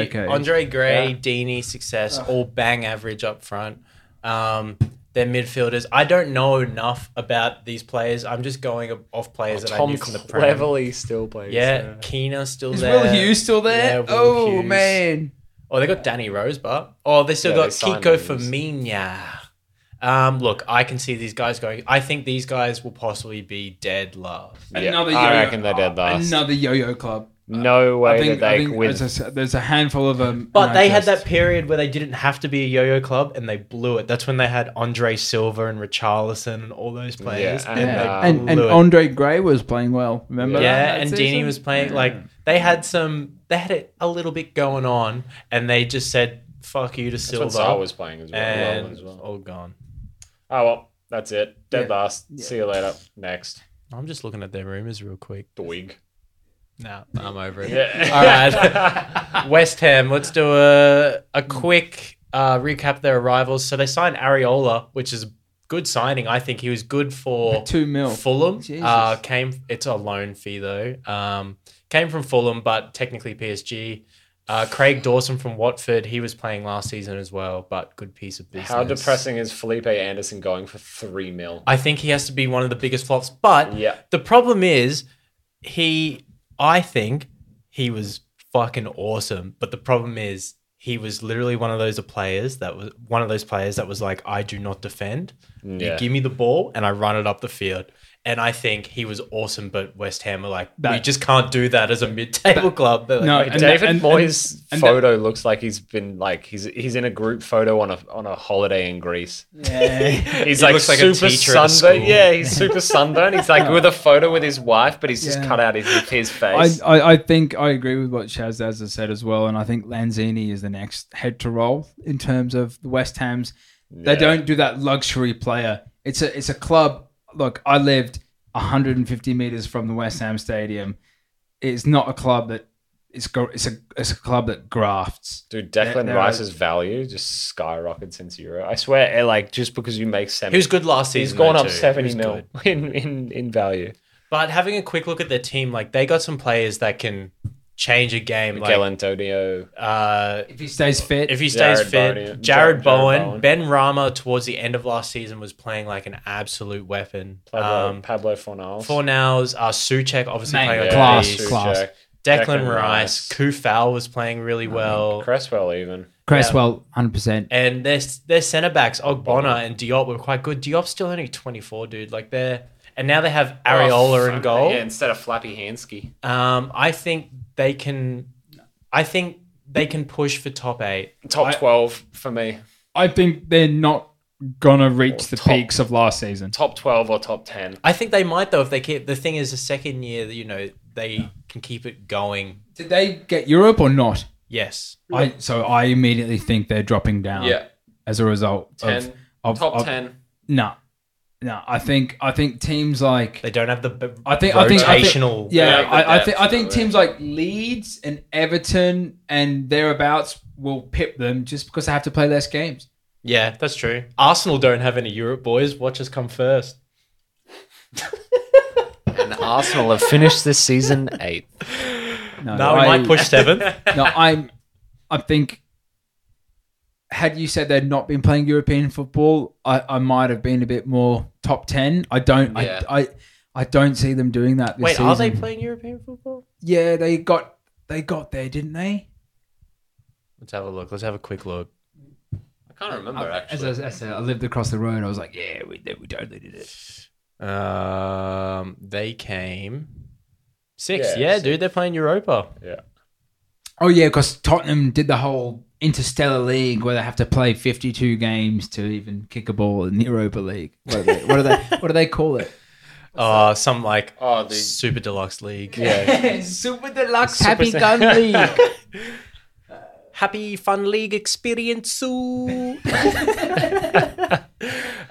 [SPEAKER 8] past decade.
[SPEAKER 2] Andre Gray,
[SPEAKER 3] Yeah.
[SPEAKER 2] Deeney, success, all bang average up front. Um, their midfielders. I don't know enough about these players. I'm just going off players that I
[SPEAKER 3] Oh, Tom
[SPEAKER 2] knew from the Prem.
[SPEAKER 3] Cleverly still plays.
[SPEAKER 2] Yeah, Keener still
[SPEAKER 8] Is
[SPEAKER 2] there.
[SPEAKER 8] Will Hughes still there?
[SPEAKER 2] Yeah, Will
[SPEAKER 8] oh
[SPEAKER 2] Hughes.
[SPEAKER 8] man,
[SPEAKER 2] Oh, they got Danny Rosebutt. Oh, they still
[SPEAKER 3] Yeah,
[SPEAKER 2] got
[SPEAKER 3] they signed
[SPEAKER 2] Kiko
[SPEAKER 3] him.
[SPEAKER 2] Firmina. Um, look, I can see these guys going. I think these guys will possibly be dead love.
[SPEAKER 3] Yeah,
[SPEAKER 8] another
[SPEAKER 3] I
[SPEAKER 8] yo-yo.
[SPEAKER 3] reckon they're dead last.
[SPEAKER 8] another yo-yo club.
[SPEAKER 3] No way
[SPEAKER 8] I think,
[SPEAKER 3] that
[SPEAKER 8] I
[SPEAKER 3] they
[SPEAKER 8] think
[SPEAKER 3] can
[SPEAKER 8] there's, a,
[SPEAKER 3] win.
[SPEAKER 8] s- there's a handful of them.
[SPEAKER 2] But
[SPEAKER 8] and I
[SPEAKER 2] they had
[SPEAKER 8] just-
[SPEAKER 2] that period where they didn't have to be a yo-yo club, and they blew it. That's when they had Andre Silva and Richarlison and all those players.
[SPEAKER 3] Yeah,
[SPEAKER 2] and,
[SPEAKER 3] and,
[SPEAKER 2] they
[SPEAKER 3] uh,
[SPEAKER 2] blew
[SPEAKER 1] and and
[SPEAKER 2] it.
[SPEAKER 1] Andre Gray was playing well. Remember?
[SPEAKER 2] yeah,
[SPEAKER 1] that, that
[SPEAKER 2] and
[SPEAKER 1] season?
[SPEAKER 2] Deeney was playing. Like they had some, they had it a little bit going on, and they just said "fuck you" to
[SPEAKER 3] That's when
[SPEAKER 2] Silva,
[SPEAKER 3] Saul was playing as well.
[SPEAKER 2] and
[SPEAKER 3] as well.
[SPEAKER 2] all gone.
[SPEAKER 3] Oh well, that's it. Dead last. See you later. Next.
[SPEAKER 2] I'm just looking at their rumors real quick.
[SPEAKER 3] Doig.
[SPEAKER 2] No, I'm over it.
[SPEAKER 3] Yeah.
[SPEAKER 2] All right. West Ham, let's do a, a quick uh, recap of their arrivals. So they signed Ariola, which is a good signing. I think he was good for
[SPEAKER 1] Two mil.
[SPEAKER 2] Fulham.
[SPEAKER 1] Jesus.
[SPEAKER 2] Uh, came It's a loan fee, though. Um, came from Fulham, but technically PSG. Uh, Craig Dawson from Watford, he was playing last season as well, but good piece of business.
[SPEAKER 3] How depressing is Felipe Anderson going for three mil?
[SPEAKER 2] I think he has to be one of the biggest flops. But
[SPEAKER 3] Yeah.
[SPEAKER 2] the problem is, he, I think he was fucking awesome. But the problem is, he was literally one of those players that was one of those players that was like, I do not defend.
[SPEAKER 3] Yeah.
[SPEAKER 2] You give me the ball and I run it up the field. And I think he was awesome, but West Ham are like, we
[SPEAKER 1] That-
[SPEAKER 2] just can't do that as a mid-table club. They're like,
[SPEAKER 1] No,
[SPEAKER 2] "Wait,
[SPEAKER 1] and
[SPEAKER 3] David
[SPEAKER 1] and-
[SPEAKER 3] Moyes'
[SPEAKER 1] and-
[SPEAKER 3] photo looks like he's been like he's he's in a group photo on a on a holiday in Greece.
[SPEAKER 1] Yeah.
[SPEAKER 3] He's
[SPEAKER 2] He
[SPEAKER 3] like
[SPEAKER 2] looks like a
[SPEAKER 3] super
[SPEAKER 2] teacher at a
[SPEAKER 3] sunburned.
[SPEAKER 2] school.
[SPEAKER 3] Yeah, he's super sunburned. He's like with a photo with his wife, but he's just cut out his his
[SPEAKER 1] I,
[SPEAKER 3] face.
[SPEAKER 1] I, I think I agree with what Shazaz has said as well, and I think Lanzini is the next head to roll in terms of the West Ham's. They
[SPEAKER 3] Yeah.
[SPEAKER 1] don't do that luxury player. It's a it's a club. Look, I lived 150 meters from the West Ham Stadium. It's not a club that it's go, it's a it's a club that grafts.
[SPEAKER 3] Dude, Declan
[SPEAKER 1] there
[SPEAKER 3] Rice's value just skyrocketed since Euro. I swear, eh, like just because you make seven,
[SPEAKER 2] He was good last
[SPEAKER 3] He's
[SPEAKER 2] season.
[SPEAKER 3] gone
[SPEAKER 2] though,
[SPEAKER 3] up
[SPEAKER 2] too. He
[SPEAKER 3] seventy
[SPEAKER 2] was
[SPEAKER 3] mil
[SPEAKER 2] good.
[SPEAKER 3] in, in in value.
[SPEAKER 2] But having a quick look at their team, like they got some players that can change a game.
[SPEAKER 3] Miguel
[SPEAKER 2] Like
[SPEAKER 3] Antonio,
[SPEAKER 2] uh,
[SPEAKER 1] If he stays fit,
[SPEAKER 2] if he
[SPEAKER 3] Jared
[SPEAKER 2] stays fit,
[SPEAKER 3] Bowen-
[SPEAKER 2] Jared,
[SPEAKER 3] Jared
[SPEAKER 2] Bowen,
[SPEAKER 3] Bowen.
[SPEAKER 2] Ben Rama towards the end of last season was playing like an absolute weapon.
[SPEAKER 3] Pablo,
[SPEAKER 2] Um,
[SPEAKER 3] Pablo Fornals,
[SPEAKER 2] Fornals, uh, Suchek obviously
[SPEAKER 1] Mate,
[SPEAKER 2] playing
[SPEAKER 1] yeah,
[SPEAKER 2] like
[SPEAKER 1] class,
[SPEAKER 2] these.
[SPEAKER 1] class.
[SPEAKER 2] Declan, Rice, Kufal was playing really well.
[SPEAKER 3] Cresswell, even
[SPEAKER 1] Cresswell, 100. percent
[SPEAKER 2] and their their centre backs Ogbonna and Diop were quite good. Diop's still only twenty four, dude. Like they're and now they have
[SPEAKER 1] Oh,
[SPEAKER 2] Areola in goal.
[SPEAKER 3] Yeah, instead of Flappy Hansky.
[SPEAKER 2] Um, I think they can. I think they can push for top eight.
[SPEAKER 3] Top twelve for me.
[SPEAKER 1] I think they're not gonna reach the peaks of last season.
[SPEAKER 3] Top twelve or top ten.
[SPEAKER 2] I think they might though if they keep. The thing is, the second year, you know, they can keep it going.
[SPEAKER 1] Did they get Europe or not?
[SPEAKER 2] Yes,
[SPEAKER 1] I so I immediately think they're dropping down.
[SPEAKER 3] Yeah.
[SPEAKER 1] as a result
[SPEAKER 3] Ten.
[SPEAKER 1] Uh, of, of
[SPEAKER 3] top
[SPEAKER 1] of,
[SPEAKER 3] ten.
[SPEAKER 1] No, no. I think I think teams like
[SPEAKER 2] they don't have the. b-
[SPEAKER 1] I think I think I think-
[SPEAKER 2] rotational.
[SPEAKER 1] yeah,
[SPEAKER 3] Yeah, the
[SPEAKER 1] I, I think
[SPEAKER 3] depth,
[SPEAKER 1] I think
[SPEAKER 3] yeah.
[SPEAKER 1] teams like Leeds and Everton and thereabouts will pip them just because they have to play less games.
[SPEAKER 2] yeah, that's true. Arsenal don't have any Europe boys. Watch us come first.
[SPEAKER 3] And Arsenal have finished this season eighth.
[SPEAKER 1] No,
[SPEAKER 2] No, we
[SPEAKER 1] I,
[SPEAKER 2] might push seventh.
[SPEAKER 1] No, I'm. I think. Had you said they'd not been playing European football, I, I might have been a bit more top ten. I don't.
[SPEAKER 3] Yeah.
[SPEAKER 1] I, I I don't see them doing that. This
[SPEAKER 2] Wait, are they
[SPEAKER 1] season.
[SPEAKER 2] playing European football?
[SPEAKER 1] Yeah, they got they got there, didn't they?
[SPEAKER 2] Let's have a look. Let's have a quick look.
[SPEAKER 3] I can't remember
[SPEAKER 1] As
[SPEAKER 3] actually.
[SPEAKER 1] I, as I said, I lived across the road. I was like, yeah, we did- we totally did it.
[SPEAKER 2] Um, they came six.
[SPEAKER 3] Yeah,
[SPEAKER 2] Yeah,
[SPEAKER 3] six.
[SPEAKER 2] dude, they're playing Europa.
[SPEAKER 3] yeah.
[SPEAKER 1] Oh yeah, because Tottenham did the whole interstellar league where they have to play fifty-two games to even kick a ball in the Europa League. What do they? What do they, what do they call it?
[SPEAKER 2] Uh, some like
[SPEAKER 3] Oh, the-
[SPEAKER 2] super deluxe league.
[SPEAKER 1] Super Deluxe Happy Gun League.
[SPEAKER 2] Happy fun league experience. um,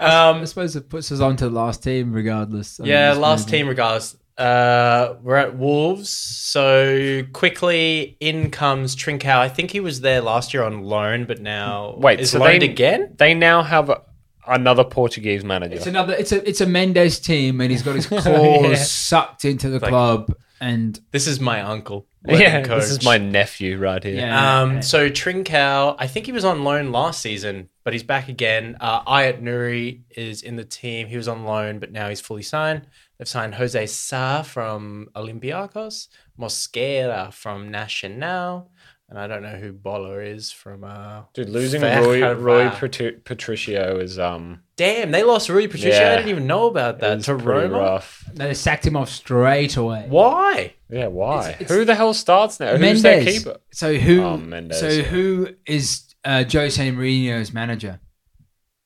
[SPEAKER 1] I suppose it puts us on to the last team, regardless. I mean,
[SPEAKER 2] yeah,
[SPEAKER 1] it's
[SPEAKER 2] last
[SPEAKER 1] maybe-
[SPEAKER 2] team regardless. Uh, we're at Wolves. So quickly in comes Trinkau. I think he was there last year on loan, but now
[SPEAKER 3] Wait,
[SPEAKER 2] is
[SPEAKER 3] so
[SPEAKER 2] loaned
[SPEAKER 3] they-
[SPEAKER 2] again.
[SPEAKER 3] They now have a, another Portuguese manager.
[SPEAKER 1] It's another. It's a it's a Mendes team, and he's got his claws
[SPEAKER 2] Yeah.
[SPEAKER 1] sucked into the
[SPEAKER 2] like-
[SPEAKER 1] club, and
[SPEAKER 2] This is my uncle.
[SPEAKER 3] yeah,
[SPEAKER 2] coach.
[SPEAKER 3] this is my nephew right here.
[SPEAKER 1] yeah,
[SPEAKER 2] Um, so Trinkau, I think he was on loan last season, but he's back again. Uh, Ayat Nuri is in the team. He was on loan, but now he's fully signed. They've signed Jose Sa from Olympiacos, Mosquera from Nacional, and I don't know who Boller is from. Uh...
[SPEAKER 3] Dude, losing
[SPEAKER 2] Fair
[SPEAKER 3] Roy,
[SPEAKER 2] enough.
[SPEAKER 3] Roy Patri- Patricio is um
[SPEAKER 2] Damn, they lost Rui Patricio. I
[SPEAKER 3] Yeah.
[SPEAKER 2] didn't even know about that.
[SPEAKER 3] is
[SPEAKER 2] To
[SPEAKER 3] pretty
[SPEAKER 2] Roma.
[SPEAKER 3] rough.
[SPEAKER 1] they sacked him off straight away.
[SPEAKER 2] Why?
[SPEAKER 3] Yeah, why?
[SPEAKER 1] It's- it's-
[SPEAKER 3] Who the hell starts now? Who's their
[SPEAKER 1] Mendes.
[SPEAKER 3] keeper?
[SPEAKER 1] So who?
[SPEAKER 3] Oh, Mendes,
[SPEAKER 1] so
[SPEAKER 3] yeah.
[SPEAKER 1] who is uh, Jose Mourinho's manager?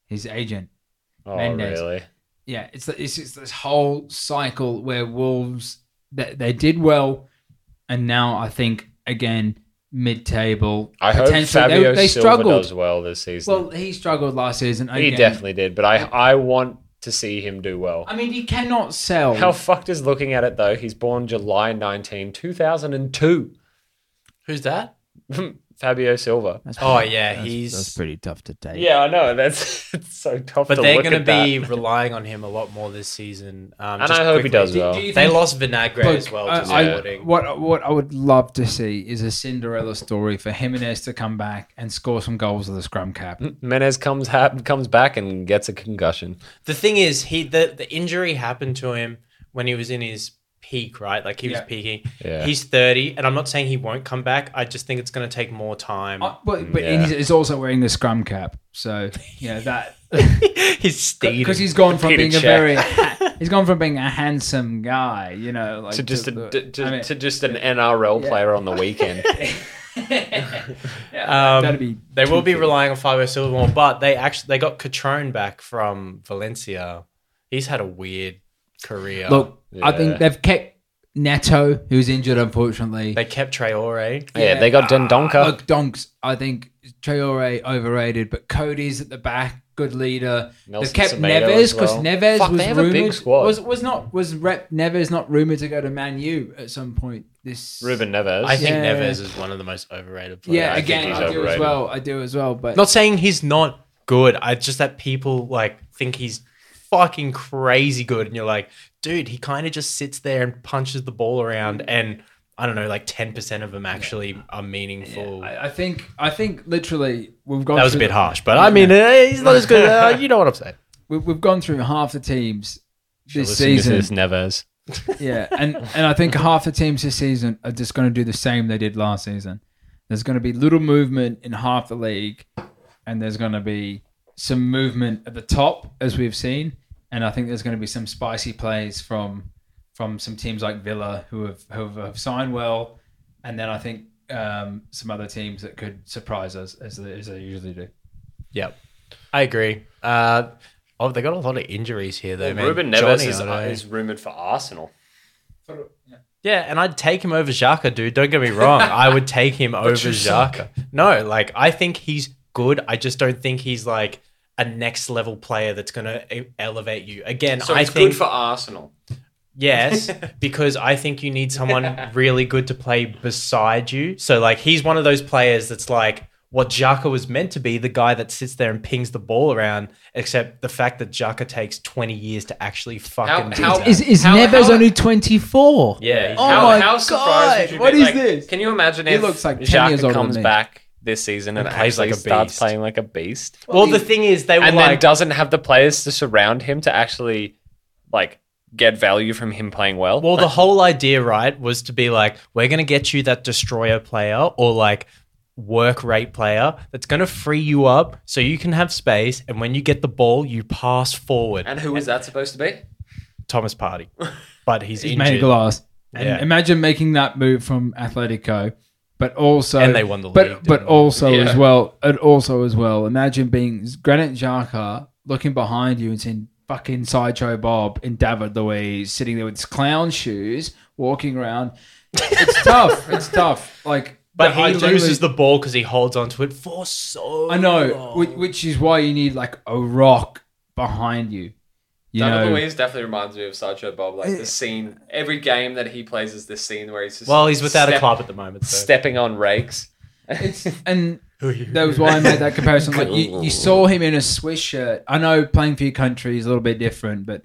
[SPEAKER 1] His agent.
[SPEAKER 3] Oh,
[SPEAKER 1] Mendes.
[SPEAKER 3] really?
[SPEAKER 1] Yeah, it's it's, it's this whole cycle where Wolves they, they did well, and now I think again mid table.
[SPEAKER 3] I hope Fabio Silva does well this season.
[SPEAKER 1] Well, he struggled last season.
[SPEAKER 3] he
[SPEAKER 1] again.
[SPEAKER 3] definitely did, but I I want to see him do well.
[SPEAKER 1] I mean, he cannot sell.
[SPEAKER 3] How fucked is looking at it though? He's born July 19, 2002.
[SPEAKER 2] Who's that?
[SPEAKER 3] Fabio Silva.
[SPEAKER 2] Oh yeah, he's.
[SPEAKER 1] pretty tough to take.
[SPEAKER 3] Yeah, I know. That's it's so tough
[SPEAKER 2] but
[SPEAKER 3] to
[SPEAKER 2] they're
[SPEAKER 3] look
[SPEAKER 2] going to
[SPEAKER 3] at that.
[SPEAKER 2] be relying on him a lot more this season. Um,
[SPEAKER 3] And
[SPEAKER 2] just
[SPEAKER 3] I hope
[SPEAKER 2] quickly.
[SPEAKER 3] he does well.
[SPEAKER 1] do you
[SPEAKER 2] They
[SPEAKER 1] think-
[SPEAKER 2] lost Vinagre
[SPEAKER 1] Look,
[SPEAKER 2] as well.
[SPEAKER 1] I-
[SPEAKER 2] to
[SPEAKER 1] I-
[SPEAKER 2] Sporting.
[SPEAKER 1] what what I would love to see is a Cinderella story for Jimenez to come back and score some goals with the scrum
[SPEAKER 3] Mm.
[SPEAKER 1] cap.
[SPEAKER 3] Menez comes hap- comes back and gets a concussion.
[SPEAKER 2] the thing is, he the, the injury happened to him when he was in his peak, right? Like he was
[SPEAKER 1] Yeah.
[SPEAKER 2] peaking.
[SPEAKER 3] Yeah.
[SPEAKER 2] He's thirty, and I'm not saying he won't come back. I just think it's going to take more time.
[SPEAKER 1] Uh, but but
[SPEAKER 3] Yeah.
[SPEAKER 1] he's, he's also wearing a scrum cap, so yeah, that
[SPEAKER 2] he's stealing.
[SPEAKER 1] because he's gone from
[SPEAKER 3] Peter
[SPEAKER 1] being a
[SPEAKER 3] Cech.
[SPEAKER 1] very he's gone from being a handsome guy, you know, like
[SPEAKER 3] to just a,
[SPEAKER 1] the-
[SPEAKER 3] to, to,
[SPEAKER 1] I mean,
[SPEAKER 3] to just an NRL player on the weekend.
[SPEAKER 1] that'd be
[SPEAKER 2] Um, they will be relying on Fabio Silva more, but they actually they got Catrone back from Valencia. He's had a weird career.
[SPEAKER 1] look. I
[SPEAKER 3] Yeah.
[SPEAKER 1] think they've kept Neto, who's injured unfortunately.
[SPEAKER 2] They kept Traore.
[SPEAKER 3] Yeah, they got Dendonka.
[SPEAKER 1] Look, Donks, I think Traore overrated, but Cody's at the back, good leader.
[SPEAKER 3] Nelson
[SPEAKER 1] they kept
[SPEAKER 3] Semedo
[SPEAKER 1] Neves
[SPEAKER 3] as
[SPEAKER 1] because
[SPEAKER 3] well.
[SPEAKER 1] Neves
[SPEAKER 3] Fuck,
[SPEAKER 1] was
[SPEAKER 3] they have a
[SPEAKER 1] rumored,
[SPEAKER 3] big squad.
[SPEAKER 1] Was was not was rep Neves not rumored to go to Man U at some point this
[SPEAKER 3] Ruben Neves.
[SPEAKER 2] I think
[SPEAKER 1] Yeah.
[SPEAKER 2] Neves is one of the most overrated players.
[SPEAKER 1] Yeah,
[SPEAKER 3] I think
[SPEAKER 1] again,
[SPEAKER 3] he's
[SPEAKER 1] I do as
[SPEAKER 3] overrated.
[SPEAKER 1] well. I do as well, but
[SPEAKER 2] Not saying he's not good. I just that people like think he's fucking crazy good, and you're like, dude, he kind of just sits there and punches the ball around, and I don't know, like ten percent of them actually are meaningful.
[SPEAKER 1] I, I think I think literally we've gone
[SPEAKER 2] that was a
[SPEAKER 1] through
[SPEAKER 2] bit harsh, but I mean, eh, he's not as good. Uh, you know what I'm saying?
[SPEAKER 1] we- we've gone through half the teams this
[SPEAKER 3] Listen to
[SPEAKER 1] season.
[SPEAKER 3] this Neves.
[SPEAKER 1] Yeah, and and I think half the teams this season are just going to do the same they did last season. There's going to be little movement in half the league, and there's going to be some movement at the top as we've seen. And I think there's going to be some spicy plays from from some teams like Villa who have who have, have signed well, and then I think um, some other teams that could surprise us as they, as they usually do.
[SPEAKER 2] Yep, I agree. Uh, oh, they got a lot of injuries here though, man.
[SPEAKER 3] Ruben Neves
[SPEAKER 2] Johnny,
[SPEAKER 3] is, uh,
[SPEAKER 2] I don't know.
[SPEAKER 3] is rumored for Arsenal.
[SPEAKER 2] Yeah, and I'd take him over Xhaka, dude. Don't get me wrong. I would take him over Xhaka. No, like I think he's good. I just don't think he's like a next level player that's going to elevate you. Again,
[SPEAKER 3] So
[SPEAKER 2] I
[SPEAKER 3] it's
[SPEAKER 2] think
[SPEAKER 3] good for Arsenal.
[SPEAKER 2] yes, because I think you need someone really good to play beside you. So like he's one of those players that's like what Xhaka was meant to be, the guy that sits there and pings the ball around, except the fact that Xhaka takes 20 years to actually fucking do
[SPEAKER 3] how-
[SPEAKER 2] that.
[SPEAKER 1] Is is
[SPEAKER 3] How-
[SPEAKER 1] Neves
[SPEAKER 3] how-
[SPEAKER 1] only 24?
[SPEAKER 2] yeah, he's-
[SPEAKER 1] Oh
[SPEAKER 3] how,
[SPEAKER 1] my
[SPEAKER 3] how surprised
[SPEAKER 1] God,
[SPEAKER 3] would you
[SPEAKER 1] what
[SPEAKER 3] be?
[SPEAKER 1] is
[SPEAKER 3] Like,
[SPEAKER 1] this?
[SPEAKER 3] Can you imagine
[SPEAKER 1] He
[SPEAKER 3] if
[SPEAKER 1] looks like 10
[SPEAKER 3] Xhaka
[SPEAKER 1] years older than
[SPEAKER 3] comes
[SPEAKER 1] me.
[SPEAKER 3] back this season and,
[SPEAKER 2] plays
[SPEAKER 3] plays
[SPEAKER 2] like
[SPEAKER 3] like
[SPEAKER 2] a
[SPEAKER 3] starts
[SPEAKER 2] beast.
[SPEAKER 3] playing like a beast?
[SPEAKER 2] well, the thing is, they were
[SPEAKER 3] and then
[SPEAKER 2] like,
[SPEAKER 3] doesn't have the players to surround him to actually like get value from him playing well.
[SPEAKER 2] Well, the whole idea, right, was to be like, we're going to get you that destroyer player or like work rate player that's going to free you up so you can have space. And when you get the ball, you pass forward.
[SPEAKER 3] and who is that supposed to be?
[SPEAKER 2] Thomas Party. But he's,
[SPEAKER 1] He's made
[SPEAKER 2] injured.
[SPEAKER 1] of glass. And
[SPEAKER 2] Yeah.
[SPEAKER 1] imagine making that move from Atletico, but also
[SPEAKER 2] And they won the
[SPEAKER 1] but,
[SPEAKER 2] league, didn't
[SPEAKER 1] But
[SPEAKER 2] they?
[SPEAKER 1] also
[SPEAKER 3] Yeah.
[SPEAKER 1] as well, and also as well, imagine being Granite Xhaka looking behind you and seeing fucking Sideshow Bob and David Luiz sitting there with his clown shoes, walking around. It's tough. It's tough. Like,
[SPEAKER 2] But
[SPEAKER 1] I
[SPEAKER 2] he
[SPEAKER 1] genuinely-
[SPEAKER 2] loses the Oh. ball because he holds onto it for so
[SPEAKER 1] I know, which,
[SPEAKER 2] long.
[SPEAKER 1] which is why you need like a rock behind you. You
[SPEAKER 3] David
[SPEAKER 1] know, Eh.
[SPEAKER 3] Luiz definitely reminds me of Sideshow Bob. Like the scene, every game that he plays is this scene where he's just
[SPEAKER 2] well, he's without a
[SPEAKER 3] step-
[SPEAKER 2] club at the moment. So.
[SPEAKER 3] stepping on rakes.
[SPEAKER 1] it's and that was why I made that comparison. Like you, you saw him in a Swiss shirt. I know playing for your country is a little bit different, but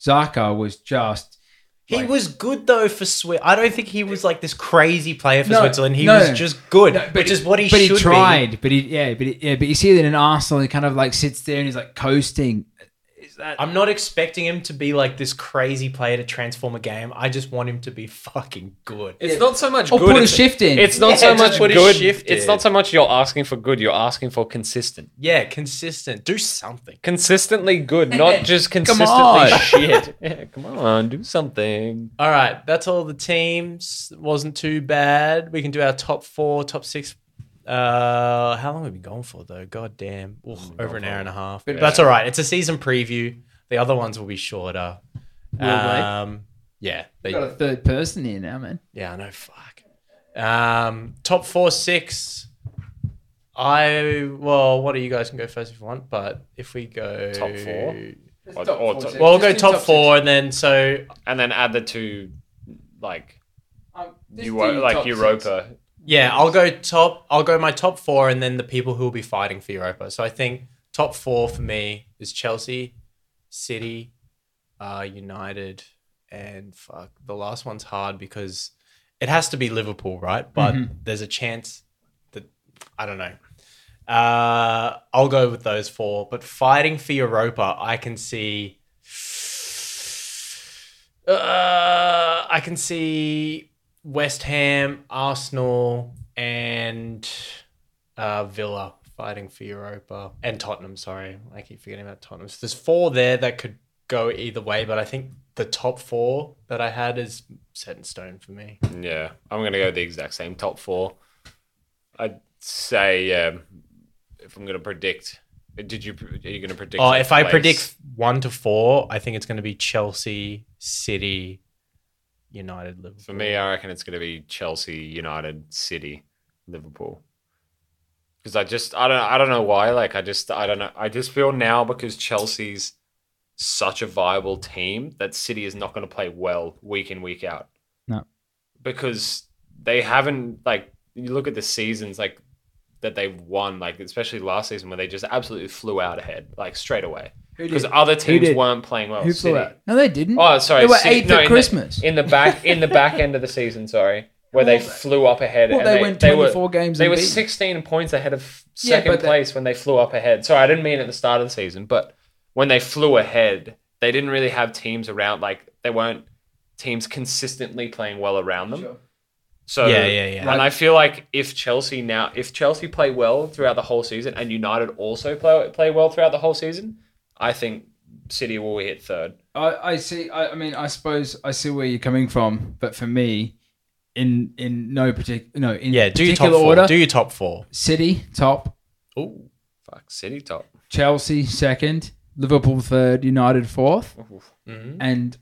[SPEAKER 1] Zaka was just
[SPEAKER 2] He was good though for Swiss. I don't think he was like this crazy player for
[SPEAKER 1] No,
[SPEAKER 2] Switzerland. He
[SPEAKER 1] no,
[SPEAKER 2] was
[SPEAKER 1] no.
[SPEAKER 2] just good,
[SPEAKER 1] No, but
[SPEAKER 2] which
[SPEAKER 1] he-
[SPEAKER 2] is what he
[SPEAKER 1] but
[SPEAKER 2] should
[SPEAKER 1] he
[SPEAKER 2] be.
[SPEAKER 1] tried. But he yeah, but he, yeah, but you see that in Arsenal, he kind of like sits there and he's like coasting. Is that
[SPEAKER 2] I'm not expecting him to be like this crazy player to transform a game. I just want him to be fucking good.
[SPEAKER 3] It's not so much
[SPEAKER 1] or
[SPEAKER 3] good.
[SPEAKER 1] put a
[SPEAKER 3] it's-
[SPEAKER 1] shift in?
[SPEAKER 3] It's not
[SPEAKER 2] Yeah,
[SPEAKER 3] so
[SPEAKER 2] just
[SPEAKER 3] much
[SPEAKER 2] put a
[SPEAKER 3] good.
[SPEAKER 2] shift
[SPEAKER 3] It's
[SPEAKER 2] in.
[SPEAKER 3] not so much you're asking for good. You're asking for consistent,
[SPEAKER 2] yeah, consistent. Do something.
[SPEAKER 3] consistently good, not just consistently
[SPEAKER 1] on.
[SPEAKER 3] shit. Yeah, come on, do something.
[SPEAKER 2] All right, that's all the teams. Wasn't too bad. We can do our top four, top six. Uh, how long have we been going for though? God damn, Oof, over an hour and a half. But that's all right. It's a season preview. The other ones will be shorter.
[SPEAKER 1] they?
[SPEAKER 2] Um, yeah, they,
[SPEAKER 1] got a third person here now, man.
[SPEAKER 2] Yeah, I know. Fuck. Um, top four, six. I well, what do you guys can go first if you want, but if we go
[SPEAKER 3] Top four? Or-
[SPEAKER 1] top
[SPEAKER 3] or
[SPEAKER 1] four,
[SPEAKER 3] top-
[SPEAKER 1] six.
[SPEAKER 2] well, we'll
[SPEAKER 1] Just
[SPEAKER 2] go
[SPEAKER 1] do
[SPEAKER 2] top,
[SPEAKER 1] top six.
[SPEAKER 2] four, and then so
[SPEAKER 3] and then add the two, like
[SPEAKER 1] Um,
[SPEAKER 3] you like Europa.
[SPEAKER 2] yeah, I'll go top. I'll go my top four, and then the people who will be fighting for Europa. So I think top four for me is Chelsea, City, uh, United, and fuck. The last one's hard because it has to be Liverpool, right? But there's a chance that I don't know. Uh, I'll go with those four. But fighting for Europa, I can see. Uh, I can see West Ham, Arsenal, and uh, Villa fighting for Europa and Tottenham. Sorry, I keep forgetting about Tottenham. So there's four there that could go either way, but I think the top four that I had is set in stone for me.
[SPEAKER 3] Yeah, I'm gonna go the exact same top four. I'd say um, if I'm gonna predict, did you are you gonna predict?
[SPEAKER 2] Oh,
[SPEAKER 3] their
[SPEAKER 2] if I
[SPEAKER 3] place?
[SPEAKER 2] predict one to four, I think it's going to be Chelsea, City, United Liverpool.
[SPEAKER 3] For me, I reckon it's going to be Chelsea, United, City, Liverpool. Because I just I don't I don't know why. Like I just I don't know. I just feel now because Chelsea's such a viable team that City is not going to play well week in week out.
[SPEAKER 1] No.
[SPEAKER 3] Because they haven't like you look at the seasons like that they've won like especially last season where they just absolutely flew out ahead like straight away because other teams
[SPEAKER 1] did?
[SPEAKER 3] weren't playing well.
[SPEAKER 1] Who flew
[SPEAKER 3] City.
[SPEAKER 1] out? No, they didn't.
[SPEAKER 3] Oh, sorry.
[SPEAKER 1] They were
[SPEAKER 3] City-
[SPEAKER 1] eighth
[SPEAKER 3] no,
[SPEAKER 1] at
[SPEAKER 3] in the-
[SPEAKER 1] Christmas.
[SPEAKER 3] in the back in the back end of the season. Sorry, where they flew up ahead.
[SPEAKER 1] Well,
[SPEAKER 3] and
[SPEAKER 1] they
[SPEAKER 3] they,
[SPEAKER 1] went
[SPEAKER 3] they were
[SPEAKER 1] 24 games
[SPEAKER 3] They were
[SPEAKER 1] unbeaten.
[SPEAKER 3] 16 points ahead of
[SPEAKER 1] Yeah,
[SPEAKER 3] second
[SPEAKER 1] but they-
[SPEAKER 3] place when they flew up ahead. Sorry, I didn't mean at the start of the season, but when they flew ahead, they didn't really have teams around. Like they weren't teams consistently playing well around them. So
[SPEAKER 2] Yeah, yeah, yeah.
[SPEAKER 3] And I feel like if Chelsea now, if Chelsea play well throughout the whole season, and United also play play well throughout the whole season, I think City will hit third.
[SPEAKER 1] I, I see. I, I mean, I suppose I see where you're coming from, but for me, in in no particular no in
[SPEAKER 2] yeah, do your top
[SPEAKER 1] particular
[SPEAKER 2] four.
[SPEAKER 1] order,
[SPEAKER 2] Do your top four.
[SPEAKER 1] City top,
[SPEAKER 3] Ooh, fuck, City top.
[SPEAKER 1] Chelsea second, Liverpool third, United 4th
[SPEAKER 2] Mm-hmm.
[SPEAKER 1] and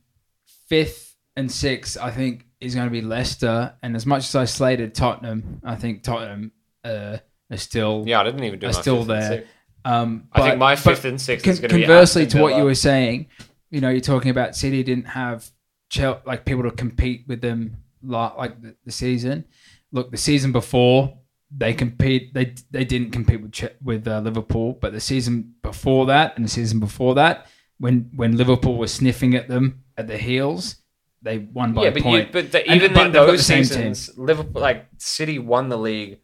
[SPEAKER 1] fifth and sixth. I think is going to be Leicester. And as much as I slated Tottenham, I think Tottenham uh, are still
[SPEAKER 3] Yeah, I didn't even do.
[SPEAKER 1] are
[SPEAKER 3] my
[SPEAKER 1] still
[SPEAKER 3] fifth and
[SPEAKER 1] there.
[SPEAKER 3] sixth.
[SPEAKER 1] Um,
[SPEAKER 3] I
[SPEAKER 1] but-
[SPEAKER 3] think my
[SPEAKER 1] but
[SPEAKER 3] fifth and sixth is
[SPEAKER 1] con-
[SPEAKER 3] going to be
[SPEAKER 1] conversely
[SPEAKER 3] Aston
[SPEAKER 1] to what you
[SPEAKER 3] Villa.
[SPEAKER 1] were saying. You know, you're talking about City didn't have Chel- like people to compete with them la- like the, the season. Look, the season before they compete, they they didn't compete with Ch- with uh, Liverpool, but the season before that and the season before that, when when Liverpool was sniffing at them at the heels, they won by
[SPEAKER 3] Yeah,
[SPEAKER 1] a
[SPEAKER 3] but you,
[SPEAKER 1] point.
[SPEAKER 3] but the,
[SPEAKER 1] And-
[SPEAKER 3] even
[SPEAKER 1] but
[SPEAKER 3] in
[SPEAKER 1] they've got
[SPEAKER 3] those
[SPEAKER 1] the same
[SPEAKER 3] seasons, Liverpool like City won the league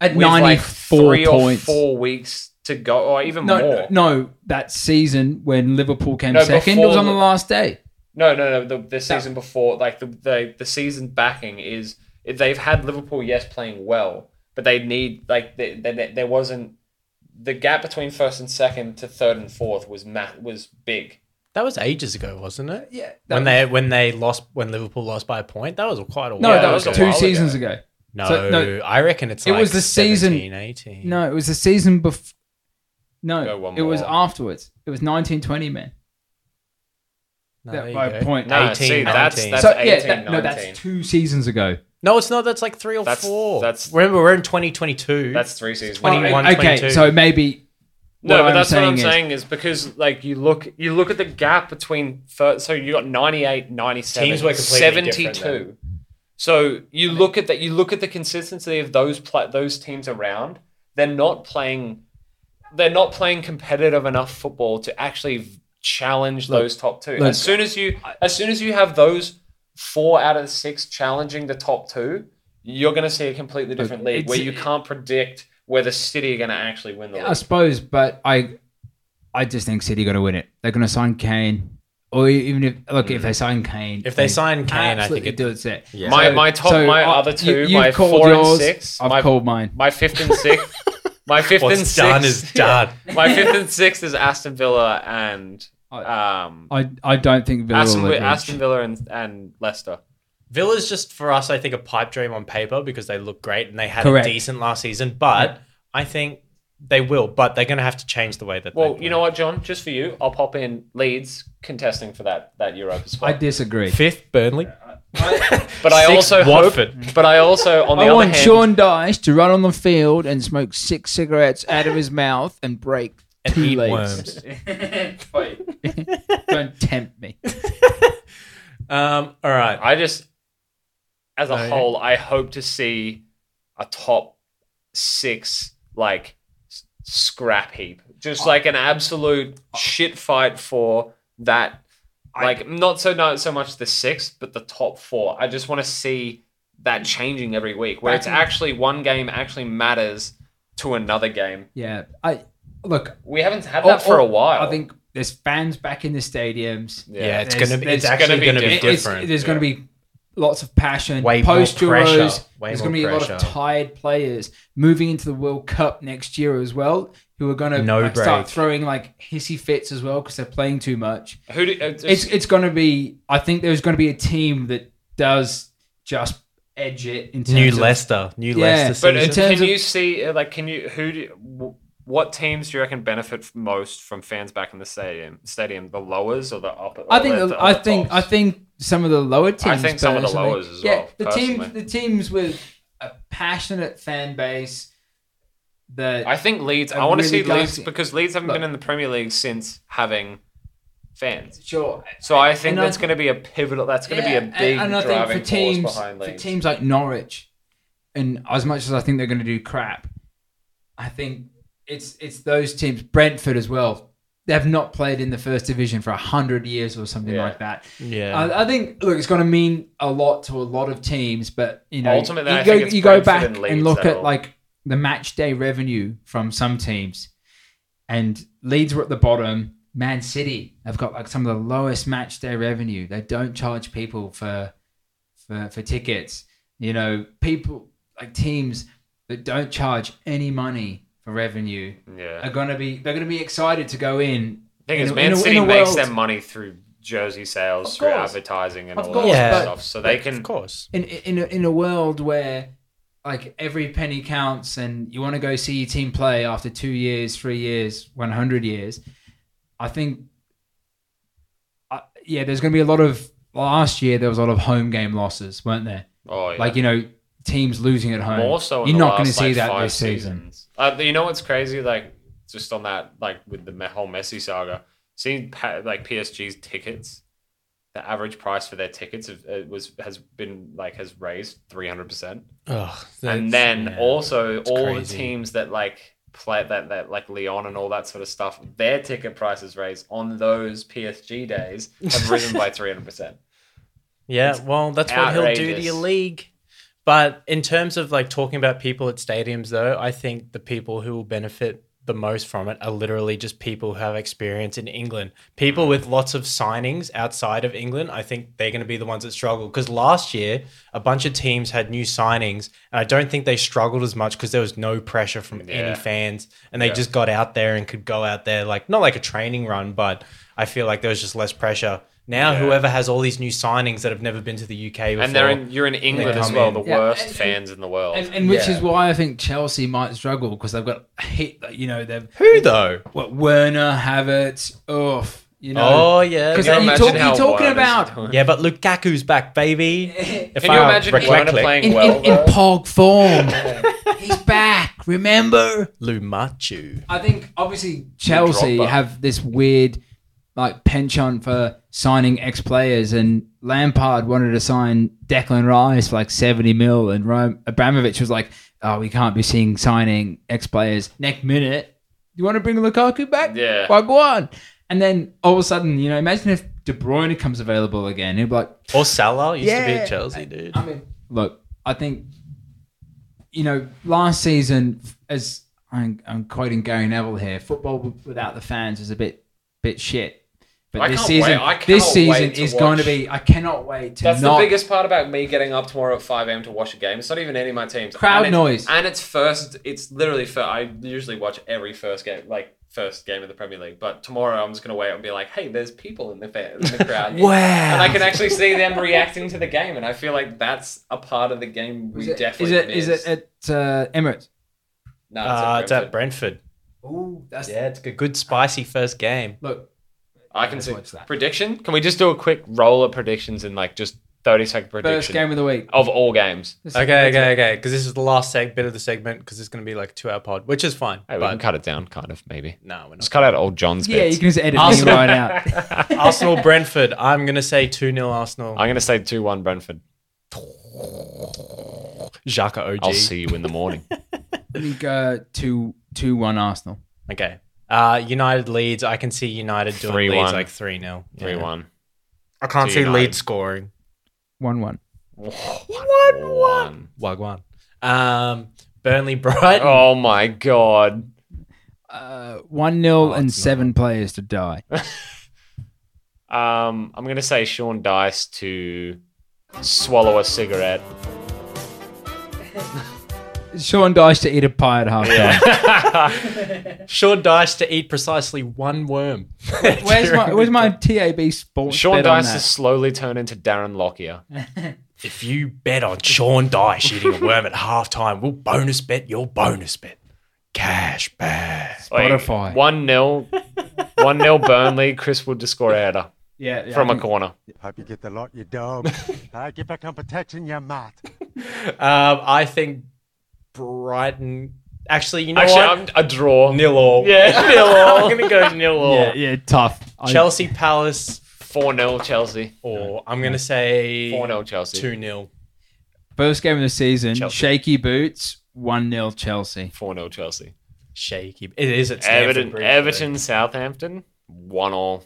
[SPEAKER 1] at
[SPEAKER 3] with like
[SPEAKER 1] 94
[SPEAKER 3] three
[SPEAKER 1] points.
[SPEAKER 3] or four weeks to go, or even
[SPEAKER 1] no,
[SPEAKER 3] more.
[SPEAKER 1] no, no, that season when Liverpool came
[SPEAKER 3] No,
[SPEAKER 1] second, it was
[SPEAKER 3] before
[SPEAKER 1] on the
[SPEAKER 3] the-
[SPEAKER 1] last day.
[SPEAKER 3] No, no, no. The, the season before, like the, the the season backing is they've had Liverpool, yes, playing well, but they need like they, they, they- there wasn't the gap between first and second to third and fourth was ma- was big.
[SPEAKER 2] That was ages ago, wasn't it?
[SPEAKER 1] Yeah,
[SPEAKER 2] When they when they lost when Liverpool lost by a point, that was quite a while.
[SPEAKER 1] No,
[SPEAKER 3] Yeah,
[SPEAKER 1] that
[SPEAKER 3] it
[SPEAKER 1] was
[SPEAKER 3] was a
[SPEAKER 1] two
[SPEAKER 3] while
[SPEAKER 1] seasons ago.
[SPEAKER 2] No,
[SPEAKER 1] So, no,
[SPEAKER 2] I reckon it's
[SPEAKER 1] it
[SPEAKER 2] like
[SPEAKER 1] was the season-
[SPEAKER 2] 17, 18.
[SPEAKER 1] No, it was the season before.
[SPEAKER 3] Go
[SPEAKER 1] No,
[SPEAKER 3] one
[SPEAKER 1] it was
[SPEAKER 3] more.
[SPEAKER 1] afterwards. It was 1920, man.
[SPEAKER 2] no
[SPEAKER 1] That-
[SPEAKER 2] there you
[SPEAKER 1] by a
[SPEAKER 2] go.
[SPEAKER 1] point.
[SPEAKER 3] No,
[SPEAKER 2] 18,
[SPEAKER 3] see, that's-
[SPEAKER 2] 19.
[SPEAKER 3] that's-
[SPEAKER 1] so yeah,
[SPEAKER 3] 18,
[SPEAKER 1] that, no, that's
[SPEAKER 3] 19.
[SPEAKER 1] two seasons ago.
[SPEAKER 2] no, it's not. That's like three or
[SPEAKER 3] That's-
[SPEAKER 2] four.
[SPEAKER 3] that's-
[SPEAKER 2] remember we're in 2022.
[SPEAKER 3] That's three seasons.
[SPEAKER 2] Twenty-
[SPEAKER 3] back.
[SPEAKER 2] One,
[SPEAKER 1] okay,
[SPEAKER 2] 22.
[SPEAKER 1] so maybe.
[SPEAKER 3] No,
[SPEAKER 1] what
[SPEAKER 3] but
[SPEAKER 1] I'm
[SPEAKER 3] that's what
[SPEAKER 1] saying
[SPEAKER 3] I'm
[SPEAKER 1] is-
[SPEAKER 3] saying is because like you look you look at the gap between third, so you got 98, 97,
[SPEAKER 2] Teams were completely different
[SPEAKER 3] 72. So you look at that you look at the consistency of those pla those teams around. They're not playing they're not playing competitive enough football to actually v- challenge those top 2.
[SPEAKER 1] look,
[SPEAKER 3] as soon as you as soon as you have those 4 out of 6 challenging the top 2, you're going to see a completely different league
[SPEAKER 1] it's-
[SPEAKER 3] where you can't predict whether City are going to actually win the league.
[SPEAKER 1] I suppose, but I, I just think City got to win it. They're going to sign Kane, or even if look if
[SPEAKER 3] Hmm.
[SPEAKER 1] they sign Kane,
[SPEAKER 2] If they sign Kane, I think
[SPEAKER 1] Mm. absolutely
[SPEAKER 2] it-
[SPEAKER 1] do it. set.
[SPEAKER 2] Yeah.
[SPEAKER 3] My
[SPEAKER 1] So-
[SPEAKER 3] my top
[SPEAKER 1] so
[SPEAKER 3] my
[SPEAKER 1] I-
[SPEAKER 3] other two
[SPEAKER 1] you-
[SPEAKER 3] my
[SPEAKER 1] you've called
[SPEAKER 3] four
[SPEAKER 1] yours,
[SPEAKER 3] and six.
[SPEAKER 1] I've
[SPEAKER 3] my,
[SPEAKER 1] called mine.
[SPEAKER 3] my fifth and sixth. my fifth and
[SPEAKER 2] What's
[SPEAKER 3] sixth
[SPEAKER 2] done is done.
[SPEAKER 3] my fifth and sixth is Aston Villa and
[SPEAKER 1] Oh,
[SPEAKER 3] um
[SPEAKER 1] I I don't think Villa
[SPEAKER 3] Aston,
[SPEAKER 1] will
[SPEAKER 3] Wi-
[SPEAKER 1] reach.
[SPEAKER 3] Aston Villa and and Leicester.
[SPEAKER 2] Villa's just for us, I think, a pipe dream on paper because they look great and they had
[SPEAKER 1] Correct.
[SPEAKER 2] a decent last season. But I think they will. But they're going to have to change the way that.
[SPEAKER 3] Well,
[SPEAKER 2] they
[SPEAKER 3] you know what, John? Just for you, I'll pop in Leeds contesting for that that Europa
[SPEAKER 1] I
[SPEAKER 3] spot.
[SPEAKER 1] disagree.
[SPEAKER 2] fifth Burnley.
[SPEAKER 3] but I
[SPEAKER 2] Sixth,
[SPEAKER 3] also hope.
[SPEAKER 2] Watford.
[SPEAKER 3] But I also on the
[SPEAKER 1] I
[SPEAKER 3] other
[SPEAKER 1] want
[SPEAKER 3] hand,
[SPEAKER 1] Sean Dyche to run on the field and smoke six cigarettes out of his mouth and break
[SPEAKER 2] And
[SPEAKER 1] two
[SPEAKER 2] eat
[SPEAKER 1] legs.
[SPEAKER 2] worms.
[SPEAKER 1] Don't tempt me.
[SPEAKER 2] Um. All right.
[SPEAKER 3] I just, as a
[SPEAKER 2] Oh, yeah.
[SPEAKER 3] whole, I hope to see a top six like s- scrap heap, just like an absolute shit fight for that. Like not so not so much the six, but the top four. I just want to see that changing every week, where it's actually one game actually matters to another game.
[SPEAKER 1] Yeah, I look
[SPEAKER 3] We haven't had that for a while.
[SPEAKER 1] Oh, I think there's fans back in the stadiums.
[SPEAKER 2] Yeah, it's
[SPEAKER 1] There's-
[SPEAKER 2] gonna be.
[SPEAKER 1] there's
[SPEAKER 2] It's actually
[SPEAKER 3] gonna
[SPEAKER 2] going to
[SPEAKER 3] be
[SPEAKER 2] be
[SPEAKER 3] di-
[SPEAKER 1] It- it's-
[SPEAKER 2] different.
[SPEAKER 1] there's going to be lots of passion,
[SPEAKER 2] Way more
[SPEAKER 1] post
[SPEAKER 2] pressure,
[SPEAKER 1] Euros.
[SPEAKER 2] way
[SPEAKER 1] There's
[SPEAKER 2] more
[SPEAKER 1] going to be a lot of
[SPEAKER 2] pressure.
[SPEAKER 1] tired players moving into the World Cup next year as well, who are going to
[SPEAKER 2] No
[SPEAKER 1] like, start
[SPEAKER 2] break.
[SPEAKER 1] throwing like hissy fits as well because they're playing too much.
[SPEAKER 3] Who do, uh,
[SPEAKER 1] It's
[SPEAKER 3] just-
[SPEAKER 1] it's going to be. I think there's going to be a team that does just edge it in terms
[SPEAKER 2] New
[SPEAKER 1] of
[SPEAKER 2] Leicester. New
[SPEAKER 1] Yeah.
[SPEAKER 2] Leicester.
[SPEAKER 1] But
[SPEAKER 3] But
[SPEAKER 2] season.
[SPEAKER 1] in
[SPEAKER 3] uh,
[SPEAKER 1] terms
[SPEAKER 3] can
[SPEAKER 1] of-
[SPEAKER 3] you see, uh, like, can you who do, w- what teams do you reckon benefit f- most from fans back in the stadium? Stadium, the lowers or the upper?
[SPEAKER 1] I
[SPEAKER 3] or
[SPEAKER 1] think
[SPEAKER 3] the-
[SPEAKER 1] the-
[SPEAKER 3] the
[SPEAKER 1] I
[SPEAKER 3] upper
[SPEAKER 1] think I
[SPEAKER 3] tops?
[SPEAKER 1] think some of the lower teams.
[SPEAKER 3] think some of the
[SPEAKER 1] personally.
[SPEAKER 3] lowers as well,
[SPEAKER 1] the
[SPEAKER 3] personally.
[SPEAKER 1] teams, the teams with a passionate fan base that
[SPEAKER 3] I think Leeds.
[SPEAKER 1] I
[SPEAKER 3] I want to
[SPEAKER 1] really
[SPEAKER 3] see
[SPEAKER 1] don't
[SPEAKER 3] Leeds
[SPEAKER 1] see-
[SPEAKER 3] because Leeds haven't
[SPEAKER 1] Look.
[SPEAKER 3] been in the Premier League since having fans.
[SPEAKER 1] sure
[SPEAKER 3] So I think
[SPEAKER 1] And I-
[SPEAKER 3] that's going to be a pivotal. That's going to
[SPEAKER 1] Yeah,
[SPEAKER 3] be a big
[SPEAKER 1] and, and I
[SPEAKER 3] driving
[SPEAKER 1] think for teams,
[SPEAKER 3] force behind
[SPEAKER 1] for
[SPEAKER 3] Leeds.
[SPEAKER 1] teams like Norwich, and as much as I think they're going to do crap, I think it's it's those teams. Brentford as well. They have not played in the first division for hundred years or something
[SPEAKER 3] Yeah.
[SPEAKER 1] like that.
[SPEAKER 2] Yeah.
[SPEAKER 1] I, I think look, it's going to mean a lot to a lot of teams, but you know,
[SPEAKER 3] Ultimately,
[SPEAKER 1] you
[SPEAKER 3] I
[SPEAKER 1] go,
[SPEAKER 3] think it's
[SPEAKER 1] you go
[SPEAKER 3] Brentford
[SPEAKER 1] back
[SPEAKER 3] and
[SPEAKER 1] and,
[SPEAKER 3] Leeds
[SPEAKER 1] look at
[SPEAKER 3] that'll-
[SPEAKER 1] like the match day revenue from some teams, and Leeds were at the bottom. Man City have got like some of the lowest match day revenue. They don't charge people for for, for tickets. You know, people like teams that don't charge any money for revenue
[SPEAKER 3] yeah,
[SPEAKER 1] are gonna be they're gonna be excited to go in.
[SPEAKER 3] The thing
[SPEAKER 1] in
[SPEAKER 3] is,
[SPEAKER 1] a-
[SPEAKER 3] Man
[SPEAKER 1] in a- in
[SPEAKER 3] City
[SPEAKER 1] a
[SPEAKER 3] makes
[SPEAKER 1] world-
[SPEAKER 3] their money through jersey sales,
[SPEAKER 1] Of
[SPEAKER 3] through
[SPEAKER 1] course.
[SPEAKER 3] advertising, and
[SPEAKER 1] Of
[SPEAKER 3] all
[SPEAKER 1] course,
[SPEAKER 3] that
[SPEAKER 2] but-
[SPEAKER 3] stuff. So they can.
[SPEAKER 2] Of course.
[SPEAKER 1] in in a, in a world where like every penny counts and you want to go see your team play after 2 years, 3 years, 100 years. I think I yeah, there's going to be a lot of last year there was a lot of home game losses, weren't there?
[SPEAKER 3] Oh, yeah.
[SPEAKER 1] Like you know, teams losing at home.
[SPEAKER 3] more so. In
[SPEAKER 1] You're
[SPEAKER 3] the
[SPEAKER 1] not going to
[SPEAKER 3] last,
[SPEAKER 1] see
[SPEAKER 3] like,
[SPEAKER 1] that
[SPEAKER 3] five
[SPEAKER 1] this season.
[SPEAKER 3] seasons. Uh, you know what's crazy? Like just on that, like with the me- whole Messi saga, seeing pa- like PSG's tickets, the average price for their tickets have, it was has been like has raised three hundred percent.
[SPEAKER 2] Ugh, that's-
[SPEAKER 3] and then
[SPEAKER 2] yeah.
[SPEAKER 3] also all
[SPEAKER 2] crazy.
[SPEAKER 3] the teams that like play that that like Leon and all that sort of stuff, their ticket prices raised on those PSG days have risen by three hundred percent.
[SPEAKER 2] Yeah, well, that's what he'll do to
[SPEAKER 3] outrageous.
[SPEAKER 2] your league. But in terms of like talking about people at stadiums, though, I think the people who will benefit the most from it are literally just people who have experience in England. People with lots of signings outside of England, I think they're going to be the ones that struggle. Because last year, a bunch of teams had new signings, and I don't think they struggled as much because there was no pressure from
[SPEAKER 3] Yeah.
[SPEAKER 2] any fans, and they just got out there and could go out there like not like a training run, but I feel like there was just less pressure. Now, whoever has all these new signings that have never been to the UK before,
[SPEAKER 3] And they're in you're in England as
[SPEAKER 2] come
[SPEAKER 3] well,
[SPEAKER 2] in.
[SPEAKER 3] the
[SPEAKER 1] Yeah,
[SPEAKER 3] worst
[SPEAKER 1] and-
[SPEAKER 3] fans in the world.
[SPEAKER 1] And, and which is why I think Chelsea might struggle because they've got hit, you know, they've
[SPEAKER 2] who though?
[SPEAKER 1] what Werner, Haverts, oof, you know.
[SPEAKER 2] Oh yeah,
[SPEAKER 1] Because
[SPEAKER 2] yeah.
[SPEAKER 3] Can you
[SPEAKER 1] you
[SPEAKER 3] imagine
[SPEAKER 1] talk,
[SPEAKER 3] how
[SPEAKER 1] you're talking
[SPEAKER 3] Werner's
[SPEAKER 1] about
[SPEAKER 3] doing?
[SPEAKER 2] yeah, but Lukaku's back, baby. If
[SPEAKER 3] Can you imagine Werner
[SPEAKER 2] correctly,
[SPEAKER 3] playing
[SPEAKER 1] in,
[SPEAKER 3] well?
[SPEAKER 1] in, in
[SPEAKER 3] though?
[SPEAKER 1] Pog form. He's back. Remember,
[SPEAKER 2] Lumachu?
[SPEAKER 1] I think obviously Chelsea
[SPEAKER 3] Drogba.
[SPEAKER 1] have this weird like penchant for signing ex players, and Lampard wanted to sign Declan Rice for like seventy mil, and Rome, Abramovich was like, "Oh, we can't be seeing signing ex players." Next minute, you want to bring Lukaku back?
[SPEAKER 3] Yeah.
[SPEAKER 1] Wagwan. And then all of a sudden, you know, imagine if De Bruyne comes available again. He'd be like,
[SPEAKER 2] Or Salah used to be
[SPEAKER 1] Yeah.
[SPEAKER 2] at Chelsea, dude.
[SPEAKER 1] I mean, look, I think you know last season, as I'm, I'm quoting Gary Neville here, football w- without the fans is a bit bit shit. But
[SPEAKER 3] I
[SPEAKER 1] this
[SPEAKER 3] can't
[SPEAKER 1] season,
[SPEAKER 3] wait- I
[SPEAKER 1] this
[SPEAKER 3] cannot
[SPEAKER 1] season
[SPEAKER 3] wait to
[SPEAKER 1] is going to
[SPEAKER 3] watch.
[SPEAKER 1] be. I cannot wait to
[SPEAKER 3] That's
[SPEAKER 1] not.
[SPEAKER 3] the biggest part about me getting up tomorrow at 5 a.m. to watch a game. It's not even any of my teams.
[SPEAKER 1] Crowd
[SPEAKER 3] and it's-
[SPEAKER 1] noise.
[SPEAKER 3] And it's first, it's literally first. I usually watch every first game, like first game of the Premier League. But tomorrow I'm just going to wait and be like, hey, there's people in the, fa- in the crowd.
[SPEAKER 2] Wow.
[SPEAKER 3] And I can actually see them reacting to the game. And I feel like that's a part of the game we
[SPEAKER 1] is it, is
[SPEAKER 3] definitely
[SPEAKER 1] it, is
[SPEAKER 3] missed.
[SPEAKER 1] it at uh, Emirates?
[SPEAKER 3] no, it's
[SPEAKER 2] Uh,
[SPEAKER 3] at
[SPEAKER 2] it's at
[SPEAKER 3] Brentford.
[SPEAKER 2] Brentford.
[SPEAKER 1] Ooh, that's
[SPEAKER 2] Yeah, it's a good spicy first game.
[SPEAKER 1] look.
[SPEAKER 3] I can see.
[SPEAKER 1] watch that.
[SPEAKER 3] Prediction? Can we just do a quick roll of predictions in like just 30 second
[SPEAKER 1] First
[SPEAKER 3] prediction
[SPEAKER 1] game of the week.
[SPEAKER 3] of all games?
[SPEAKER 2] Okay, okay, okay. Because this is the last seg- bit of the segment because it's going to be like a two hour pod, which is fine.
[SPEAKER 3] Hey, we can
[SPEAKER 2] but
[SPEAKER 3] cut it down, kind of, maybe.
[SPEAKER 2] no, we're
[SPEAKER 3] Just
[SPEAKER 2] not.
[SPEAKER 3] cut out old John's
[SPEAKER 1] Yeah,
[SPEAKER 3] bits.
[SPEAKER 1] you can just edit me
[SPEAKER 2] Arsenal-
[SPEAKER 1] right out.
[SPEAKER 2] Arsenal Brentford. I'm going to say 2 0 Arsenal.
[SPEAKER 3] I'm going to say 2 1 Brentford.
[SPEAKER 2] Xhaka OG.
[SPEAKER 3] I'll see you in the morning.
[SPEAKER 1] I think uh, two two one Arsenal.
[SPEAKER 2] Okay. Uh, United Leeds. I can see United doing
[SPEAKER 3] 3-1.
[SPEAKER 2] Leeds like 3 0.
[SPEAKER 3] 3 1.
[SPEAKER 2] I can't
[SPEAKER 3] to
[SPEAKER 2] see
[SPEAKER 3] United.
[SPEAKER 2] Leeds scoring.
[SPEAKER 1] One one.
[SPEAKER 3] One, one.
[SPEAKER 2] Wagwan. Um, Burnley Brighton.
[SPEAKER 3] Oh my god.
[SPEAKER 1] Uh, one nil
[SPEAKER 2] Oh,
[SPEAKER 1] and
[SPEAKER 2] it's not-
[SPEAKER 1] seven players to die.
[SPEAKER 3] Um, I'm gonna say Sean Dice to swallow a cigarette.
[SPEAKER 1] Sean Dyche to eat a pie at half time.
[SPEAKER 2] Sean Dyche to eat precisely one worm.
[SPEAKER 1] Where's my where's my TAB sports?
[SPEAKER 3] Sean
[SPEAKER 1] bet on
[SPEAKER 3] Dice has slowly turned into Darren Lockyer.
[SPEAKER 2] If you bet on Sean Dyche eating a worm at halftime, we'll bonus bet your bonus bet. Cash back.
[SPEAKER 1] that? Spotify.
[SPEAKER 3] One 0 one 0 Burnley. Chris Wood to score a header.
[SPEAKER 1] Yeah, yeah,
[SPEAKER 3] from
[SPEAKER 1] I
[SPEAKER 3] a
[SPEAKER 1] think-
[SPEAKER 3] corner.
[SPEAKER 5] Hope you get the lot, you dog. uh, get back on protection, you mutt.
[SPEAKER 2] Um, I think Brighton. Actually, you know
[SPEAKER 3] Actually,
[SPEAKER 2] what?
[SPEAKER 3] I'm a draw.
[SPEAKER 2] nil all.
[SPEAKER 3] Yeah, nil all. I'm gonna go nil all.
[SPEAKER 1] Yeah, yeah, tough. I-
[SPEAKER 2] Chelsea Palace,
[SPEAKER 3] Four 0 Chelsea.
[SPEAKER 2] or I'm gonna say
[SPEAKER 3] Four 0 Chelsea.
[SPEAKER 2] two 0
[SPEAKER 1] first game of the season,
[SPEAKER 3] Chelsea.
[SPEAKER 1] shaky boots, one 0 Chelsea.
[SPEAKER 3] Four 0 Chelsea.
[SPEAKER 2] Shaky. It is at Stamford
[SPEAKER 3] Everton.
[SPEAKER 2] Bridge, though.
[SPEAKER 3] Everton. Southampton. One all.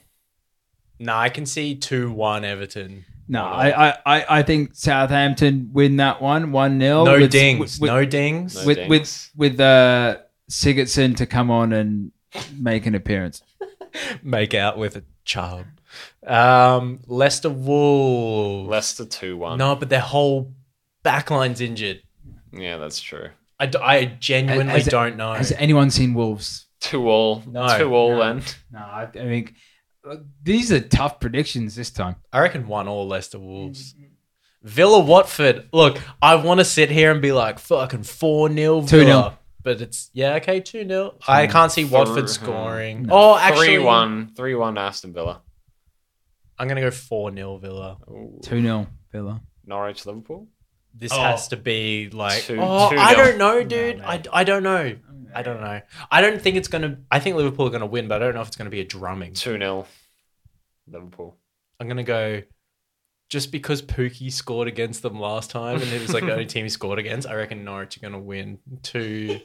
[SPEAKER 2] Nah, I can see two one Everton.
[SPEAKER 1] No, I, I, I, I think Southampton win that one, one 0
[SPEAKER 2] no dings. no dings.
[SPEAKER 3] No
[SPEAKER 1] with
[SPEAKER 3] dings.
[SPEAKER 1] with with uh, Sigurdsson to come on and make an appearance.
[SPEAKER 2] Make out with a child. Um, Leicester Wolves.
[SPEAKER 3] Leicester two one.
[SPEAKER 2] No, but their whole backline's injured.
[SPEAKER 3] Yeah, that's true.
[SPEAKER 2] I, d- I genuinely
[SPEAKER 1] Has- has-
[SPEAKER 2] don't know.
[SPEAKER 1] Has anyone seen Wolves?
[SPEAKER 3] Two all.
[SPEAKER 2] No.
[SPEAKER 3] two all.
[SPEAKER 1] No.
[SPEAKER 3] Then
[SPEAKER 1] No, I, I think uh, these are tough predictions this time.
[SPEAKER 2] I reckon one all Leicester Wolves. Villa Watford. Look, I want to sit here and be like fucking 4 0
[SPEAKER 1] 2-0.
[SPEAKER 2] But it's, yeah, okay, 2 0. I can't see Watford scoring. Oh, actually.
[SPEAKER 3] three one. Three one. Aston Villa.
[SPEAKER 2] I'm going to go 4 0 Villa.
[SPEAKER 1] Two 0 Villa.
[SPEAKER 3] Norwich Liverpool.
[SPEAKER 2] This has to be like.
[SPEAKER 3] Oh. Two-
[SPEAKER 2] oh,
[SPEAKER 3] two
[SPEAKER 2] I
[SPEAKER 3] nil.
[SPEAKER 2] don't know, dude. I, I don't know. I don't know. I don't think it's going to. I think Liverpool are going to win, but I don't know if it's going to be a drumming.
[SPEAKER 3] Two 0 Liverpool.
[SPEAKER 2] I'm gonna go just because Pookie scored against them last time and it was like the only team he scored against, I reckon Norwich are gonna win two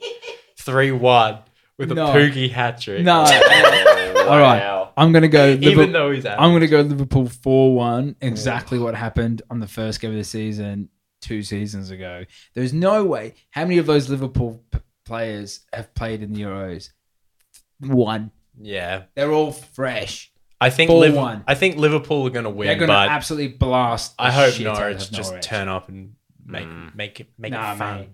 [SPEAKER 2] three one with a
[SPEAKER 1] No.
[SPEAKER 2] Pookie hat trick.
[SPEAKER 1] No,
[SPEAKER 3] Oh,
[SPEAKER 1] all right. I'm gonna go.
[SPEAKER 2] Even
[SPEAKER 1] Liverpool-
[SPEAKER 2] though he's out.
[SPEAKER 1] I'm going to go Liverpool 4 1, exactly what happened on the first game of the season two seasons ago. There's no way. How many of those Liverpool p- players have played in the Euros? One.
[SPEAKER 2] yeah.
[SPEAKER 1] They're all fresh.
[SPEAKER 2] I think
[SPEAKER 1] Four
[SPEAKER 2] Liv-
[SPEAKER 1] one.
[SPEAKER 2] I think Liverpool are gonna win,
[SPEAKER 1] They're going to
[SPEAKER 2] but
[SPEAKER 1] absolutely blast. the
[SPEAKER 2] I hope
[SPEAKER 1] Oh, shit out
[SPEAKER 2] Norwich
[SPEAKER 1] of
[SPEAKER 2] just
[SPEAKER 1] Norwich.
[SPEAKER 2] turn up and make make it make
[SPEAKER 1] Nah,
[SPEAKER 2] it fun.
[SPEAKER 1] mate.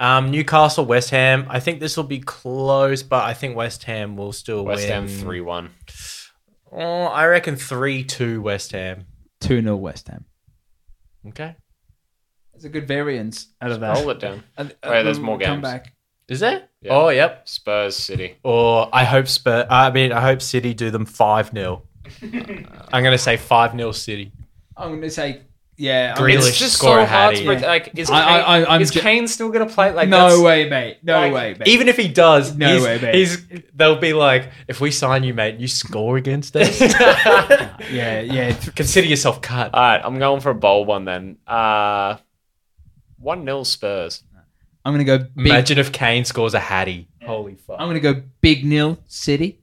[SPEAKER 2] Um, Newcastle, West Ham. I think this will be close, but I think West Ham will still
[SPEAKER 3] West
[SPEAKER 2] win.
[SPEAKER 3] Ham three one.
[SPEAKER 2] Oh, I reckon three two West Ham.
[SPEAKER 1] 2 0 West Ham.
[SPEAKER 2] Okay.
[SPEAKER 1] That's a good variance out of that.
[SPEAKER 3] Roll it down.
[SPEAKER 1] And-
[SPEAKER 3] Alright, there's
[SPEAKER 1] um,
[SPEAKER 3] more games.
[SPEAKER 1] Come back.
[SPEAKER 2] Is there?
[SPEAKER 3] Yeah.
[SPEAKER 2] Oh, yep.
[SPEAKER 3] Spurs City.
[SPEAKER 2] Or I hope Spur. uh, I mean, I hope City do them five 0 I'm gonna say five 0 City.
[SPEAKER 1] I'm going to say, yeah. I'm-
[SPEAKER 2] Grealish
[SPEAKER 3] it's just
[SPEAKER 2] score
[SPEAKER 3] so
[SPEAKER 2] a
[SPEAKER 3] hard to
[SPEAKER 2] hattie.
[SPEAKER 3] predict. Like, is,
[SPEAKER 1] I- I-
[SPEAKER 3] Kane,
[SPEAKER 1] I- I'm
[SPEAKER 3] is
[SPEAKER 1] ju-
[SPEAKER 3] Kane still gonna play? Like,
[SPEAKER 1] no
[SPEAKER 3] that's-
[SPEAKER 1] way, mate. No
[SPEAKER 3] like,
[SPEAKER 1] way, mate.
[SPEAKER 2] Even if he does,
[SPEAKER 1] No
[SPEAKER 2] he's,
[SPEAKER 1] way, mate.
[SPEAKER 2] he's they'll be like, if we sign you, mate, you score against us.
[SPEAKER 1] yeah, yeah. th-
[SPEAKER 2] Consider yourself cut.
[SPEAKER 3] All right, I'm going for a bold one then. Uh one 0 Spurs.
[SPEAKER 1] I'm going to go big
[SPEAKER 2] Imagine if Kane scores a hattie. Holy fuck!
[SPEAKER 1] I'm going to go big nil City,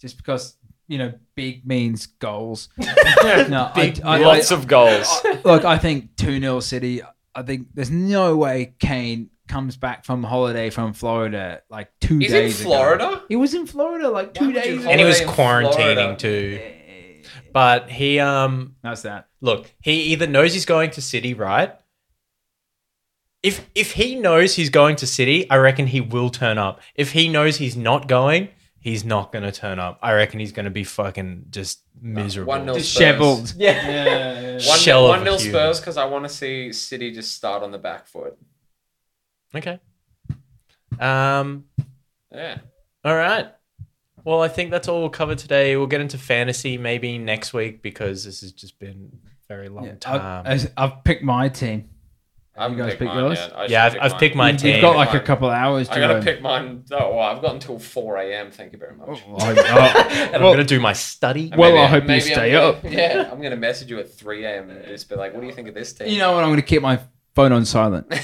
[SPEAKER 1] just because you know big means goals. no,
[SPEAKER 2] Big
[SPEAKER 1] I, I,
[SPEAKER 3] Lots
[SPEAKER 1] I-
[SPEAKER 3] of goals.
[SPEAKER 1] look. I think two 0 City. I think there's no way Kane comes back from holiday from Florida like two
[SPEAKER 9] He's in
[SPEAKER 1] days. ago.
[SPEAKER 9] Florida.
[SPEAKER 1] He was in Florida like two
[SPEAKER 9] would you
[SPEAKER 1] days.
[SPEAKER 9] holiday
[SPEAKER 2] and he was
[SPEAKER 9] in
[SPEAKER 2] quarantining
[SPEAKER 9] Florida.
[SPEAKER 2] too. But he um
[SPEAKER 1] That's that.
[SPEAKER 2] look, he either knows he's going to City, right? If if he knows he's going to City, I reckon he will turn up. If he knows he's not going, he's not going to turn up. I reckon he's going to be fucking just miserable.
[SPEAKER 9] One nil
[SPEAKER 1] Disheveled.
[SPEAKER 9] Yeah.
[SPEAKER 1] Yeah.
[SPEAKER 9] One,
[SPEAKER 2] Shell of
[SPEAKER 9] one
[SPEAKER 2] a
[SPEAKER 9] nil
[SPEAKER 2] human.
[SPEAKER 9] Spurs because I want to see City just start on the back foot.
[SPEAKER 2] Okay. Um.
[SPEAKER 9] Yeah.
[SPEAKER 2] All right. Well, I think that's all we'll cover today. We'll get into fantasy maybe next week because this has just been a very long time.
[SPEAKER 1] I've, I've picked my team.
[SPEAKER 9] I haven't
[SPEAKER 1] guys
[SPEAKER 9] picked
[SPEAKER 1] pick
[SPEAKER 9] mine
[SPEAKER 1] yours?
[SPEAKER 9] yet. I should
[SPEAKER 2] yeah, I've,
[SPEAKER 9] pick
[SPEAKER 2] I've
[SPEAKER 9] mine.
[SPEAKER 2] picked my
[SPEAKER 1] You've
[SPEAKER 2] team.
[SPEAKER 1] got like a
[SPEAKER 9] Mine.
[SPEAKER 1] couple hours.
[SPEAKER 9] I gotta
[SPEAKER 1] Jerome.
[SPEAKER 9] pick mine. Oh, well, I've got until four a.m. Thank you very much.
[SPEAKER 1] Oh, I-
[SPEAKER 2] and I'm
[SPEAKER 1] well-
[SPEAKER 2] going to do my study.
[SPEAKER 1] well, I
[SPEAKER 9] Maybe-
[SPEAKER 1] hope you
[SPEAKER 9] maybe
[SPEAKER 1] stay
[SPEAKER 9] I'm
[SPEAKER 1] up.
[SPEAKER 9] gonna- Yeah, I'm gonna message you at three a.m. and just be like, "What do you think of this team?"
[SPEAKER 1] You know what? I'm going to keep my phone on silent.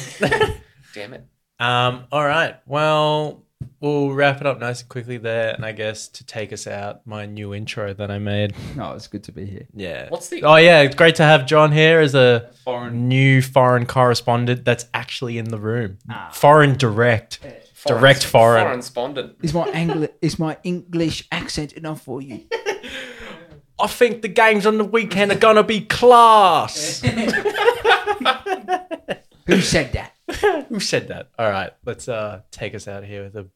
[SPEAKER 9] damn it.
[SPEAKER 1] uh,
[SPEAKER 2] Um, all right. Well, we'll wrap it up nice and quickly there. And I guess to take us out, my new intro that I made.
[SPEAKER 1] No, it's good to be here.
[SPEAKER 2] Yeah.
[SPEAKER 9] What's the-
[SPEAKER 2] Oh, yeah. It's great to have John here as a
[SPEAKER 9] Foreign-
[SPEAKER 2] new foreign correspondent that's actually in the room.
[SPEAKER 9] Ah.
[SPEAKER 2] Foreign direct. Direct foreign.
[SPEAKER 9] Foreign spondent.
[SPEAKER 1] Is my Angli- is my English accent enough for you?
[SPEAKER 2] I think the games on the weekend are going to be class.
[SPEAKER 1] Who said that?
[SPEAKER 2] Who said that? All right. Let's uh, take us out here with, a,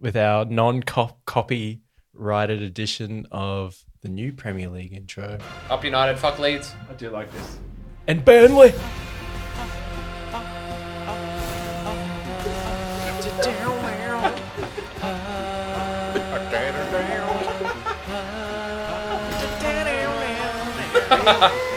[SPEAKER 2] with our non copyrighted edition of the new Premier League intro.
[SPEAKER 9] Up United, fuck Leeds.
[SPEAKER 1] I do like this.
[SPEAKER 2] And Burnley.
[SPEAKER 6] Ah,